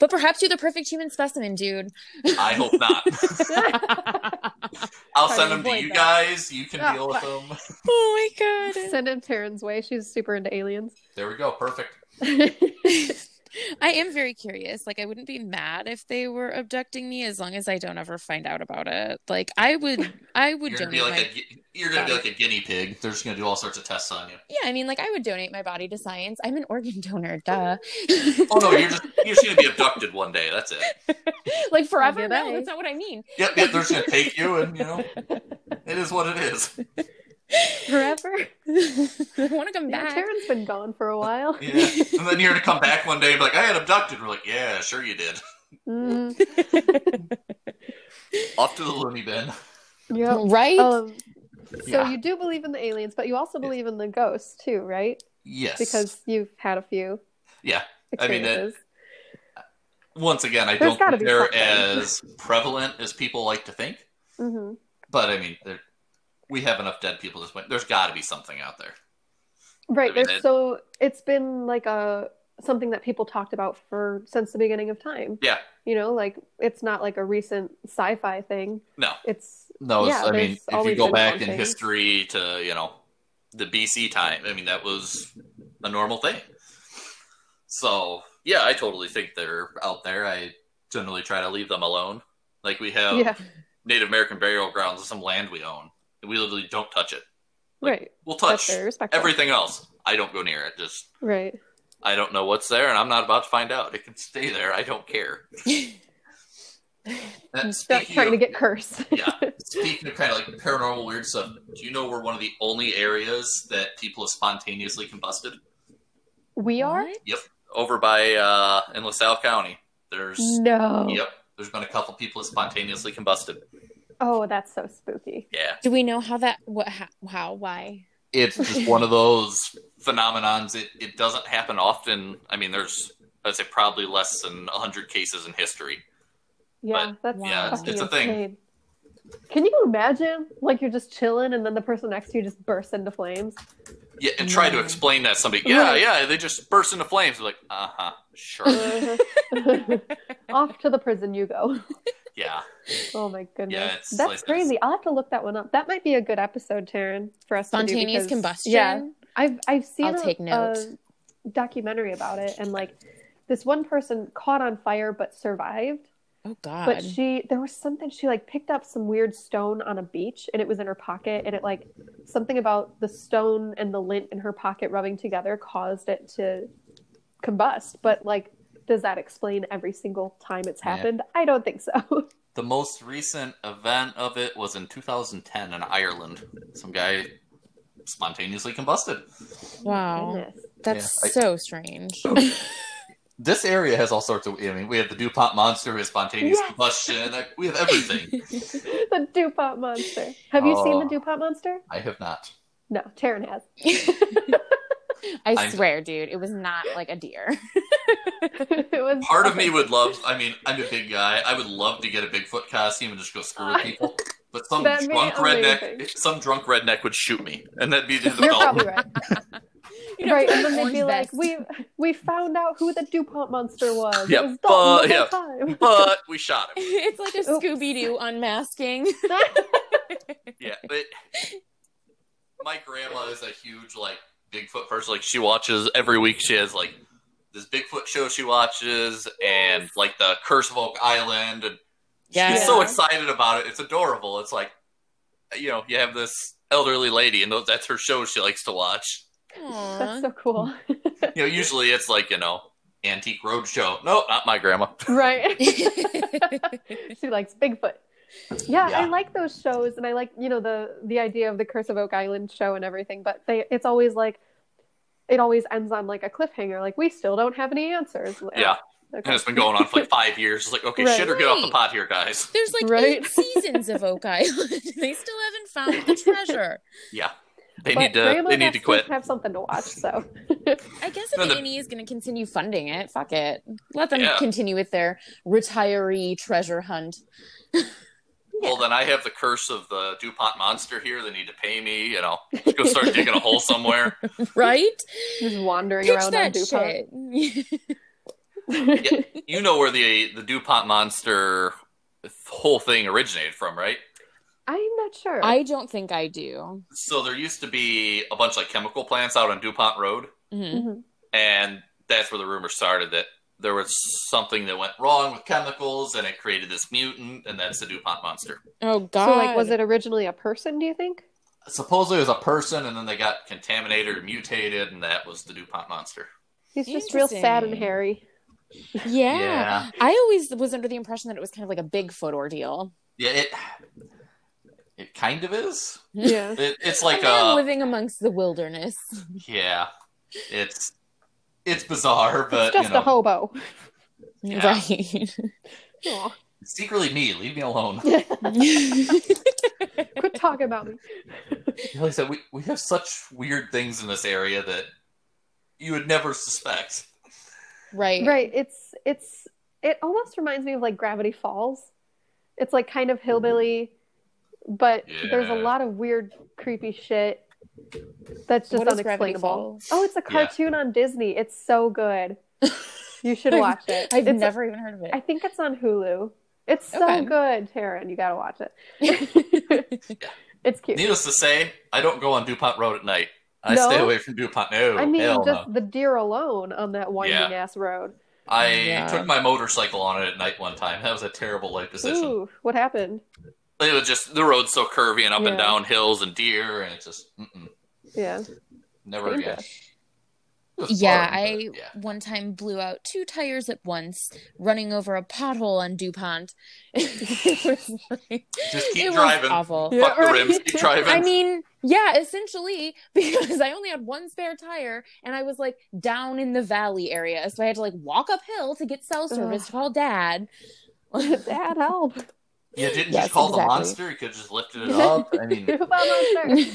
Speaker 2: but perhaps you're the perfect human specimen, dude.
Speaker 4: I hope not. I'll
Speaker 3: Try
Speaker 4: send
Speaker 3: to
Speaker 4: them to
Speaker 3: avoid
Speaker 4: you
Speaker 3: that.
Speaker 4: guys. You can
Speaker 3: Yeah.
Speaker 4: deal with them.
Speaker 2: oh my god.
Speaker 3: Send him Taryn's way. She's super into aliens.
Speaker 4: There we go. Perfect.
Speaker 2: I am very curious. Like, I wouldn't be mad if they were abducting me as long as I don't ever find out about it. Like, I would, I would
Speaker 4: You're gonna
Speaker 2: donate
Speaker 4: be like
Speaker 2: my.
Speaker 4: a gu- you're gonna be like a guinea pig. They're just gonna do all sorts of tests on you.
Speaker 2: Yeah, I mean, like, I would donate my body to science. I'm an organ donor, duh.
Speaker 4: Oh no, you're just you're just gonna be abducted one day. That's it.
Speaker 2: like forever?
Speaker 3: Good
Speaker 2: No,
Speaker 3: eye.
Speaker 2: that's not what I mean.
Speaker 4: Yep, yep. They're just gonna take you, and you know, it is what it is.
Speaker 3: Forever.
Speaker 2: I want to come
Speaker 3: Yeah,
Speaker 2: back.
Speaker 3: Taryn's been gone for a while.
Speaker 4: Yeah. And then you're gonna come back one day and be like, I got abducted. We're like, yeah, sure you did.
Speaker 3: Mm,
Speaker 4: Off to the loony bin.
Speaker 3: yep.
Speaker 2: Right?
Speaker 3: Um, so
Speaker 4: Yeah.
Speaker 3: you do believe in the aliens, but you also believe in the ghosts too, right?
Speaker 4: Yes.
Speaker 3: Because you've had a few
Speaker 4: yeah, I mean, that-
Speaker 3: experiences.
Speaker 4: once again, I
Speaker 3: There's
Speaker 4: don't
Speaker 3: gotta
Speaker 4: think
Speaker 3: be
Speaker 4: they're
Speaker 3: something.
Speaker 4: as prevalent as people like to think.
Speaker 3: hmm
Speaker 4: But I mean, there- we have enough dead people at this point. There's got to be something out there.
Speaker 3: Right.
Speaker 4: I mean,
Speaker 3: there's
Speaker 4: it-
Speaker 3: so it's been like a something that people talked about for since the beginning of time.
Speaker 4: Yeah.
Speaker 3: You know, like it's not like a recent sci-fi thing.
Speaker 4: No.
Speaker 3: It's
Speaker 4: No, it's-
Speaker 3: Yeah,
Speaker 4: I mean,
Speaker 3: there's
Speaker 4: if you
Speaker 3: always
Speaker 4: go
Speaker 3: been
Speaker 4: back in
Speaker 3: hauntings.
Speaker 4: history to you know the BC time, I mean, that was a normal thing. So yeah, I totally think they're out there. I generally try to leave them alone. Like we have
Speaker 3: yeah,
Speaker 4: Native American burial grounds, some land we own. We literally don't touch it. like,
Speaker 3: right.
Speaker 4: We'll
Speaker 3: That's
Speaker 4: touch
Speaker 3: very respectful.
Speaker 4: everything else. I don't go near it. Just
Speaker 3: Right.
Speaker 4: I don't know what's there, and I'm not about to find out. It can stay there. I don't care. And
Speaker 3: Not
Speaker 4: speaking
Speaker 3: trying to
Speaker 4: of-
Speaker 3: get cursed.
Speaker 4: yeah. Speaking of kind of like paranormal weird stuff, do you know we're one of the only areas that people have spontaneously combusted?
Speaker 3: we are?
Speaker 2: What?
Speaker 4: Over by uh in LaSalle County. There's
Speaker 3: No.
Speaker 4: Yep. There's been a couple people that spontaneously combusted.
Speaker 3: Oh, that's so spooky.
Speaker 4: Yeah.
Speaker 2: Do we know how that, what, how, how why?
Speaker 4: It's just one of those phenomenons. It it doesn't happen often. I mean there's I'd say probably less than hundred cases in history.
Speaker 3: Yeah, that's
Speaker 4: yeah, it's-
Speaker 3: fucking
Speaker 4: it's a thing.
Speaker 3: insane. Can you imagine? Like you're just chilling, and then the person next to you just bursts into flames.
Speaker 4: Yeah, and try to
Speaker 2: Yeah.
Speaker 4: explain that to somebody. Yeah,
Speaker 3: Right.
Speaker 4: yeah, they just burst into flames. Like, uh huh, sure.
Speaker 3: Uh-huh. Off to the prison you go.
Speaker 4: yeah,
Speaker 3: Oh my goodness,
Speaker 4: Yeah, it's
Speaker 3: that's
Speaker 4: like this.
Speaker 3: crazy. I'll have to look that one up. That might be a good episode, Taryn, for us. to do
Speaker 2: Spontaneous
Speaker 3: because-
Speaker 2: combustion?
Speaker 3: Yeah, I've I've seen
Speaker 2: I'll
Speaker 3: a,
Speaker 2: take note.
Speaker 3: a documentary about it, and like this one person caught on fire but survived.
Speaker 2: Oh, God.
Speaker 3: But she, there was something she like picked up some weird stone on a beach, and it was in her pocket, and it like something about the stone and the lint in her pocket rubbing together caused it to combust. But like, does that explain every single time it's
Speaker 4: Yeah.
Speaker 3: happened? I don't think so.
Speaker 4: the most recent event of it was in 2010 in Ireland. Some guy spontaneously combusted.
Speaker 2: wow.
Speaker 3: Goodness.
Speaker 2: That's
Speaker 4: Yeah, I-
Speaker 2: so strange.
Speaker 4: This area has all sorts of. I mean, we have the Dupont monster, we have spontaneous
Speaker 3: Yes.
Speaker 4: combustion. like, We have everything.
Speaker 3: the DuPont monster. Have you seen
Speaker 4: Oh.
Speaker 3: the DuPont monster?
Speaker 4: I have not.
Speaker 3: No, Taryn has.
Speaker 2: I
Speaker 4: I'm-
Speaker 2: swear, dude, it was not like a deer.
Speaker 3: it was
Speaker 4: Part of me would love. I mean, I'm a big guy. I would love to get a Bigfoot costume and just go screw with people. But some
Speaker 3: That'd be
Speaker 4: drunk redneck,
Speaker 3: amazing.
Speaker 4: some drunk redneck would shoot me, and that'd be the end of it
Speaker 3: You're
Speaker 4: all.
Speaker 3: probably right.
Speaker 2: You
Speaker 3: right,
Speaker 2: put
Speaker 3: and
Speaker 2: an
Speaker 3: then they'd
Speaker 2: orange
Speaker 3: be like,
Speaker 2: vest.
Speaker 3: "We we found out who the DuPont monster was.
Speaker 4: Yeah,
Speaker 3: it was
Speaker 4: Uh,
Speaker 3: Dalton the
Speaker 4: but-
Speaker 3: whole time."
Speaker 4: But we shot him.
Speaker 2: It's like a
Speaker 3: Oops.
Speaker 2: Scooby Doo unmasking.
Speaker 4: Yeah, but my grandma is a huge like Bigfoot person. Like she watches every week. She has like this Bigfoot show she watches, and like the Curse of Oak Island, and she's
Speaker 2: Yeah.
Speaker 4: so excited about it. It's adorable. It's like you know you have this elderly lady, and tho- that's her show she likes to watch.
Speaker 3: That's so cool.
Speaker 4: You know, usually it's like you know antique roadshow. No, not my grandma.
Speaker 3: right. she likes Bigfoot. Yeah,
Speaker 4: Yeah.
Speaker 3: I like those shows, and I like you know the the idea of the Curse of Oak Island show and everything. But they, it's always like, it always ends on like a cliffhanger. Like we still don't have any answers.
Speaker 4: Yeah.
Speaker 3: Okay.
Speaker 4: And it's been going on for like five years. It's like okay,
Speaker 3: Right.
Speaker 4: shit or get off the
Speaker 2: Right.
Speaker 4: pot here, guys.
Speaker 2: There's like
Speaker 3: Right?
Speaker 2: eight seasons of Oak Island. they still haven't found the treasure.
Speaker 4: Yeah, they
Speaker 3: But
Speaker 4: need to.
Speaker 3: Grandma
Speaker 4: They need
Speaker 3: has
Speaker 4: to quit.
Speaker 3: Have something to watch. So
Speaker 2: I guess if
Speaker 4: No, the-
Speaker 2: A&E is going to continue funding it, fuck it. Let them
Speaker 4: Yeah.
Speaker 2: continue with their retiree treasure hunt.
Speaker 4: Well, then I have the curse of the DuPont monster here. They need to pay me. You know, Let's go start digging a hole somewhere.
Speaker 2: right?
Speaker 3: Just wandering
Speaker 2: Pitch
Speaker 3: around
Speaker 2: that
Speaker 3: on DuPont.
Speaker 2: shit.
Speaker 4: You know where the the DuPont monster whole thing originated from, right?
Speaker 3: I'm not sure.
Speaker 2: I don't think I do.
Speaker 4: So there used to be a bunch of chemical plants out on DuPont Road,
Speaker 2: Mhm.
Speaker 3: Mhm.
Speaker 4: and that's where the rumor started that there was something that went wrong with chemicals, and it created this mutant, and that's the DuPont monster.
Speaker 2: Oh God!
Speaker 3: So, like, was it originally a person? Do you think?
Speaker 4: Supposedly, it was a person, and then they got contaminated or mutated, and that was the DuPont monster.
Speaker 3: He's just real sad and
Speaker 2: Interesting.
Speaker 3: hairy.
Speaker 2: Yeah. I always was under the impression that it was kind of like a Bigfoot ordeal.
Speaker 4: Yeah, it it kind of is.
Speaker 3: Yeah.
Speaker 4: It, it's like
Speaker 2: a man
Speaker 4: uh,
Speaker 2: living amongst the wilderness.
Speaker 4: yeah, it's it's bizarre, but
Speaker 3: it's just
Speaker 4: you know,
Speaker 3: a hobo.
Speaker 4: Yeah.
Speaker 2: Right.
Speaker 3: Aw.
Speaker 4: secretly me. Leave me alone.
Speaker 3: Quit talking about me.
Speaker 4: like I said, we we have such weird things in this area that you would never suspect.
Speaker 2: right.
Speaker 3: Right. It's it's it almost reminds me of like Gravity Falls. It's like kind of hillbilly, but there's a
Speaker 4: Yeah.
Speaker 3: lot of weird, creepy shit that's just
Speaker 2: What is Gravity
Speaker 3: unexplainable.
Speaker 2: Falls?
Speaker 3: Oh, it's a
Speaker 4: Yeah.
Speaker 3: cartoon on Disney. It's so good. You should
Speaker 2: I've-
Speaker 3: watch it.
Speaker 2: I've
Speaker 3: It's-
Speaker 2: never even heard of it.
Speaker 3: I think it's on Hulu. It's so
Speaker 2: Okay.
Speaker 3: good, Taryn. You gotta watch it. it's cute.
Speaker 4: Needless to say, I don't go on Dupont Road at night. I
Speaker 3: No?
Speaker 4: stay away from Dupont. No,
Speaker 3: I mean,
Speaker 4: hell
Speaker 3: just
Speaker 4: no.
Speaker 3: the deer alone on that winding
Speaker 4: Yeah.
Speaker 3: ass road.
Speaker 4: I
Speaker 2: Yeah.
Speaker 4: took my motorcycle on it at night one time. That was a terrible life decision.
Speaker 3: Ooh, what happened?
Speaker 4: It was just the road's so curvy and up
Speaker 3: Yeah.
Speaker 4: and down hills and deer, and it's just mm-mm,
Speaker 3: Yeah.
Speaker 4: never again. It was
Speaker 2: yeah,
Speaker 4: fun,
Speaker 2: I
Speaker 4: but yeah.
Speaker 2: one time blew out two tires at once, running over a pothole on Dupont. it was like,
Speaker 4: Just keep
Speaker 2: it was
Speaker 4: driving.
Speaker 2: awful.
Speaker 3: Yeah,
Speaker 4: Fuck the
Speaker 3: right.
Speaker 4: rims, keep driving.
Speaker 2: I mean, yeah, essentially, because I only had one spare tire and I was like down in the valley area. So I had to like walk uphill to get cell service to call dad.
Speaker 3: Dad, help.
Speaker 4: you didn't
Speaker 2: yes,
Speaker 4: just call the
Speaker 2: exactly.
Speaker 4: monster; you could just lifted it up. I mean,
Speaker 3: Well, I'm not sure.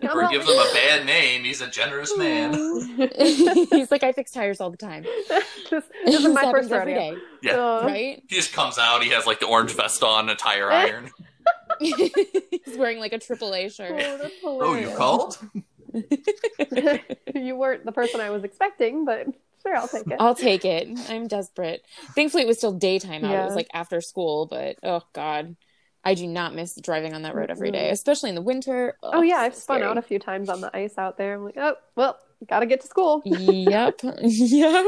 Speaker 3: Come
Speaker 4: or
Speaker 3: help
Speaker 4: give him
Speaker 3: me.
Speaker 4: a bad name. He's a generous man.
Speaker 2: He's like, I fix tires all the time.
Speaker 3: this, this is my
Speaker 2: happens
Speaker 3: first
Speaker 2: every
Speaker 3: rodeo.
Speaker 2: day,
Speaker 4: Yeah.
Speaker 3: Uh,
Speaker 2: right?
Speaker 4: He just comes out. He has like the orange vest on, a tire iron.
Speaker 2: He's wearing like a AAA shirt.
Speaker 3: Oh, that's
Speaker 4: oh, you
Speaker 3: hilarious.
Speaker 4: called?
Speaker 3: you weren't the person I was expecting, but sure, I'll take it.
Speaker 2: I'll take it. I'm desperate. Thankfully, it was still daytime out. It
Speaker 3: Yeah.
Speaker 2: was like after school, but oh god, I do not miss driving on that road every day,
Speaker 3: Mhm.
Speaker 2: especially in the winter.
Speaker 3: oh yeah, I've
Speaker 2: so
Speaker 3: spun
Speaker 2: scary.
Speaker 3: out a few times on the ice out there. I'm like, oh well, gotta get to school.
Speaker 2: yep, yep.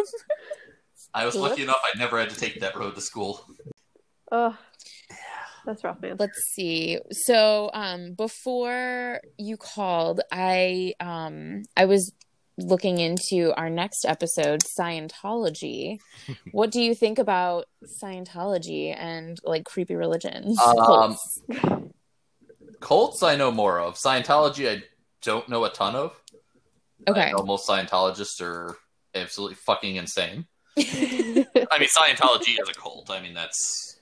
Speaker 4: I was lucky enough. I never had to take that road to school.
Speaker 3: Ugh. That's rough, man.
Speaker 2: Let's see. So, um, before you called, I um, I was looking into our next episode, Scientology. what do you think about Scientology and like creepy religions?
Speaker 4: Um,
Speaker 2: Cults?
Speaker 4: Cults, I know more of. Scientology, I don't know a ton of.
Speaker 2: okay.
Speaker 4: I know most Scientologists are absolutely fucking insane. I mean, Scientology is a cult. I mean, that's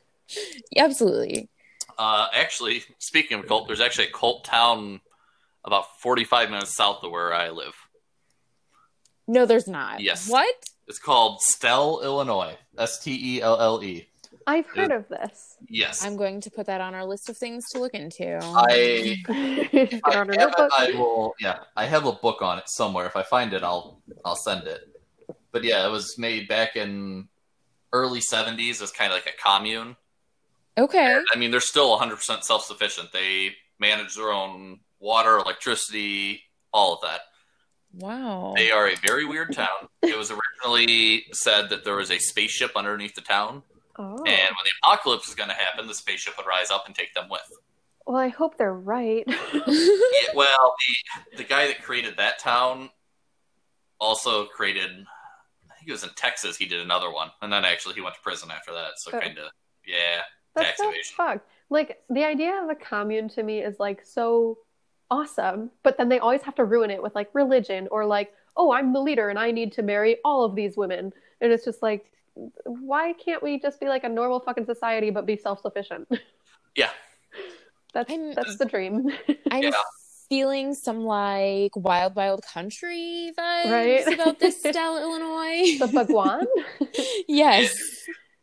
Speaker 2: Absolutely.
Speaker 4: Uh, actually, speaking of cult, there's actually a cult town about 45 minutes south of where I live.
Speaker 2: No, there's not.
Speaker 4: Yes.
Speaker 2: What?
Speaker 4: It's called Stell, Illinois. S T E L L E.
Speaker 3: I've heard of this.
Speaker 4: Yes.
Speaker 2: I'm going to put that on our list of things to look into.
Speaker 4: I,
Speaker 3: Get
Speaker 4: I,
Speaker 3: on her
Speaker 4: have
Speaker 3: notebook.
Speaker 4: it, I will. Yeah, I have a book on it somewhere. If I find it, I'll I'll send it. But yeah, it was made back in early 70s. It's kind of like a commune.
Speaker 2: Okay.
Speaker 4: I mean, they're still 100% self sufficient. They manage their own water, electricity, all of that.
Speaker 2: Wow.
Speaker 4: They are a very weird town. It was originally said that there was a spaceship underneath the town,
Speaker 3: Oh.
Speaker 4: and when the apocalypse was going to happen, the spaceship would rise up and take them with.
Speaker 3: Well, I hope they're right.
Speaker 4: Yeah, well, the, the guy that created that town also created, I think it was in Texas, he did another one, and then actually he went to prison after that, so
Speaker 3: Oh.
Speaker 4: kind of, yeah.
Speaker 3: That's so
Speaker 4: Activation.
Speaker 3: fucked. Like the idea of a commune to me is like so awesome, but then they always have to ruin it with like religion or like, oh, I'm the leader and I need to marry all of these women. And it's just like, why can't we just be like a normal fucking society but be self sufficient?
Speaker 4: Yeah.
Speaker 3: That's
Speaker 2: I'm-
Speaker 3: that's the dream.
Speaker 2: I'm
Speaker 4: Yeah.
Speaker 2: feeling some like wild, wild country vibes
Speaker 3: Right?
Speaker 2: about this Stell, Illinois.
Speaker 3: the Bhagwan.
Speaker 2: yes.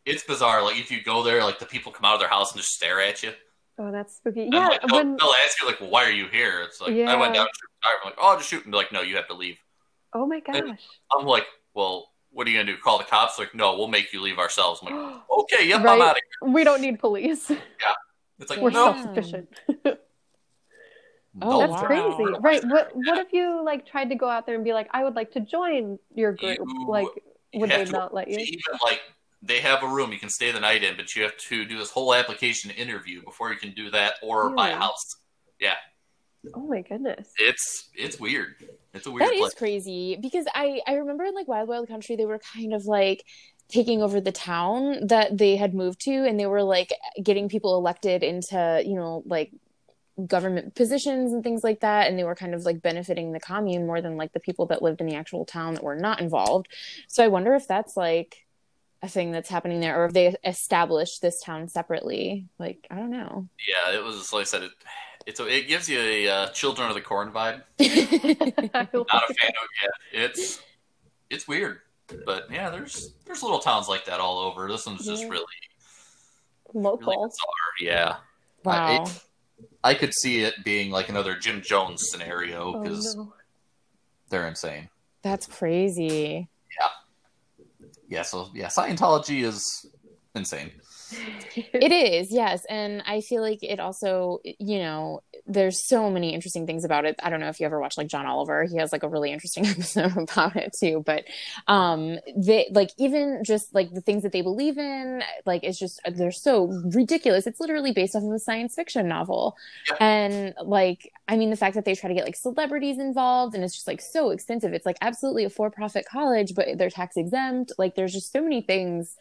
Speaker 4: It's bizarre. Like, if you go there, like, the people come out of their house and just stare at you.
Speaker 3: Oh, that's spooky.
Speaker 4: And
Speaker 3: Yeah,
Speaker 4: like, oh, they'll,
Speaker 3: when
Speaker 4: they'll ask you like, well, "Why are you here?" It's like I went
Speaker 3: Yeah.
Speaker 4: down to shoot. a tire. I'm like, "Oh, I'll just shoot," and be like, "No, you have to leave."
Speaker 3: oh my gosh.
Speaker 4: I'm like, "Well, what are you gonna do? Call the cops?" Like, "No, we'll make you leave ourselves." I'm like, "Okay, yep,
Speaker 3: Right.
Speaker 4: I'm out of here."
Speaker 3: we don't need police.
Speaker 4: It's like,
Speaker 3: We're
Speaker 4: "No,
Speaker 3: self-sufficient.
Speaker 2: Oh,
Speaker 4: no,
Speaker 3: that's
Speaker 2: wow.
Speaker 3: crazy, right? What What if you like tried to go out there and be like, I would like to join your group?
Speaker 4: You-
Speaker 3: like, would
Speaker 4: have
Speaker 3: they
Speaker 4: to-
Speaker 3: not let
Speaker 4: to
Speaker 3: you?
Speaker 4: even like they have a room you can stay the night in, but you have to do this whole application interview before you can do that or buy a
Speaker 3: Really?
Speaker 4: house.
Speaker 3: Oh my goodness.
Speaker 4: It's it's weird. It's a weird
Speaker 2: That is
Speaker 4: place.
Speaker 2: crazy because I I remember in like Wild Wild Country they were kind of like taking over the town that they had moved to and they were like getting people elected into you know like government positions and things like that and they were kind of like benefiting the commune more than like the people that lived in the actual town that were not involved. So I wonder if that's like a thing that's happening there or if they established this town separately. Like I don't know.
Speaker 4: Yeah, it was like I said. It it's a, it gives you a uh, Children of the Corn vibe.
Speaker 3: I love
Speaker 4: Not a fan of it. yet. It's it's weird, but yeah, there's there's little towns like that all over. This one's just
Speaker 2: Yeah.
Speaker 4: really really
Speaker 3: local.
Speaker 4: bizarre. Yeah,
Speaker 2: wow.
Speaker 4: I could see it being like another Jim Jones scenario
Speaker 3: Oh
Speaker 4: because
Speaker 3: no.
Speaker 4: they're insane.
Speaker 2: That's crazy.
Speaker 4: Yeah, so yeah, Scientology is insane.
Speaker 2: it is yes and i feel like it also you know there's so many interesting things about it i don't know if you ever watched like john oliver he has like a really interesting episode about it too but um they like even just like the things that they believe in like it's just uh, they're so ridiculous it's literally based off of a science fiction novel
Speaker 4: Yeah.
Speaker 2: and like i mean the fact that they try to get like celebrities involved and it's just like so expensive it's like absolutely a for-profit college but they're tax exempt like there's just so many things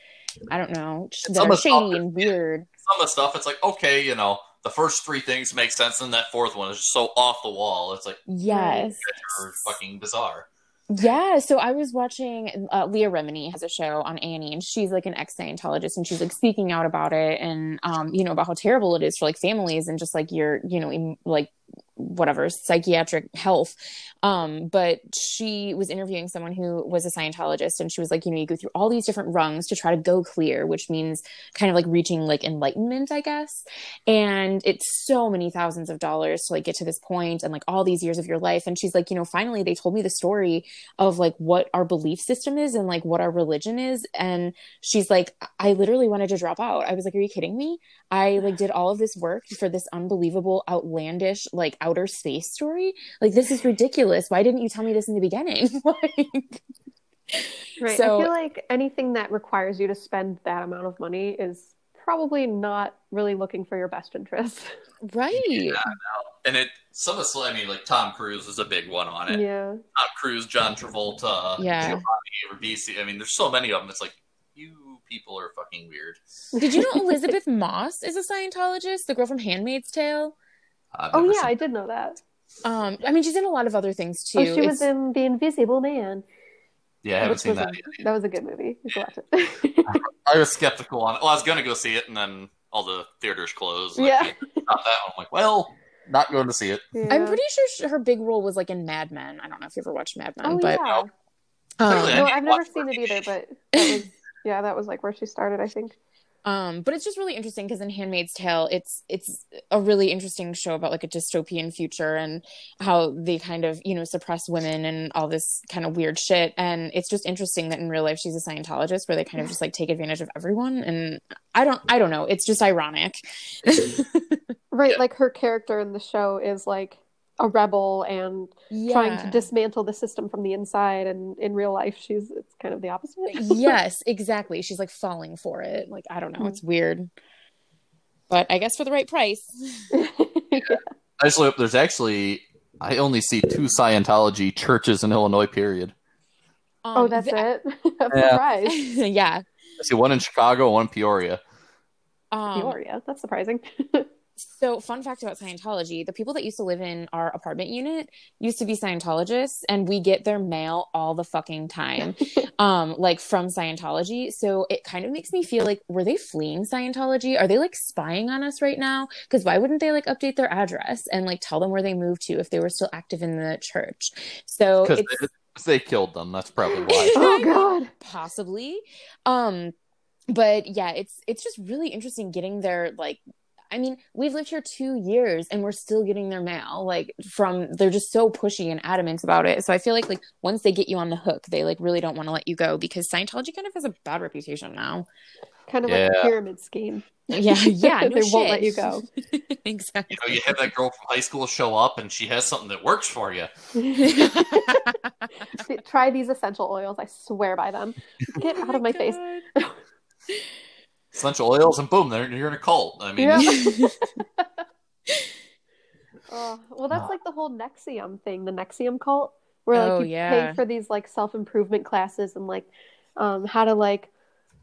Speaker 2: i don't know that are
Speaker 4: almost
Speaker 2: shady
Speaker 4: awkward.
Speaker 2: and weird
Speaker 4: some of the stuff it's like okay you know the first three things make sense and that fourth one is just so off the wall it's like
Speaker 2: yes
Speaker 4: you're fucking bizarre
Speaker 2: Yeah, so I was watching uh, Leah Remini has a show on Annie, and she's like an ex Scientologist, and she's like speaking out about it, and um, you know about how terrible it is for like families and just like your, you know, em- like whatever psychiatric health. Um, but she was interviewing someone who was a Scientologist, and she was like, you know, you go through all these different rungs to try to go clear, which means kind of like reaching like enlightenment, I guess. And it's so many thousands of dollars to like get to this point, and like all these years of your life. And she's like, you know, finally they told me the story of like what our belief system is and like what our religion is and she's like i literally wanted to drop out i was like are you kidding me i like did all of this work for this unbelievable outlandish like outer space story like this is ridiculous why didn't you tell me this in the beginning like
Speaker 3: Right.
Speaker 2: So-
Speaker 3: I feel like anything that requires you to spend that amount of money is probably not really looking for your best interest.
Speaker 2: right
Speaker 4: Yeah, I know. and it some of the i mean like tom cruise is a big one on it
Speaker 3: yeah.
Speaker 4: tom cruise john travolta
Speaker 2: Yeah.
Speaker 4: Giovanni, Ribisi. i mean there's so many of them it's like you people are fucking weird
Speaker 2: did you know elizabeth moss is a scientologist the girl from handmaid's tale
Speaker 4: I've
Speaker 3: Oh
Speaker 4: Uh, never
Speaker 3: yeah,
Speaker 4: seen-
Speaker 3: I did know that.
Speaker 2: um i mean she's in a lot of other things too
Speaker 3: Oh, she
Speaker 2: It's-
Speaker 3: was in The Invisible Man.
Speaker 4: yeah i haven't
Speaker 3: which
Speaker 4: seen
Speaker 3: was
Speaker 4: that
Speaker 3: a-
Speaker 4: yet.
Speaker 3: That was a good movie. You should watch it.
Speaker 4: i was skeptical on it well i was gonna go see it and then all the theaters closed and I
Speaker 3: yeah.
Speaker 4: can't stop that one. i'm like well not going to see it
Speaker 2: I'm
Speaker 3: Yeah.
Speaker 2: pretty sure she, her big role was like in Mad Men. I don't know if you ever watched Mad Men,
Speaker 3: Oh
Speaker 2: but
Speaker 3: yeah.
Speaker 2: um,
Speaker 4: Clearly, I
Speaker 3: No,
Speaker 4: need to
Speaker 3: I've never
Speaker 4: watch
Speaker 3: seen it
Speaker 4: Rocky
Speaker 3: either,
Speaker 4: Beach.
Speaker 3: but that was, yeah, that was like where she started, I think.
Speaker 2: um but it's just really interesting because in handmaid's tale it's it's a really interesting show about like a dystopian future and how they kind of you know suppress women and all this kind of weird shit and it's just interesting that in real life she's a scientologist where they kind of just like take advantage of everyone and i don't i don't know it's just ironic
Speaker 3: Right,
Speaker 4: Yeah.
Speaker 3: like her character in the show is like a rebel and
Speaker 2: yeah.
Speaker 3: trying to dismantle the system from the inside and in real life she's it's kind of the opposite.
Speaker 2: yes exactly she's like falling for it like i don't know it's weird but i guess for the right price
Speaker 4: I just looked up. There's actually I only see two Scientology churches in Illinois. Period.
Speaker 2: um,
Speaker 3: oh, that's
Speaker 2: th-
Speaker 3: it. I'm
Speaker 4: Yeah.
Speaker 3: surprised.
Speaker 2: yeah
Speaker 4: I see one in Chicago, one in Peoria.
Speaker 2: um,
Speaker 3: Peoria. That's surprising.
Speaker 2: So, fun fact about Scientology the people that used to live in our apartment unit used to be Scientologists, and we get their mail all the fucking time, um, like from Scientology. So, it kind of makes me feel like, were they fleeing Scientology? Are they like spying on us right now? Because why wouldn't they like update their address and like tell them where they moved to if they were still active in the church? So,
Speaker 4: Because
Speaker 2: it's
Speaker 4: they, they killed them. That's probably why.
Speaker 3: oh god.
Speaker 2: possibly um but yeah it's it's just really interesting getting their like I mean, we've lived here two years and we're still getting their mail. Like from they're just so pushy and adamant about it. So I feel like like once they get you on the hook, they like really don't want to let you go because Scientology kind of has a bad reputation now.
Speaker 3: Kind of like
Speaker 4: Yeah.
Speaker 3: a pyramid scheme.
Speaker 2: Yeah, yeah.
Speaker 3: They won't let you go.
Speaker 2: exactly.
Speaker 4: You know, you have that girl from high school show up and she has something that works for you.
Speaker 3: Try these essential oils. I swear by them. Get out
Speaker 2: Oh
Speaker 3: of my face.
Speaker 4: Essential oils and boom, they're, you're in a cult. I mean,
Speaker 3: Yeah.
Speaker 2: face.
Speaker 3: Oh, well, that's like the whole Nexium thing, the Nexium cult, where like
Speaker 2: Oh,
Speaker 3: you
Speaker 2: yeah.
Speaker 3: pay for these like self improvement classes and like um, how to like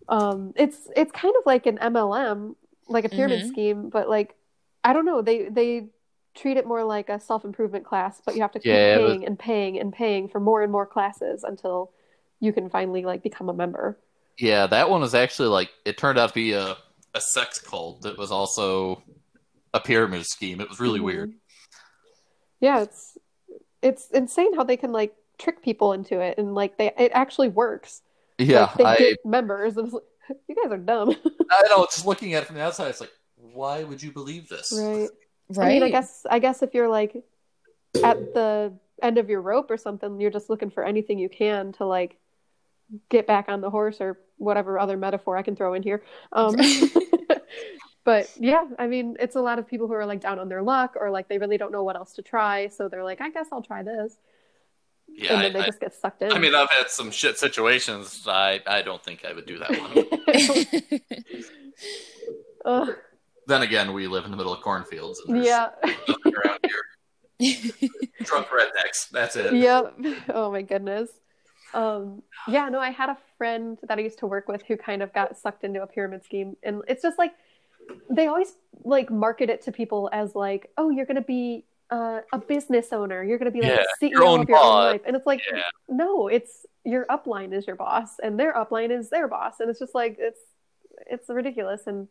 Speaker 3: um, it's it's kind of like an MLM, like a pyramid
Speaker 2: Mhm.
Speaker 3: scheme, but like I don't know, they they treat it more like a self improvement class, but you have to keep
Speaker 4: Yeah, it was-
Speaker 3: paying and paying and paying for more and more classes until you can finally like become a member.
Speaker 4: yeah, that one was actually like, it turned out to be a, a sex cult that was also a pyramid scheme. It was really
Speaker 3: Mhm.
Speaker 4: weird.
Speaker 3: Yeah, it's it's insane how they can like trick people into it and like they it actually works.
Speaker 4: Yeah,
Speaker 3: Like, they
Speaker 4: I,
Speaker 3: get members and it's like, you guys are dumb.
Speaker 4: I know, just looking at it from the outside, it's like, why would you believe this?
Speaker 3: right.
Speaker 2: right.
Speaker 3: I mean, I guess I guess if you're like at the end of your rope or something, you're just looking for anything you can to like get back on the horse or whatever other metaphor I can throw in here. Um, but yeah, I mean, it's a lot of people who are like down on their luck or like they really don't know what else to try, so they're like, I guess I'll try this,
Speaker 4: Yeah,
Speaker 3: and then
Speaker 4: I,
Speaker 3: they
Speaker 4: I-
Speaker 3: just get sucked in.
Speaker 4: I mean, I've had some shit situations. I, I don't think I would do that one.
Speaker 3: Ugh,
Speaker 4: then again, we live in the middle of cornfields. And there's
Speaker 3: yeah,
Speaker 4: nothing around here. Drunk rednecks. That's it.
Speaker 3: yep. Oh my goodness. Um, yeah, no, I had a friend that I used to work with who kind of got sucked into a pyramid scheme, and it's just like they always like market it to people as like, oh, you're gonna be uh, a business owner, you're gonna be like
Speaker 4: Yeah,
Speaker 3: CEO
Speaker 4: your own
Speaker 3: of your
Speaker 4: boss.
Speaker 3: own life, and it's like,
Speaker 4: Yeah.
Speaker 3: no, it's your upline is your boss, and their upline is their boss, and it's just like it's it's ridiculous. And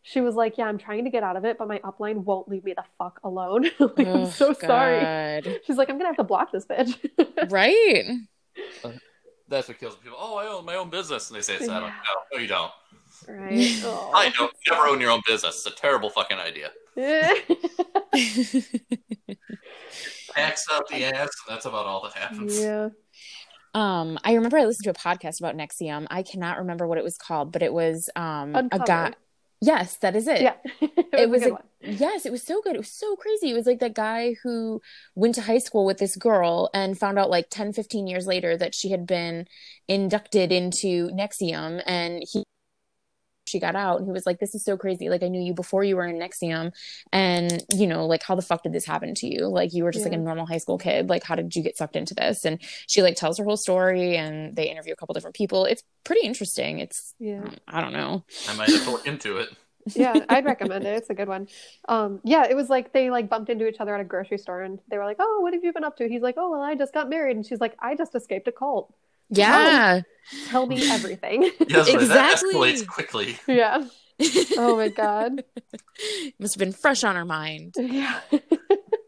Speaker 3: she was like, yeah, I'm trying to get out of it, but my upline won't leave me the fuck alone. like, I'm
Speaker 2: Oh,
Speaker 3: so sorry.
Speaker 2: God.
Speaker 3: She's like, I'm gonna have to block this bitch.
Speaker 2: Oh, Right.
Speaker 4: That's what kills people. Oh, I own my own business, and they say it's not.
Speaker 3: Yeah.
Speaker 4: No, no, you don't.
Speaker 3: right. Oh.
Speaker 4: I don't. You Never own your own business. It's a terrible fucking idea. Tax up the ass, and that's about all that happens.
Speaker 3: yeah.
Speaker 2: um, I remember I listened to a podcast about Nexium. I cannot remember what it was called, but it was um a guy.
Speaker 3: Uncover.
Speaker 2: Yes, that is it.
Speaker 3: Yeah.
Speaker 2: It was
Speaker 3: a good
Speaker 2: a-
Speaker 3: one.
Speaker 2: Yes, it was so good. It was so crazy. It was like that guy who went to high school with this girl and found out like 10, 15 years later that she had been inducted into Nexium and he she got out and he was like, This is so crazy. Like I knew you before you were in Nexium and you know, like how the fuck did this happen to you? Like you were just like a
Speaker 3: Yeah.
Speaker 2: normal high school kid. Like how did you get sucked into this? And she like tells her whole story and they interview a couple different people. It's pretty interesting. It's
Speaker 3: Yeah.
Speaker 2: um, I don't know.
Speaker 3: Oh.
Speaker 4: I might have to look into it.
Speaker 3: yeah, I'd recommend it. It's a good one. Um, yeah, it was like they like bumped into each other at a grocery store and they were like, "Oh, what have you been up to?" He's like, "Oh, well, I just got married." And she's like, "I just escaped a cult.
Speaker 2: Yeah.
Speaker 3: Tell me everything."
Speaker 4: Yes, but that
Speaker 2: Exactly.
Speaker 4: escalates quickly.
Speaker 3: yeah. Oh my god.
Speaker 2: must have been fresh on her mind.
Speaker 3: Yeah.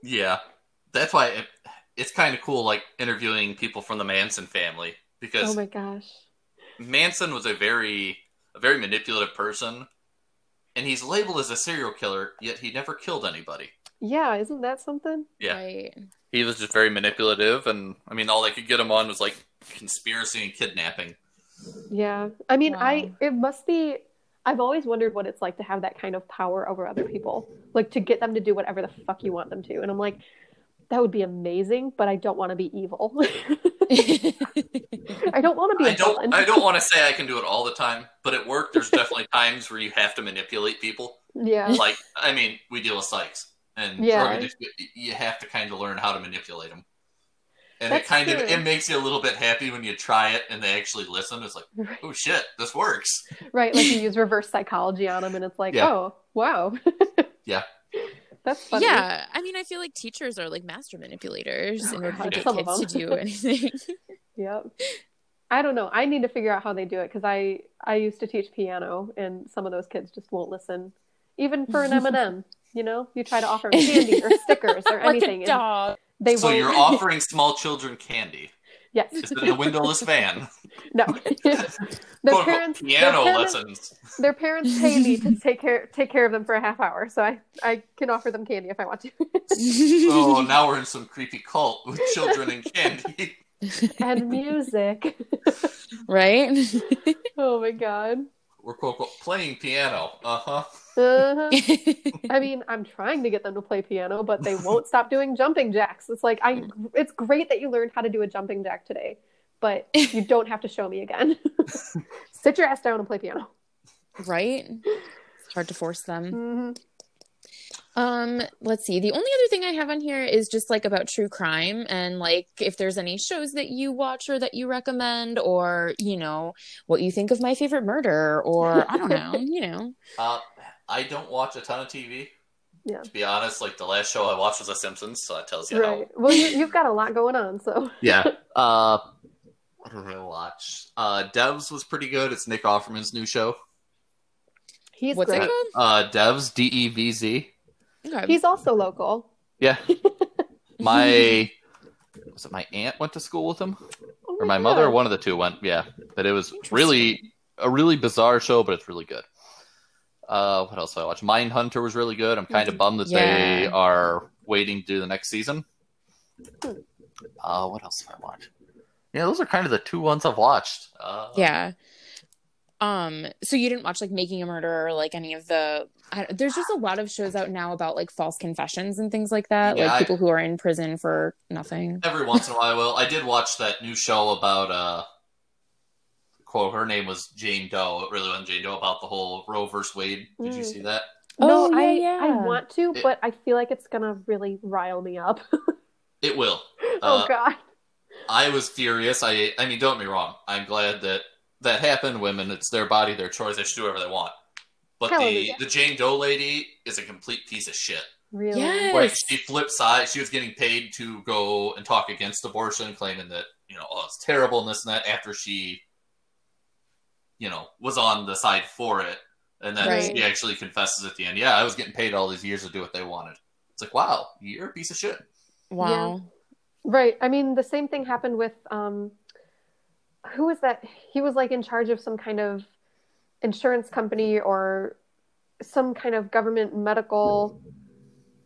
Speaker 4: Yeah, that's why it, it's kind of cool, like interviewing people from the Manson family because
Speaker 3: Oh my gosh.
Speaker 4: Manson was a very a very manipulative person, and he's labeled as a serial killer, yet he never killed anybody.
Speaker 3: Yeah, isn't that something?
Speaker 4: Yeah.
Speaker 2: Right.
Speaker 4: He was just very manipulative, and I mean, all they could get him on was like conspiracy and kidnapping.
Speaker 3: Yeah. I mean, I
Speaker 2: Wow.
Speaker 3: it must be I've always wondered what it's like to have that kind of power over other people. Like to get them to do whatever the fuck you want them to. And I'm like, that would be amazing, but I don't want to be evil. I don't want to be a
Speaker 4: I don't,
Speaker 3: villain.
Speaker 4: I don't want to say I can do it all the time, but at work, there's definitely times where you have to manipulate people.
Speaker 3: Yeah.
Speaker 4: Like, I mean, we deal with psychs, and
Speaker 3: Yeah.
Speaker 4: organizations, you- you have to kind of learn how to manipulate them. And
Speaker 3: That's
Speaker 4: it kind of
Speaker 3: true.
Speaker 4: it makes you a little bit happy when you try it and they actually listen. It's like, oh shit, this works.
Speaker 3: Right. Like you use reverse psychology on them and it's like,
Speaker 4: Yeah.
Speaker 3: oh, wow.
Speaker 4: Yeah.
Speaker 3: That's funny.
Speaker 2: Yeah. I mean, I feel like teachers are like master manipulators in order to
Speaker 3: God,
Speaker 2: get
Speaker 3: some of
Speaker 2: kids to do anything.
Speaker 3: Yep. I don't know. I need to figure out how they do it because I I used to teach piano and some of those kids just won't listen, even for an M and M. You know, you try to offer them candy or stickers or
Speaker 2: like
Speaker 3: anything,
Speaker 2: a dog.
Speaker 3: and they
Speaker 4: so
Speaker 3: won't.
Speaker 4: you're offering small children candy.
Speaker 3: Yes.
Speaker 4: Is it a windowless van?
Speaker 3: No.
Speaker 4: Quote,
Speaker 3: their
Speaker 4: unquote,
Speaker 3: parents
Speaker 4: piano
Speaker 3: their parents,
Speaker 4: lessons.
Speaker 3: Their parents pay me to take care take care of them for a half hour, so I I can offer them candy if I want to.
Speaker 4: Oh, now we're in some creepy cult with children and candy.
Speaker 3: and music.
Speaker 2: right?
Speaker 3: Oh my god.
Speaker 4: We're quote, unquote, playing piano. Uh huh.
Speaker 3: Uh-huh. I mean, I'm trying to get them to play piano, but they won't stop doing jumping jacks. It's like I it's great that you learned how to do a jumping jack today, but you don't have to show me again. Sit your ass down and play piano.
Speaker 2: right? It's hard to force them.
Speaker 3: hmm
Speaker 4: Mm-hmm.
Speaker 2: Um, let's see. The only other thing I have on here is just like about true crime and like if there's any shows that you watch or that you recommend or, you know, what you think of my favorite murder or I don't know, you know.
Speaker 4: Uh, I don't watch a ton of TV.
Speaker 3: Yeah.
Speaker 4: To be honest, like the last show I watched was The Simpsons, so that tells you how
Speaker 3: Right. Well, you, you've got a lot going on, so
Speaker 4: yeah. Uh, what did I watch? Uh, Devs was pretty good. It's Nick Offerman's new show.
Speaker 3: he's
Speaker 2: What's
Speaker 3: great.
Speaker 2: it called?
Speaker 4: Uh, Devs, D E V Z.
Speaker 2: Okay.
Speaker 3: He's also local.
Speaker 4: Yeah. My was it my aunt went to school with him,
Speaker 3: Oh
Speaker 4: or my
Speaker 3: God.
Speaker 4: mother? One of the two went. Yeah, but it was really a really bizarre show, but it's really good. Uh, what else did I watch? Mindhunter was really good. I'm kind of bummed that they
Speaker 2: Yeah.
Speaker 4: are waiting to do the next season. Uh, what else did I watch? Yeah, those are kind of the two ones I've watched. Uh,
Speaker 2: yeah. Um, so you didn't watch like Making a Murderer or like any of the I, there's just a lot of shows out now about like false confessions and things like that,
Speaker 4: Yeah,
Speaker 2: like
Speaker 4: I-
Speaker 2: people who are in prison for nothing.
Speaker 4: Every once in a while, I will. I did watch that new show about uh, quote. Her name was Jane Doe. It really wasn't Jane Doe. About the whole Roe versus Wade. Did you
Speaker 3: Mm.
Speaker 4: see that?
Speaker 3: No,
Speaker 2: Oh, yeah,
Speaker 3: I
Speaker 2: yeah.
Speaker 3: I want to,
Speaker 4: It-
Speaker 3: but I feel like it's gonna really rile me up.
Speaker 4: It will.
Speaker 3: oh
Speaker 4: Uh,
Speaker 3: God.
Speaker 4: I was furious. I. I mean, don't get me wrong. I'm glad that that happened. Women, it's their body, their choice. They should do whatever they want. But the,
Speaker 3: Hallelujah.
Speaker 4: the Jane Doe lady is a complete piece of shit.
Speaker 3: Really?
Speaker 2: Yeah.
Speaker 4: Like
Speaker 2: Yes.
Speaker 4: she flipped sides. She was getting paid to go and talk against abortion, claiming that you know oh, it's terrible and this and that. After she, you know, was on the side for it, and then
Speaker 2: Right.
Speaker 4: she actually confesses at the end, yeah, I was getting paid all these years to do what they wanted. It's like, wow, you're a piece of shit.
Speaker 2: Wow.
Speaker 3: Right. I mean, the same thing happened with um, who was that? He was like in charge of some kind of insurance company or some kind of government medical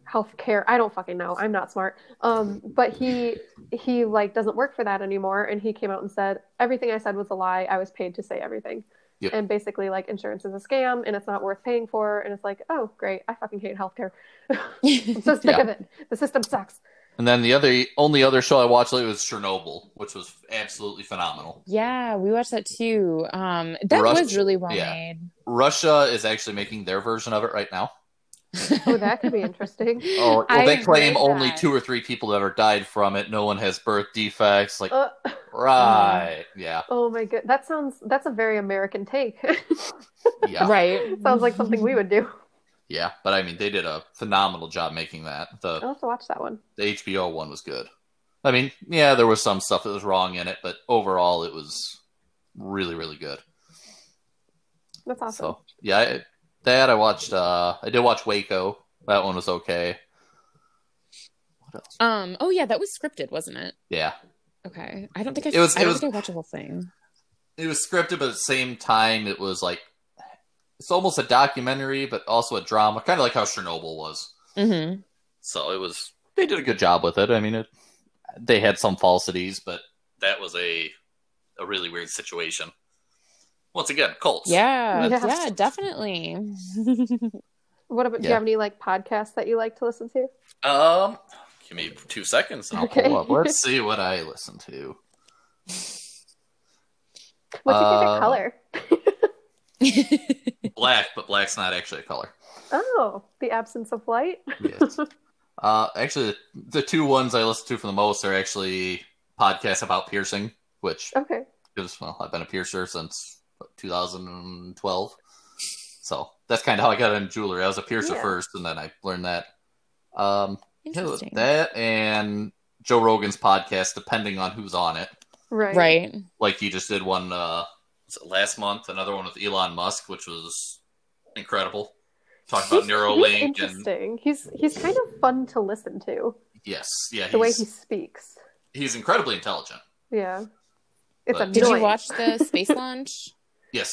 Speaker 3: health care. I don't fucking know. I'm not smart. Um, but he he like doesn't work for that anymore, and he came out and said everything I said was a lie. I was paid to say everything.
Speaker 4: Yep.
Speaker 3: And basically, like insurance is a scam, and it's not worth paying for. And it's like, oh, great! I fucking hate healthcare. I'm so sick
Speaker 4: Yeah.
Speaker 3: of it. The system sucks.
Speaker 4: And then the other, only other show I watched lately was Chernobyl, which was absolutely phenomenal.
Speaker 2: Yeah, we watched that too. Um, that
Speaker 4: Rush-
Speaker 2: was really well
Speaker 4: yeah.
Speaker 2: made.
Speaker 4: Russia is actually making their version of it right now.
Speaker 3: Oh, that could be interesting.
Speaker 4: Oh, well,
Speaker 2: I
Speaker 4: they claim
Speaker 2: read
Speaker 4: only
Speaker 2: that.
Speaker 4: two or three people have ever died from it. No one has birth defects. Like,
Speaker 3: Uh,
Speaker 4: right? Yeah.
Speaker 3: oh my god, that sounds that's a very American take.
Speaker 4: Yeah.
Speaker 2: Right.
Speaker 3: sounds like something we would do.
Speaker 4: Yeah, but I mean, they did a phenomenal job making that. The,
Speaker 2: Oh.
Speaker 3: I'll have to watch that one.
Speaker 4: the HBO one was good. I mean, yeah, there was some stuff that was wrong in it, but overall, it was really, really good.
Speaker 3: That's awesome.
Speaker 4: So, yeah, I, that I watched. Uh, I did watch Waco. That one was okay. What else?
Speaker 2: Um, oh yeah, that was scripted, wasn't it?
Speaker 4: Yeah,
Speaker 2: Okay. I don't think I
Speaker 4: It was-
Speaker 2: I
Speaker 4: it
Speaker 2: don't
Speaker 4: was-
Speaker 2: think I watched the whole thing.
Speaker 4: it was scripted, but at the same time, it was like it's almost a documentary, but also a drama, kind of like how Chernobyl was.
Speaker 2: Mm-hmm.
Speaker 4: So it was they did a good job with it. I mean, it, they had some falsities, but that was a a really weird situation. Once again, cults.
Speaker 2: Yeah,
Speaker 3: Yeah.
Speaker 2: yeah. definitely.
Speaker 3: What about do
Speaker 4: Yeah.
Speaker 3: you have any like podcasts that you like to listen to?
Speaker 4: Um, give me two seconds and I'll
Speaker 3: Okay.
Speaker 4: pull up. Let's see what I listen to.
Speaker 3: What's your
Speaker 4: Uh,
Speaker 3: favorite color?
Speaker 4: Black, but black's not actually a color.
Speaker 3: Oh, the absence of light.
Speaker 4: Yes. uh, actually, the two ones I listen to for the most are actually podcasts about piercing, which
Speaker 3: Okay.
Speaker 4: because well, I've been a piercer since what, 2012. So that's kind of how I got into jewelry. I was a piercer
Speaker 3: Yeah.
Speaker 4: first, and then I learned that. Um, yeah,
Speaker 2: Interesting.
Speaker 4: that and Joe Rogan's podcast, depending on who's on it.
Speaker 3: Right.
Speaker 2: right.
Speaker 4: Like he just did one uh, was it last month, another one with Elon Musk, which was incredible. Talk about
Speaker 3: He's- He's
Speaker 4: Neuralink and
Speaker 3: interesting. He's he's kind of fun to listen to.
Speaker 4: yes, yeah,
Speaker 3: The way
Speaker 4: he's
Speaker 3: he speaks.
Speaker 4: he's incredibly intelligent.
Speaker 3: Yeah. It's
Speaker 4: But-
Speaker 3: a
Speaker 2: Did you watch the space launch?
Speaker 4: Yes.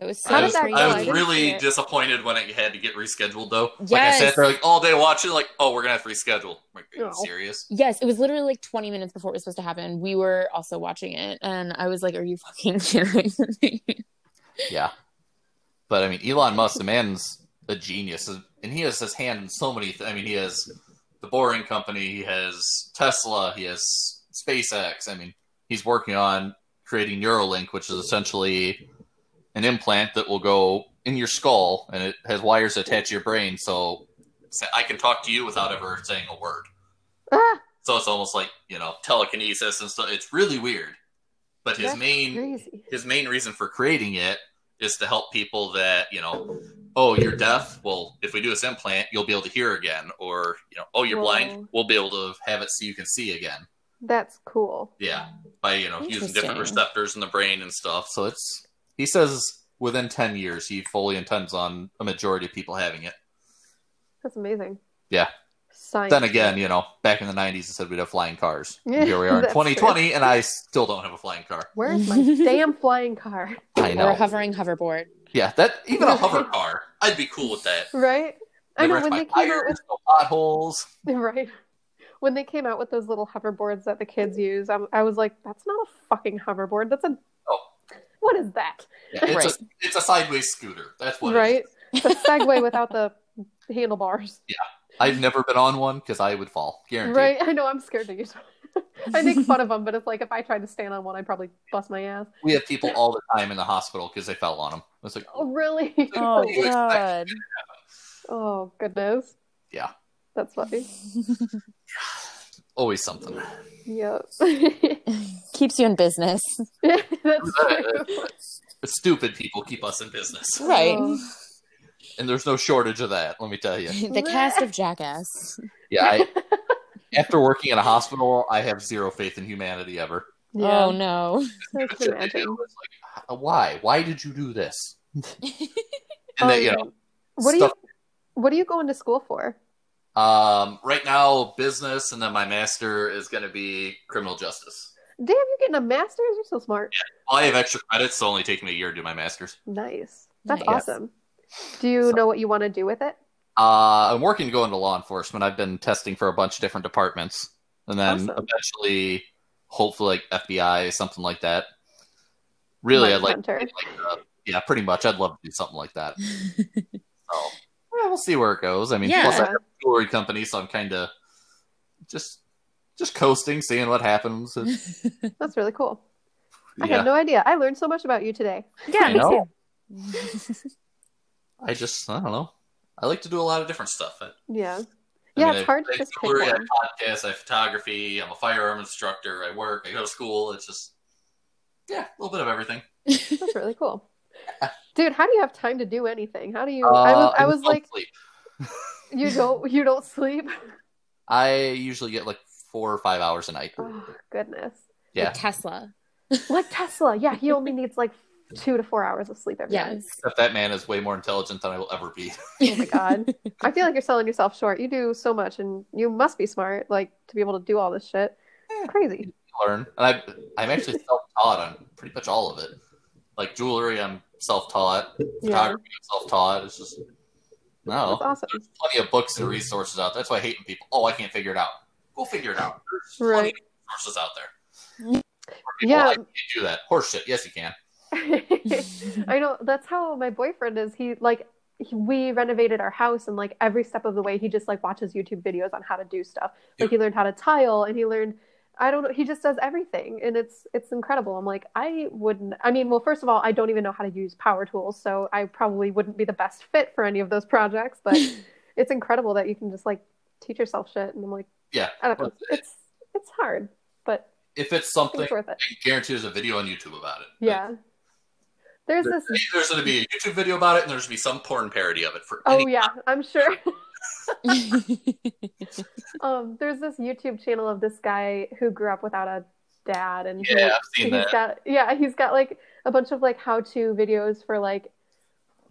Speaker 2: That was
Speaker 3: How
Speaker 2: so
Speaker 4: I
Speaker 3: did
Speaker 4: was,
Speaker 3: that
Speaker 2: crazy.
Speaker 3: go?
Speaker 4: I
Speaker 3: I
Speaker 4: was
Speaker 3: didn't see
Speaker 4: really
Speaker 3: it.
Speaker 4: disappointed when it had to get rescheduled, though. Like I
Speaker 2: Yes.
Speaker 4: sat there like all day watching, like, oh, we're gonna have to reschedule. I'm like, are you
Speaker 3: No.
Speaker 4: serious?
Speaker 2: Yes, it was literally like 20 minutes before it was supposed to happen. We were also watching it, and I was like, "Are you fucking kidding me?"
Speaker 4: Yeah. But I mean, Elon Musk, the man's a genius, and he has his hand in so many. Th- I mean, he has the Boring Company, he has Tesla, he has SpaceX. I mean, he's working on creating Neuralink, which is essentially an implant that will go in your skull, and it has wires attached to your brain, so so I can talk to you without ever saying a word.
Speaker 3: Ah,
Speaker 4: So it's almost like you know telekinesis and stuff. It's really weird. But his
Speaker 3: That's
Speaker 4: main
Speaker 3: crazy.
Speaker 4: his main reason for creating it is to help people that you know oh you're deaf well if we do this implant you'll be able to hear again or you know oh you're blind
Speaker 3: Whoa.
Speaker 4: we'll be able to have it so you can see again
Speaker 3: That's cool.
Speaker 4: yeah by you know using different
Speaker 2: Interesting.
Speaker 4: receptors in the brain and stuff so it's he says within 10 years he fully intends on a majority of people having it
Speaker 3: That's amazing.
Speaker 4: Yeah.
Speaker 3: Science.
Speaker 4: then again you know back in the 90s it said we'd have flying cars
Speaker 3: Yeah,
Speaker 4: here we are in
Speaker 3: that's
Speaker 4: 2020 and i still don't have a flying car
Speaker 3: Where's my damn flying car?
Speaker 4: i
Speaker 2: Or
Speaker 4: know
Speaker 2: a hovering hoverboard.
Speaker 4: yeah that even a hover car i'd be cool with that
Speaker 3: Right? I know
Speaker 4: They
Speaker 3: when
Speaker 4: wreck
Speaker 3: they
Speaker 4: my
Speaker 3: came out with
Speaker 4: tires, no potholes.
Speaker 3: right when they came out with those little hoverboards that the kids use, I'm, I was like, that's not a fucking hoverboard. That's a
Speaker 4: Oh.
Speaker 3: what is that?
Speaker 4: Yeah, it's,
Speaker 2: Right.
Speaker 4: a, it's a sideways scooter. That's what. it is.
Speaker 3: right? It's a Segway without the handlebars.
Speaker 4: I've never been on one because I would fall. Guaranteed.
Speaker 3: Right? I know I'm scared to use. it. I make fun of them, but it's like if I tried to stand on one, I'd probably bust my ass.
Speaker 4: We have people all the time in the hospital because they fell on them. It's like,
Speaker 3: Oh, really?
Speaker 2: Oh
Speaker 4: What do you expect?
Speaker 2: god.
Speaker 3: Oh, goodness.
Speaker 4: Yeah.
Speaker 3: That's funny.
Speaker 4: always something.
Speaker 3: Yep.
Speaker 2: Keeps you in business.
Speaker 3: That's true.
Speaker 4: Stupid people keep us in business,
Speaker 2: Right.
Speaker 3: Oh.
Speaker 4: and there's no shortage of that. Let me tell you.
Speaker 2: the cast of Jackass.
Speaker 4: Yeah. I, after working in a hospital, I have zero faith in humanity ever.
Speaker 3: Yeah,
Speaker 2: Oh no.
Speaker 3: I
Speaker 4: It's
Speaker 3: can imagine.
Speaker 4: like, why? Why did you do this? And then, you know,
Speaker 3: Um, what do you
Speaker 4: stuff-
Speaker 3: what are you going to school for?
Speaker 4: um, right now, business, and then my master is going to be criminal justice.
Speaker 3: Damn, you're getting a master's. You're so smart.
Speaker 4: Well, I have extra credits, so it'll only take me a year to do my master's.
Speaker 3: Nice. That's
Speaker 2: Nice.
Speaker 3: awesome. Do you
Speaker 4: So-
Speaker 3: know what you want to do with it?
Speaker 4: Uh, I'm working to go into law enforcement. I've been testing for a bunch of different departments, and then
Speaker 3: Awesome.
Speaker 4: eventually, hopefully, like FBI, something like that. Really,
Speaker 3: Mike
Speaker 4: I'd like,
Speaker 3: Hunter.
Speaker 4: like, uh, yeah, pretty much. I'd love to do something like that. so, yeah, we'll see where it goes. I mean,
Speaker 2: Yeah.
Speaker 4: plus I have a jewelry company, so I'm kind of just just coasting, seeing what happens. and-
Speaker 3: That's really cool. I
Speaker 4: yeah,
Speaker 3: had no idea. I learned so much about you today.
Speaker 4: I know. I just, I don't know. I like to do a lot of different stuff. I-
Speaker 3: Yeah.
Speaker 4: I
Speaker 3: Yeah,
Speaker 4: mean,
Speaker 3: it's
Speaker 4: I-
Speaker 3: hard
Speaker 4: I
Speaker 3: to just pick
Speaker 4: jewelry, I
Speaker 3: one.
Speaker 4: podcast, I have photography, I'm a firearm instructor, I work, I go to school. It's just, yeah, a little bit of everything.
Speaker 3: That's really cool. Dude, how do you have time to do anything? How do you? I
Speaker 4: Uh,
Speaker 3: was, I was like, you don't, you don't sleep.
Speaker 4: I usually get like four or five hours a night.
Speaker 3: Oh goodness.
Speaker 4: yeah.
Speaker 2: Like Tesla.
Speaker 3: Like Tesla, yeah, he only needs like two to four hours of sleep every night.
Speaker 2: Yes.
Speaker 4: Except that man is way more intelligent than I will ever be.
Speaker 3: Oh my god. I feel like you're selling yourself short. You do so much and you must be smart, like to be able to do all this shit. It's crazy.
Speaker 4: Learn. And I, I'm actually self taught on pretty much all of it. Like jewelry, I'm self taught.
Speaker 3: Yeah.
Speaker 4: Photography, I'm self taught. It's just, no.
Speaker 3: That's
Speaker 4: Oh.
Speaker 3: awesome.
Speaker 4: There's plenty of books
Speaker 3: Mm-hmm.
Speaker 4: and resources out there. That's why I hate when people, oh, I can't figure it out. Go figure it out. There's plenty
Speaker 3: Right.
Speaker 4: of resources out there.
Speaker 3: Yeah.
Speaker 4: Well, I can't do that. Horseshit. Yes, you can.
Speaker 3: I know that's how my boyfriend is. He like he, we renovated our house and like every step of the way he just like watches YouTube videos on how to do stuff. Like he learned how to tile and he learned I don't know he just does everything and it's it's incredible. I'm like I wouldn't I mean well first of all I don't even know how to use power tools so I probably wouldn't be the best fit for any of those projects but it's incredible that you can just like teach yourself shit and I'm like
Speaker 4: Yeah.
Speaker 3: I don't know it's it's hard but
Speaker 4: If it's
Speaker 3: I think
Speaker 4: something,
Speaker 3: it's worth it.
Speaker 4: I guarantee there's a video on YouTube about it.
Speaker 3: Yeah. There's
Speaker 4: There's,
Speaker 3: this
Speaker 4: there's going to be a YouTube video about it, and there's going to be some porn parody of it for
Speaker 3: Oh
Speaker 4: any-
Speaker 3: yeah, I'm sure. Um, there's this YouTube channel of this guy who grew up without a dad, and he,
Speaker 4: Yeah, I've
Speaker 3: has
Speaker 4: seen that.
Speaker 3: got yeah, he's got like a bunch of like how-to videos for like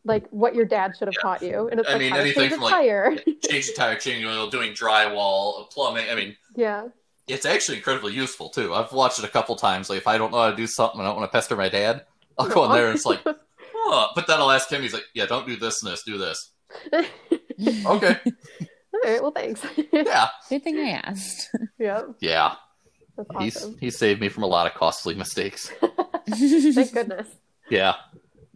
Speaker 3: like what your dad should have
Speaker 4: Yeah.
Speaker 3: taught you, and it's
Speaker 4: I
Speaker 3: like
Speaker 4: mean,
Speaker 3: how to
Speaker 4: anything
Speaker 3: change a
Speaker 4: from, like-
Speaker 3: tire.
Speaker 4: Change the tire, changing oil, doing drywall, plumbing. I mean,
Speaker 3: yeah,
Speaker 4: It's actually incredibly useful too. I've watched it a couple times. Like if I don't know how to do something, I don't want to pester my dad. I'll go in there and it's like, huh. but then I'll ask him. He's like, yeah, don't do this and this, do this.
Speaker 3: All
Speaker 4: Okay,
Speaker 3: right. Well, thanks.
Speaker 4: yeah,
Speaker 2: Good thing I asked.
Speaker 3: yep.
Speaker 4: yeah.
Speaker 3: That's
Speaker 4: He's
Speaker 3: awesome.
Speaker 4: he saved me from a lot of costly mistakes.
Speaker 3: Thank goodness.
Speaker 4: Yeah.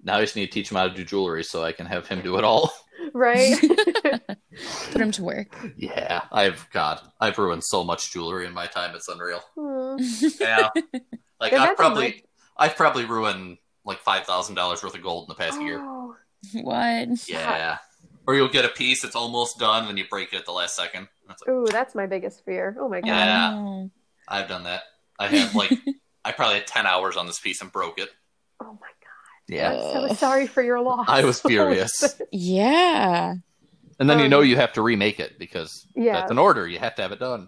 Speaker 4: Now I just need to teach him how to do jewelry so I can have him do it all.
Speaker 3: Right?
Speaker 2: Put him to work.
Speaker 4: Yeah, I've God, I've ruined so much jewelry in my time. It's unreal.
Speaker 3: Hmm.
Speaker 4: Yeah, like
Speaker 3: Imagine
Speaker 4: I've probably,
Speaker 3: like-
Speaker 4: I've probably ruined like five thousand dollars worth of gold in the past year.
Speaker 3: Oh,
Speaker 2: what?
Speaker 4: Yeah, or you'll get a piece that's almost done, and then you break it at the last second. That's like,
Speaker 3: ooh, that's my biggest fear. Oh my god.
Speaker 4: Yeah.
Speaker 2: Wow.
Speaker 4: I've done that. I have like, I probably had ten hours on this piece and broke it.
Speaker 3: Oh my
Speaker 4: Yeah,
Speaker 3: god. I'm so sorry for your loss.
Speaker 4: I was furious.
Speaker 2: Yeah.
Speaker 4: And then you
Speaker 3: Oh, Um,
Speaker 4: know you have to remake it because
Speaker 3: yeah.
Speaker 4: that's an order. You have to have it done.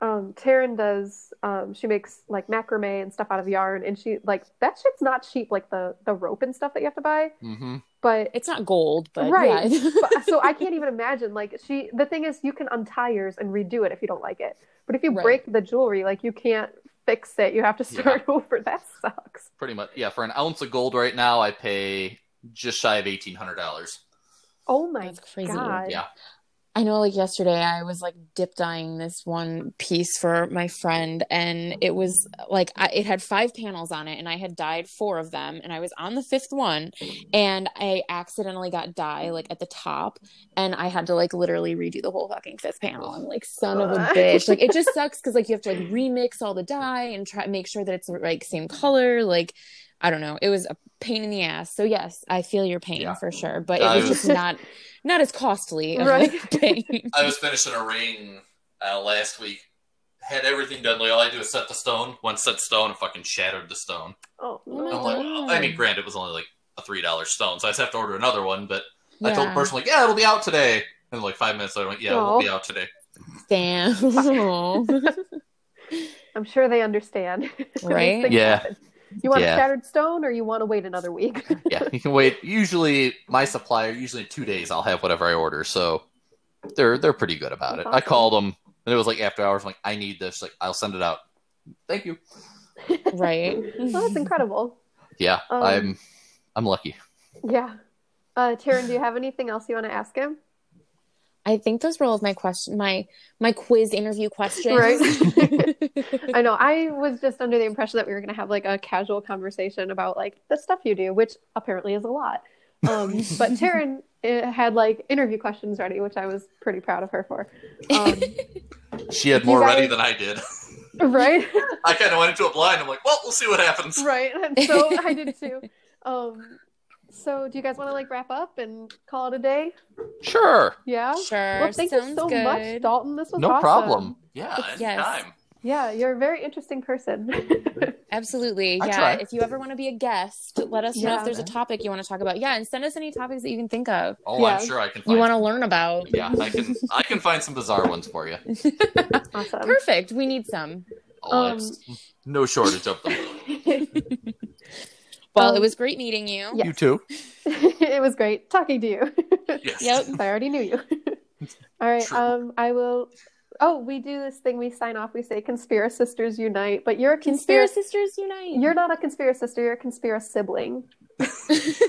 Speaker 3: Um Taryn does um she makes like macrame and stuff out of yarn and she like that shit's not cheap like the the rope and stuff that you have to buy,
Speaker 4: hmm
Speaker 3: but
Speaker 2: It's not gold, but
Speaker 3: Right.
Speaker 2: yeah.
Speaker 3: but- so I can't even imagine. Like she, the thing is, you can untie yours and redo it if you don't like it. But if you
Speaker 2: Right.
Speaker 3: break the jewelry, like you can't fix it. You have to
Speaker 4: Yeah.
Speaker 3: start over. That sucks.
Speaker 4: Pretty much. Yeah, for an ounce of gold right now, I pay just shy of eighteen hundred dollars.
Speaker 3: Oh my
Speaker 2: That's crazy.
Speaker 3: god.
Speaker 4: Yeah.
Speaker 2: I know, like yesterday, I was like dip dyeing this one piece for my friend, and it was like I, it had five panels on it, and I had dyed four of them, and I was on the fifth one, and I accidentally got dye like at the top, and I had to like literally redo the whole fucking fifth panel. I'm like, son of a bitch! Like it just sucks because like you have to like remix all the dye and try make sure that it's the like same color. Like I don't know, it was a pain in the ass. So yes, I feel your pain
Speaker 4: Yeah.
Speaker 2: for sure, but
Speaker 4: I
Speaker 2: it was
Speaker 4: was-
Speaker 2: just not not as costly of a
Speaker 3: Right.
Speaker 2: thing.
Speaker 4: I was finishing a ring uh, last week. Had everything done. Like all I do is set the stone. One set stone and fucking shattered the stone.
Speaker 3: Oh,
Speaker 2: Oh my
Speaker 4: I'm
Speaker 3: no.
Speaker 4: like,
Speaker 2: God.
Speaker 4: I mean, granted, it was only like a three dollar stone, so I just have to order another one. But I told the
Speaker 2: Yeah.
Speaker 4: person like, yeah, it'll be out today. And like five minutes later, I went, yeah, it'll
Speaker 3: Aw.
Speaker 4: be out today.
Speaker 2: Damn. Aw.
Speaker 3: I'm sure they understand. These
Speaker 2: Right?
Speaker 3: things
Speaker 4: Yeah.
Speaker 3: happen. You want
Speaker 4: Yeah.
Speaker 3: a shattered stone, or you want to wait another week?
Speaker 4: yeah, you can wait. Usually, my supplier, usually in two days, I'll have whatever I order. So they're they're pretty good about it. I called them, and it was like after hours. I'm like, I need this. Like, I'll send it out. Thank you.
Speaker 2: right.
Speaker 3: well, that's incredible.
Speaker 4: Yeah,
Speaker 3: Um,
Speaker 4: I'm I'm lucky.
Speaker 3: Yeah. Uh, Taryn, do you have anything else you want to ask him?
Speaker 2: I think those were all of my question my my quiz interview questions.
Speaker 3: Right. I know. I was just under the impression that we were going to have like a casual conversation about like the stuff you do, which apparently is a lot. Um, but Taryn uh, had like interview questions ready, which I was pretty proud of her for. Um,
Speaker 4: She had more
Speaker 3: guys-
Speaker 4: ready than I did.
Speaker 3: right,
Speaker 4: I kind of went into a blind. I'm like, well, we'll see what happens.
Speaker 3: right. And so I did too. Um, so do you guys want to like wrap up and call it a day?
Speaker 4: Sure,
Speaker 3: Yeah.
Speaker 2: Sure.
Speaker 3: Well, thank
Speaker 2: Sounds
Speaker 3: you so
Speaker 2: good.
Speaker 3: much, Dalton. This was
Speaker 4: no
Speaker 3: awesome.
Speaker 4: problem. Yeah,
Speaker 2: Yes.
Speaker 4: anytime.
Speaker 3: Yeah, you're a very interesting person.
Speaker 2: Absolutely.
Speaker 4: I
Speaker 2: yeah.
Speaker 4: try.
Speaker 2: If you ever want to be a guest, let us know
Speaker 3: Yeah.
Speaker 2: if there's a topic you want to talk about. Yeah, and send us any topics that you can think of
Speaker 4: Oh,
Speaker 3: Yeah.
Speaker 4: I'm sure I can. Find
Speaker 2: you want to learn about.
Speaker 4: Yeah, I can. I can find some bizarre ones for you.
Speaker 3: awesome.
Speaker 2: Perfect. We need some.
Speaker 4: Oh,
Speaker 3: Um,
Speaker 4: it's no shortage of them.
Speaker 2: Well,
Speaker 3: Um,
Speaker 2: it was great meeting you.
Speaker 3: yes.
Speaker 4: You too.
Speaker 3: it was great talking to you.
Speaker 4: Yes.
Speaker 2: Yep.
Speaker 3: I already knew you. All right.
Speaker 4: True.
Speaker 3: Um, I will. Oh, we do this thing. We sign off. We say "Conspiracy Sisters Unite," but you're a
Speaker 2: Conspiracy
Speaker 3: conspiracy.
Speaker 2: Sisters Unite.
Speaker 3: You're not a conspiracy sister. You're a conspiracy sibling. Because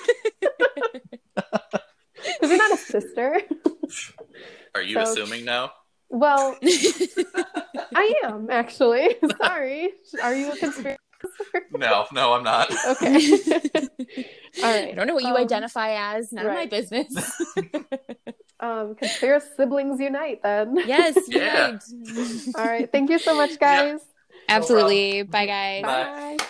Speaker 3: you're not a sister.
Speaker 4: Are you
Speaker 3: So-
Speaker 4: assuming now?
Speaker 3: Well, I am actually. Sorry. Are you a conspiracy?
Speaker 4: No, no, I'm not.
Speaker 3: Okay. All
Speaker 2: I
Speaker 3: right.
Speaker 2: don't know what you
Speaker 3: Um,
Speaker 2: identify as. None
Speaker 3: right.
Speaker 2: of my business.
Speaker 3: Um, conspiracy siblings unite. Then.
Speaker 2: yes.
Speaker 4: Yeah.
Speaker 2: Unite.
Speaker 3: All right. Thank you so much,
Speaker 4: Yeah.
Speaker 3: guys.
Speaker 2: Absolutely. Bye, guys.
Speaker 4: Bye.
Speaker 3: Bye.